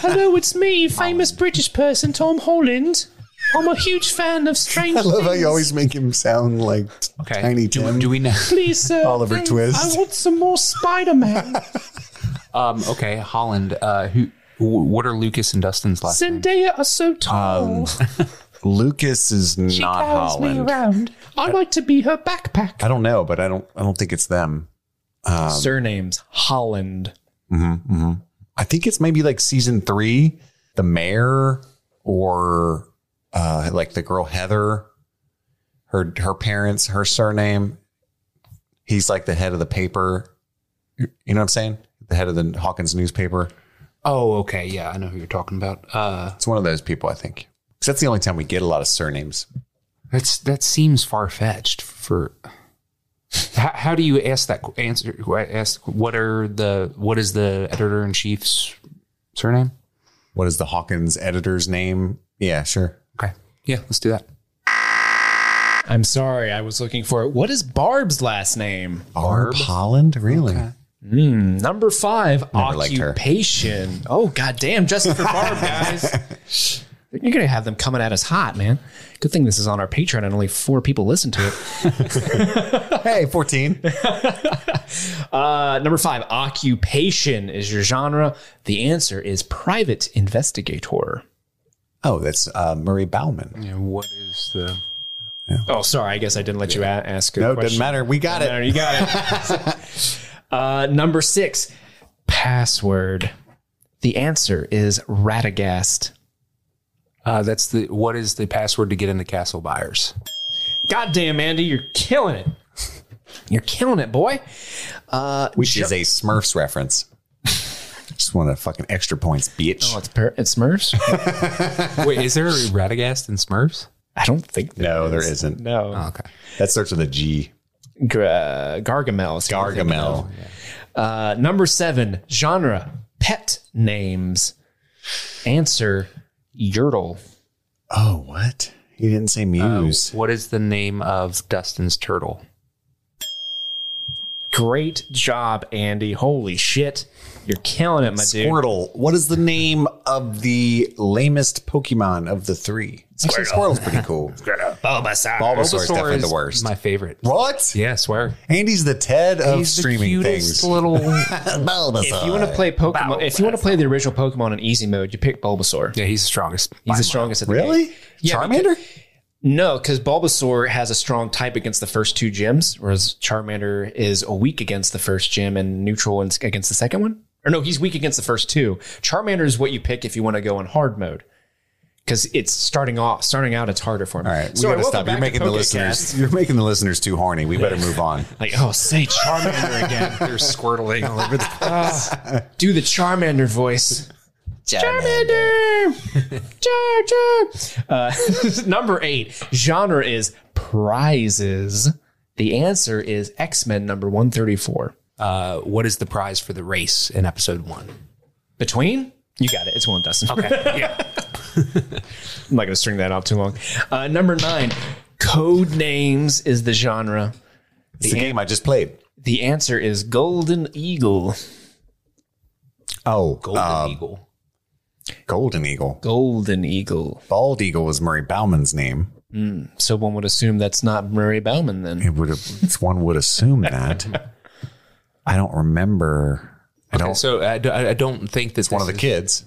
[SPEAKER 1] Hello, it's me, famous British person Tom Holland. I'm a huge fan of Strange
[SPEAKER 12] I love how you always make him sound like
[SPEAKER 8] Okay,
[SPEAKER 12] Tiny
[SPEAKER 8] do,
[SPEAKER 12] Tim.
[SPEAKER 8] do we know?
[SPEAKER 1] Please, sir.
[SPEAKER 12] Oliver thanks. Twist. I
[SPEAKER 1] want some more Spider Man.
[SPEAKER 8] Um, okay, Holland. Uh, who? wh- What are Lucas and Dustin's last? name?
[SPEAKER 1] Zendaya are so tall.
[SPEAKER 7] Lucas is not
[SPEAKER 1] carries me
[SPEAKER 7] Holland.
[SPEAKER 1] around. I like to be her backpack.
[SPEAKER 7] I don't know, but I don't. I don't think it's them. Um,
[SPEAKER 1] Surnames Holland.
[SPEAKER 7] I think it's maybe like season three, the mayor or uh, like the girl Heather, her her parents, her surname. He's like the head of the paper. You know what I'm saying? The head of the Hawkins newspaper.
[SPEAKER 8] Oh, okay, yeah, I know who you're talking about. Uh,
[SPEAKER 7] It's one of those people, I think. 'Cause that's the only time we get a lot of surnames.
[SPEAKER 8] that's that seems far fetched for. How, how do you ask that qu- answer? Ask what are the what is the editor in chief's surname?
[SPEAKER 7] What is the Hawkins editor's name? Yeah, sure.
[SPEAKER 8] Okay, yeah, let's do that.
[SPEAKER 1] I'm sorry, I was looking for it. What is Barb's last name? Hmm,
[SPEAKER 7] Barb Holland, really?
[SPEAKER 1] Number five,
[SPEAKER 7] Never liked her.
[SPEAKER 1] occupation. Oh, goddamn, just for Barb, guys. You're going to have them coming at us hot, man. Good thing this is on our Patreon and only four people listen to it.
[SPEAKER 7] Hey, 14.
[SPEAKER 1] Uh, number five, occupation is your genre. The answer is private investigator.
[SPEAKER 7] oh, that's uh, Murray Bauman.
[SPEAKER 8] Yeah, what is the
[SPEAKER 1] Oh, sorry. I guess I didn't let you a- ask. a
[SPEAKER 7] No, it
[SPEAKER 1] question.
[SPEAKER 7] doesn't matter. We got
[SPEAKER 1] No,
[SPEAKER 7] it.
[SPEAKER 1] you got it. uh, number six, password. The answer is Radagast.
[SPEAKER 8] Uh, that's the what is the password to get into Castle Buyers?
[SPEAKER 1] Goddamn, Andy, you're killing it. You're killing it, boy.
[SPEAKER 7] which is a Smurfs reference. Just want to fucking extra points, bitch.
[SPEAKER 1] Oh, it's per- it's Smurfs.
[SPEAKER 8] Wait, is there a Radagast and Smurfs?
[SPEAKER 1] I don't think that.
[SPEAKER 7] no, there isn't.
[SPEAKER 1] No,
[SPEAKER 8] Okay,
[SPEAKER 7] That starts with a G.
[SPEAKER 1] Gra- Gargamel. is-
[SPEAKER 7] Gargamel.
[SPEAKER 1] Uh, number seven genre pet names. Answer Yertle.
[SPEAKER 7] Oh, what? He didn't say
[SPEAKER 1] Oh,
[SPEAKER 7] Muse.
[SPEAKER 8] what is the name of Dustin's turtle?
[SPEAKER 1] Great job, Andy. Holy shit, you're killing it, my dude.
[SPEAKER 7] Squirtle. What is the name of the lamest Pokemon of the three? Actually, Squirtle's pretty cool.
[SPEAKER 1] Bulbasaur.
[SPEAKER 7] Bulbasaur is definitely the worst.
[SPEAKER 8] My favorite.
[SPEAKER 7] what?
[SPEAKER 8] Yeah, I swear.
[SPEAKER 7] Andy's the Ted of
[SPEAKER 8] He's the
[SPEAKER 7] streaming
[SPEAKER 8] cutest
[SPEAKER 7] things.
[SPEAKER 8] little.
[SPEAKER 7] Bulbasaur.
[SPEAKER 1] If you want to play Pokemon, if you want to play the original Pokemon in easy mode, you pick Bulbasaur.
[SPEAKER 8] yeah, he's the strongest.
[SPEAKER 1] He's the strongest. At the game.
[SPEAKER 7] really?
[SPEAKER 1] Yeah,
[SPEAKER 7] Charmander?
[SPEAKER 1] No, because Bulbasaur has a strong type against the first two gyms, whereas Charmander is a weak against the first gym and neutral and- against the second one. Or no, he's weak against the first two. Charmander is what you pick if you want to go in hard mode. Because it's starting off, starting out, it's harder for him.
[SPEAKER 7] All right, we
[SPEAKER 1] Sorry,
[SPEAKER 7] gotta
[SPEAKER 1] welcome
[SPEAKER 7] stop. You're
[SPEAKER 1] back
[SPEAKER 7] making
[SPEAKER 1] to
[SPEAKER 7] the
[SPEAKER 1] Pokécast.
[SPEAKER 7] listeners. You're making the listeners too horny. We better move on.
[SPEAKER 1] like, oh, say Charmander again.
[SPEAKER 8] They're squirtling all over the
[SPEAKER 1] Ah, Do the Charmander voice. Charmander! Char, char. Uh, number eight, genre is prizes. The answer is X Men number 134.
[SPEAKER 8] Uh, what is the prize for the race in episode one?
[SPEAKER 1] Between? You got it. It's one, Dustin. Okay.
[SPEAKER 8] yeah.
[SPEAKER 1] I'm not going to string that out too long. Uh, number nine, code names is the genre.
[SPEAKER 7] It's the game I just played.
[SPEAKER 1] The answer is Golden Eagle.
[SPEAKER 7] Oh,
[SPEAKER 8] Golden
[SPEAKER 7] uh,
[SPEAKER 8] Eagle.
[SPEAKER 7] Golden Eagle.
[SPEAKER 1] Golden Eagle.
[SPEAKER 7] Bald Eagle was Murray Bauman's name.
[SPEAKER 1] So one would assume that's not Murray Bauman then.
[SPEAKER 7] It would have, one would assume that. I don't remember. I don't.
[SPEAKER 8] So I, d- I don't think that's
[SPEAKER 7] one of the kids.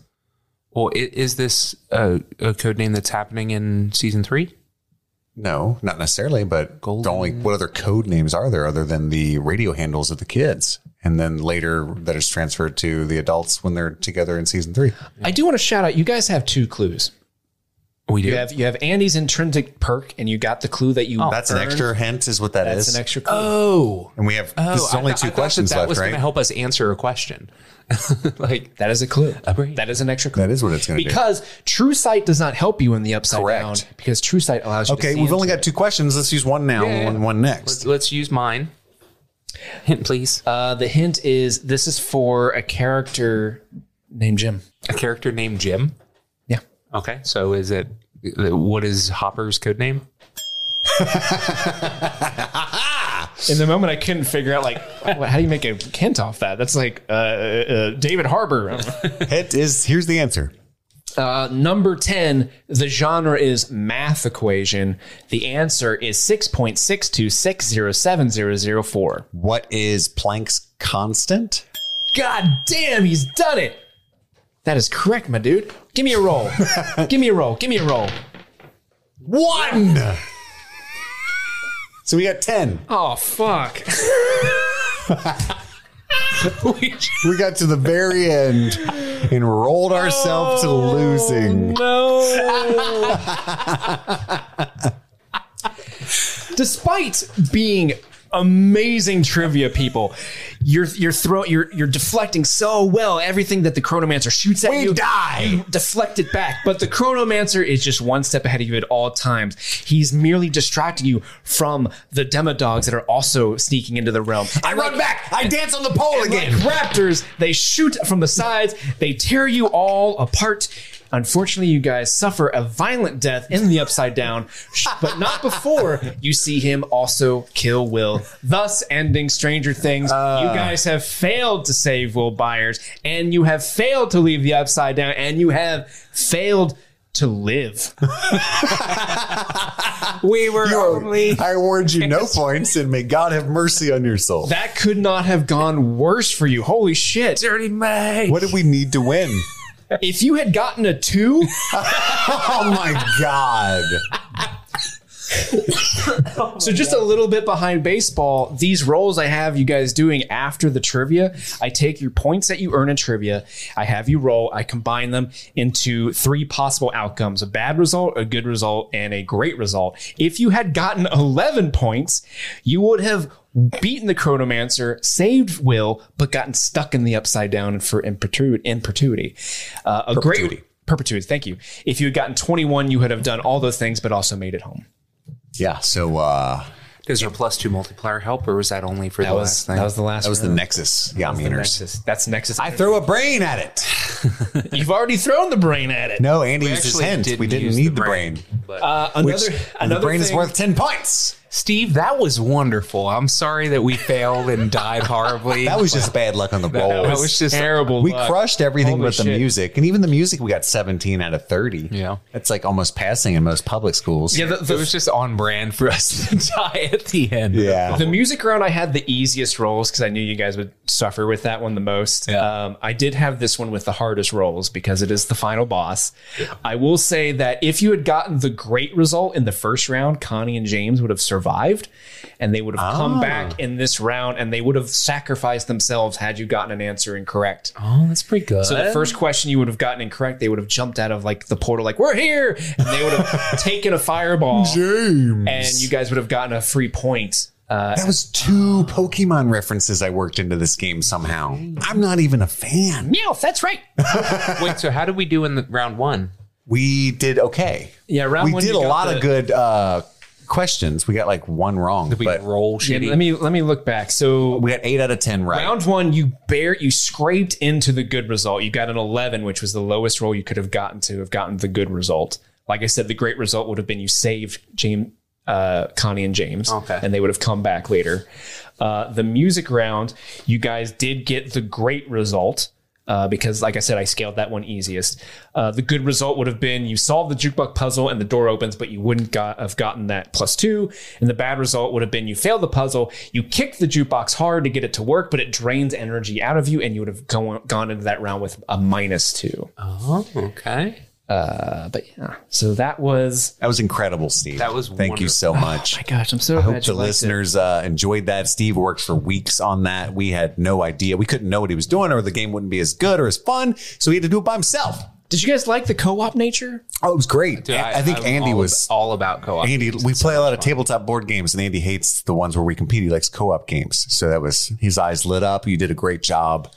[SPEAKER 8] Well, i- is this a, a code name that's happening in season three?
[SPEAKER 7] No, not necessarily, but the only what other code names are there other than the radio handles of the kids? And then later that is transferred to the adults when they're together in season three.
[SPEAKER 1] I do want to shout out. You guys have two clues.
[SPEAKER 8] We do.
[SPEAKER 1] You have you have Andy's intrinsic perk, and you got the clue that you.
[SPEAKER 7] That's an
[SPEAKER 1] earned.
[SPEAKER 7] extra hint, is what that
[SPEAKER 1] That's
[SPEAKER 7] is.
[SPEAKER 1] an extra clue.
[SPEAKER 8] oh,
[SPEAKER 7] and we have this is
[SPEAKER 8] I
[SPEAKER 7] only
[SPEAKER 8] thought-
[SPEAKER 7] two
[SPEAKER 8] I thought
[SPEAKER 7] questions
[SPEAKER 8] that, that
[SPEAKER 7] left,
[SPEAKER 8] was
[SPEAKER 7] right?
[SPEAKER 8] Going to help us answer a question. like
[SPEAKER 1] that is a clue.
[SPEAKER 8] brain.
[SPEAKER 1] That is an extra clue.
[SPEAKER 7] That is what it's going to do.
[SPEAKER 1] because true sight does not help you in the upside
[SPEAKER 7] Correct.
[SPEAKER 1] down because true sight allows you to
[SPEAKER 7] Okay,
[SPEAKER 1] see
[SPEAKER 7] we've only
[SPEAKER 1] into
[SPEAKER 7] got two questions. Let's use one now
[SPEAKER 8] Yeah, yeah.
[SPEAKER 7] and one
[SPEAKER 8] let's,
[SPEAKER 7] next.
[SPEAKER 8] let's use mine. Hint, please.
[SPEAKER 1] it. uh, the hint is this is for a character named Jim.
[SPEAKER 8] a character named Jim.
[SPEAKER 1] Yeah.
[SPEAKER 8] Okay. So is it? What is Hopper's code name?
[SPEAKER 1] In the moment, I couldn't figure out like what, how do you make a hint off that? That's like uh, uh, David Harbor.
[SPEAKER 7] Hint is here's the answer.
[SPEAKER 1] Uh, number 10, the genre is math equation. The answer is 6.626070004.
[SPEAKER 7] What is Planck's constant?
[SPEAKER 1] God damn, he's done it. That is correct, my dude. Give me a roll. Give me a roll. Give me a roll.
[SPEAKER 7] One. so we got ten.
[SPEAKER 1] Oh, fuck.
[SPEAKER 7] We got to the very end and rolled ourselves to losing.
[SPEAKER 1] No. Despite being amazing trivia people, you're you're throw you're you're deflecting so well everything that the chronomancer shoots at you.
[SPEAKER 7] die.
[SPEAKER 1] Deflect it back, but the chronomancer is just one step ahead of you at all times. He's merely distracting you from the demodogs that are also sneaking into the realm.
[SPEAKER 7] I run back. I dance on the pole
[SPEAKER 1] Like
[SPEAKER 7] again.
[SPEAKER 1] raptors, they shoot from the sides, they tear you all apart. Unfortunately, you guys suffer a violent death in the upside down, sh- but not before you see him also kill Will, thus ending Stranger Things.
[SPEAKER 7] Uh.
[SPEAKER 1] you guys have failed to save Will Byers, and you have failed to leave the upside down, and you have failed to live.
[SPEAKER 8] We were
[SPEAKER 7] You are- I award you no points, and may God have mercy on your soul.
[SPEAKER 1] That could not have gone worse for you. Holy shit.
[SPEAKER 8] dirty May.
[SPEAKER 7] What did we need to win?
[SPEAKER 1] If you had gotten a two,
[SPEAKER 7] Oh my God!
[SPEAKER 1] So just a little bit behind baseball, these roles I have you guys doing after the trivia, I take your points that you earn in trivia, I have you roll, I combine them into three possible outcomes, a bad result, a good result, and a great result. If you had gotten 11 points, you would have beaten the chronomancer, saved Will, but gotten stuck in the upside down for in pertu- in perpetuity. Uh, a
[SPEAKER 7] Perpetuity.
[SPEAKER 1] great perpetuity. Thank you. If you had gotten 21, you would have done all those things but also made it home.
[SPEAKER 7] Yeah. So uh,
[SPEAKER 8] Does your plus two multiplier help, or was that only for
[SPEAKER 1] That
[SPEAKER 8] the
[SPEAKER 1] was
[SPEAKER 8] last thing?
[SPEAKER 1] that was the last.
[SPEAKER 7] that was the Nexus Yaminers.
[SPEAKER 1] Nexus. That's Nexus.
[SPEAKER 7] I throw a brain at it.
[SPEAKER 1] You've already thrown the brain at it.
[SPEAKER 7] No, Andy used his
[SPEAKER 8] actually
[SPEAKER 7] hint. we didn't
[SPEAKER 8] didn't use
[SPEAKER 7] need the
[SPEAKER 8] the
[SPEAKER 7] brain.
[SPEAKER 8] But-
[SPEAKER 1] Uh, another
[SPEAKER 7] Which-
[SPEAKER 1] another
[SPEAKER 7] the brain is
[SPEAKER 1] thing-
[SPEAKER 7] worth ten points.
[SPEAKER 8] Steve, that was wonderful. I'm sorry that we failed and died horribly.
[SPEAKER 7] That was just bad luck on the roll.
[SPEAKER 8] that was just
[SPEAKER 1] terrible.
[SPEAKER 7] We
[SPEAKER 1] luck.
[SPEAKER 7] crushed everything
[SPEAKER 1] Holy
[SPEAKER 7] but the
[SPEAKER 1] shit.
[SPEAKER 7] music, and even the music, we got 17 out of 30.
[SPEAKER 8] Yeah.
[SPEAKER 7] that's like almost passing in most public schools.
[SPEAKER 1] Yeah, the,
[SPEAKER 8] It was
[SPEAKER 1] the,
[SPEAKER 8] just on brand for us to die at the end.
[SPEAKER 7] yeah.
[SPEAKER 1] the music round I had the easiest rolls because I knew you guys would suffer with that one the most. Um, I did have this one with the hardest rolls because it is the final boss. I will say that if you had gotten the great result in the first round, Connie and James would have survived, and they would have
[SPEAKER 7] Ah.
[SPEAKER 1] come back in this round, and they would have sacrificed themselves had you gotten an answer incorrect.
[SPEAKER 8] Oh, that's pretty good.
[SPEAKER 1] So the first question you would have gotten incorrect, they would have jumped out of like the portal, like we're here, and they would have taken a fireball,
[SPEAKER 7] James.
[SPEAKER 1] and you guys would have gotten a free point. Uh,
[SPEAKER 7] That was two Pokemon references I worked into this game somehow. I'm not even a fan.
[SPEAKER 1] Meowth, that's right.
[SPEAKER 8] Wait, so how did we do in the round one?
[SPEAKER 7] We did okay.
[SPEAKER 1] Yeah, round
[SPEAKER 7] we
[SPEAKER 1] one,
[SPEAKER 7] did
[SPEAKER 1] you
[SPEAKER 7] a
[SPEAKER 1] got
[SPEAKER 7] lot
[SPEAKER 1] the-
[SPEAKER 7] of good uh, questions. We got like one wrong,
[SPEAKER 8] We
[SPEAKER 7] but
[SPEAKER 8] roll
[SPEAKER 1] Yeah,
[SPEAKER 8] shitty.
[SPEAKER 1] let me let me look back. So
[SPEAKER 7] we got eight out of 10 right.
[SPEAKER 1] round one, you bear you scraped into the good result. You got an eleven, which was the lowest roll you could have gotten to have gotten the good result. Like I said, the great result would have been you saved James, uh, Connie, and James,
[SPEAKER 8] Okay.
[SPEAKER 1] and they would have come back later. Uh, the music round, you guys did get the great result. uh, because, like I said, I scaled that one easiest. Uh, the good result would have been you solve the jukebox puzzle and the door opens, but you wouldn't got, have gotten that plus two. And the bad result would have been you fail the puzzle, you kick the jukebox hard to get it to work, but it drains energy out of you, and you would have gone, gone into that round with a minus two.
[SPEAKER 8] Oh, okay.
[SPEAKER 1] Uh, but yeah, so that was.
[SPEAKER 7] That was incredible, Steve.
[SPEAKER 8] That was
[SPEAKER 7] thank you so much.
[SPEAKER 1] My gosh, I'm so
[SPEAKER 7] I hope
[SPEAKER 1] glad
[SPEAKER 7] the
[SPEAKER 1] you liked it.
[SPEAKER 7] listeners uh, enjoyed that. Steve worked for weeks on that. We had no idea. We couldn't know what he was doing, or the game wouldn't be as good or as fun. So he had to do it by himself.
[SPEAKER 1] Did you guys like the co-op nature?
[SPEAKER 7] Oh, it was great.
[SPEAKER 8] Dude,
[SPEAKER 7] I, I think
[SPEAKER 8] I'm
[SPEAKER 7] Andy
[SPEAKER 8] all
[SPEAKER 7] was.
[SPEAKER 8] ab- all about co-op.
[SPEAKER 7] Andy, we play a lot of tabletop board games, and Andy hates the ones where we compete. He likes co-op games. So that was his eyes lit up. You did a great job.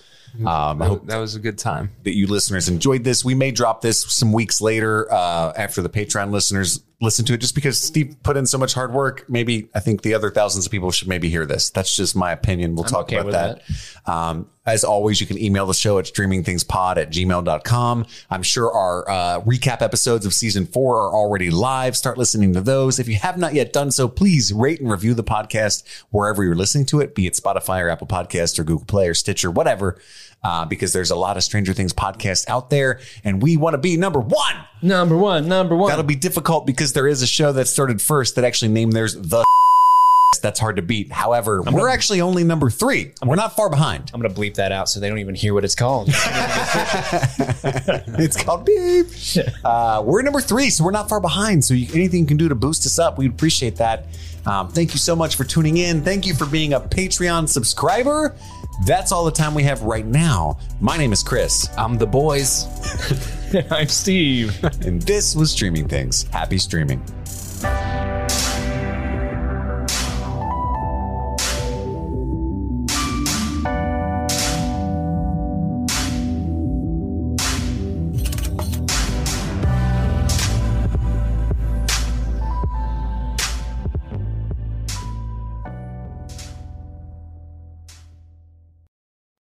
[SPEAKER 7] Um, I hope
[SPEAKER 8] that was a good time.
[SPEAKER 7] that you listeners enjoyed this. We may drop this some weeks later uh, after the Patreon listeners listen to it, just because Steve put in so much hard work. Maybe I think the other thousands of people should maybe hear this. That's just my opinion. We'll talk
[SPEAKER 1] okay
[SPEAKER 7] about
[SPEAKER 1] with
[SPEAKER 7] that. Um, as always, you can email the show at streamingthingspod at gmail.com. I'm sure our uh, recap episodes of season four are already live. Start listening to those. If you have not yet done so, please rate and review the podcast wherever you're listening to it, be it Spotify or Apple Podcasts or Google Play or Stitcher, whatever, uh, because there's a lot of Stranger Things podcasts out there, and we want to be number one.
[SPEAKER 1] Number one, number one.
[SPEAKER 7] That'll be difficult because there is a show that started first that actually named theirs the. That's hard to beat. However, we're actually only number 3 we we're not far behind.
[SPEAKER 1] I'm gonna bleep that out so they don't even hear what it's called.
[SPEAKER 7] it's called beep. Uh, we're number three, so we're not far behind. So you, anything you can do to boost us up, we'd appreciate that. Um, thank you so much for tuning in. Thank you for being a Patreon subscriber. That's all the time we have right now. My name is Chris,
[SPEAKER 8] I'm the boys.
[SPEAKER 1] I'm Steve.
[SPEAKER 7] and this was Streaming Things. Happy streaming.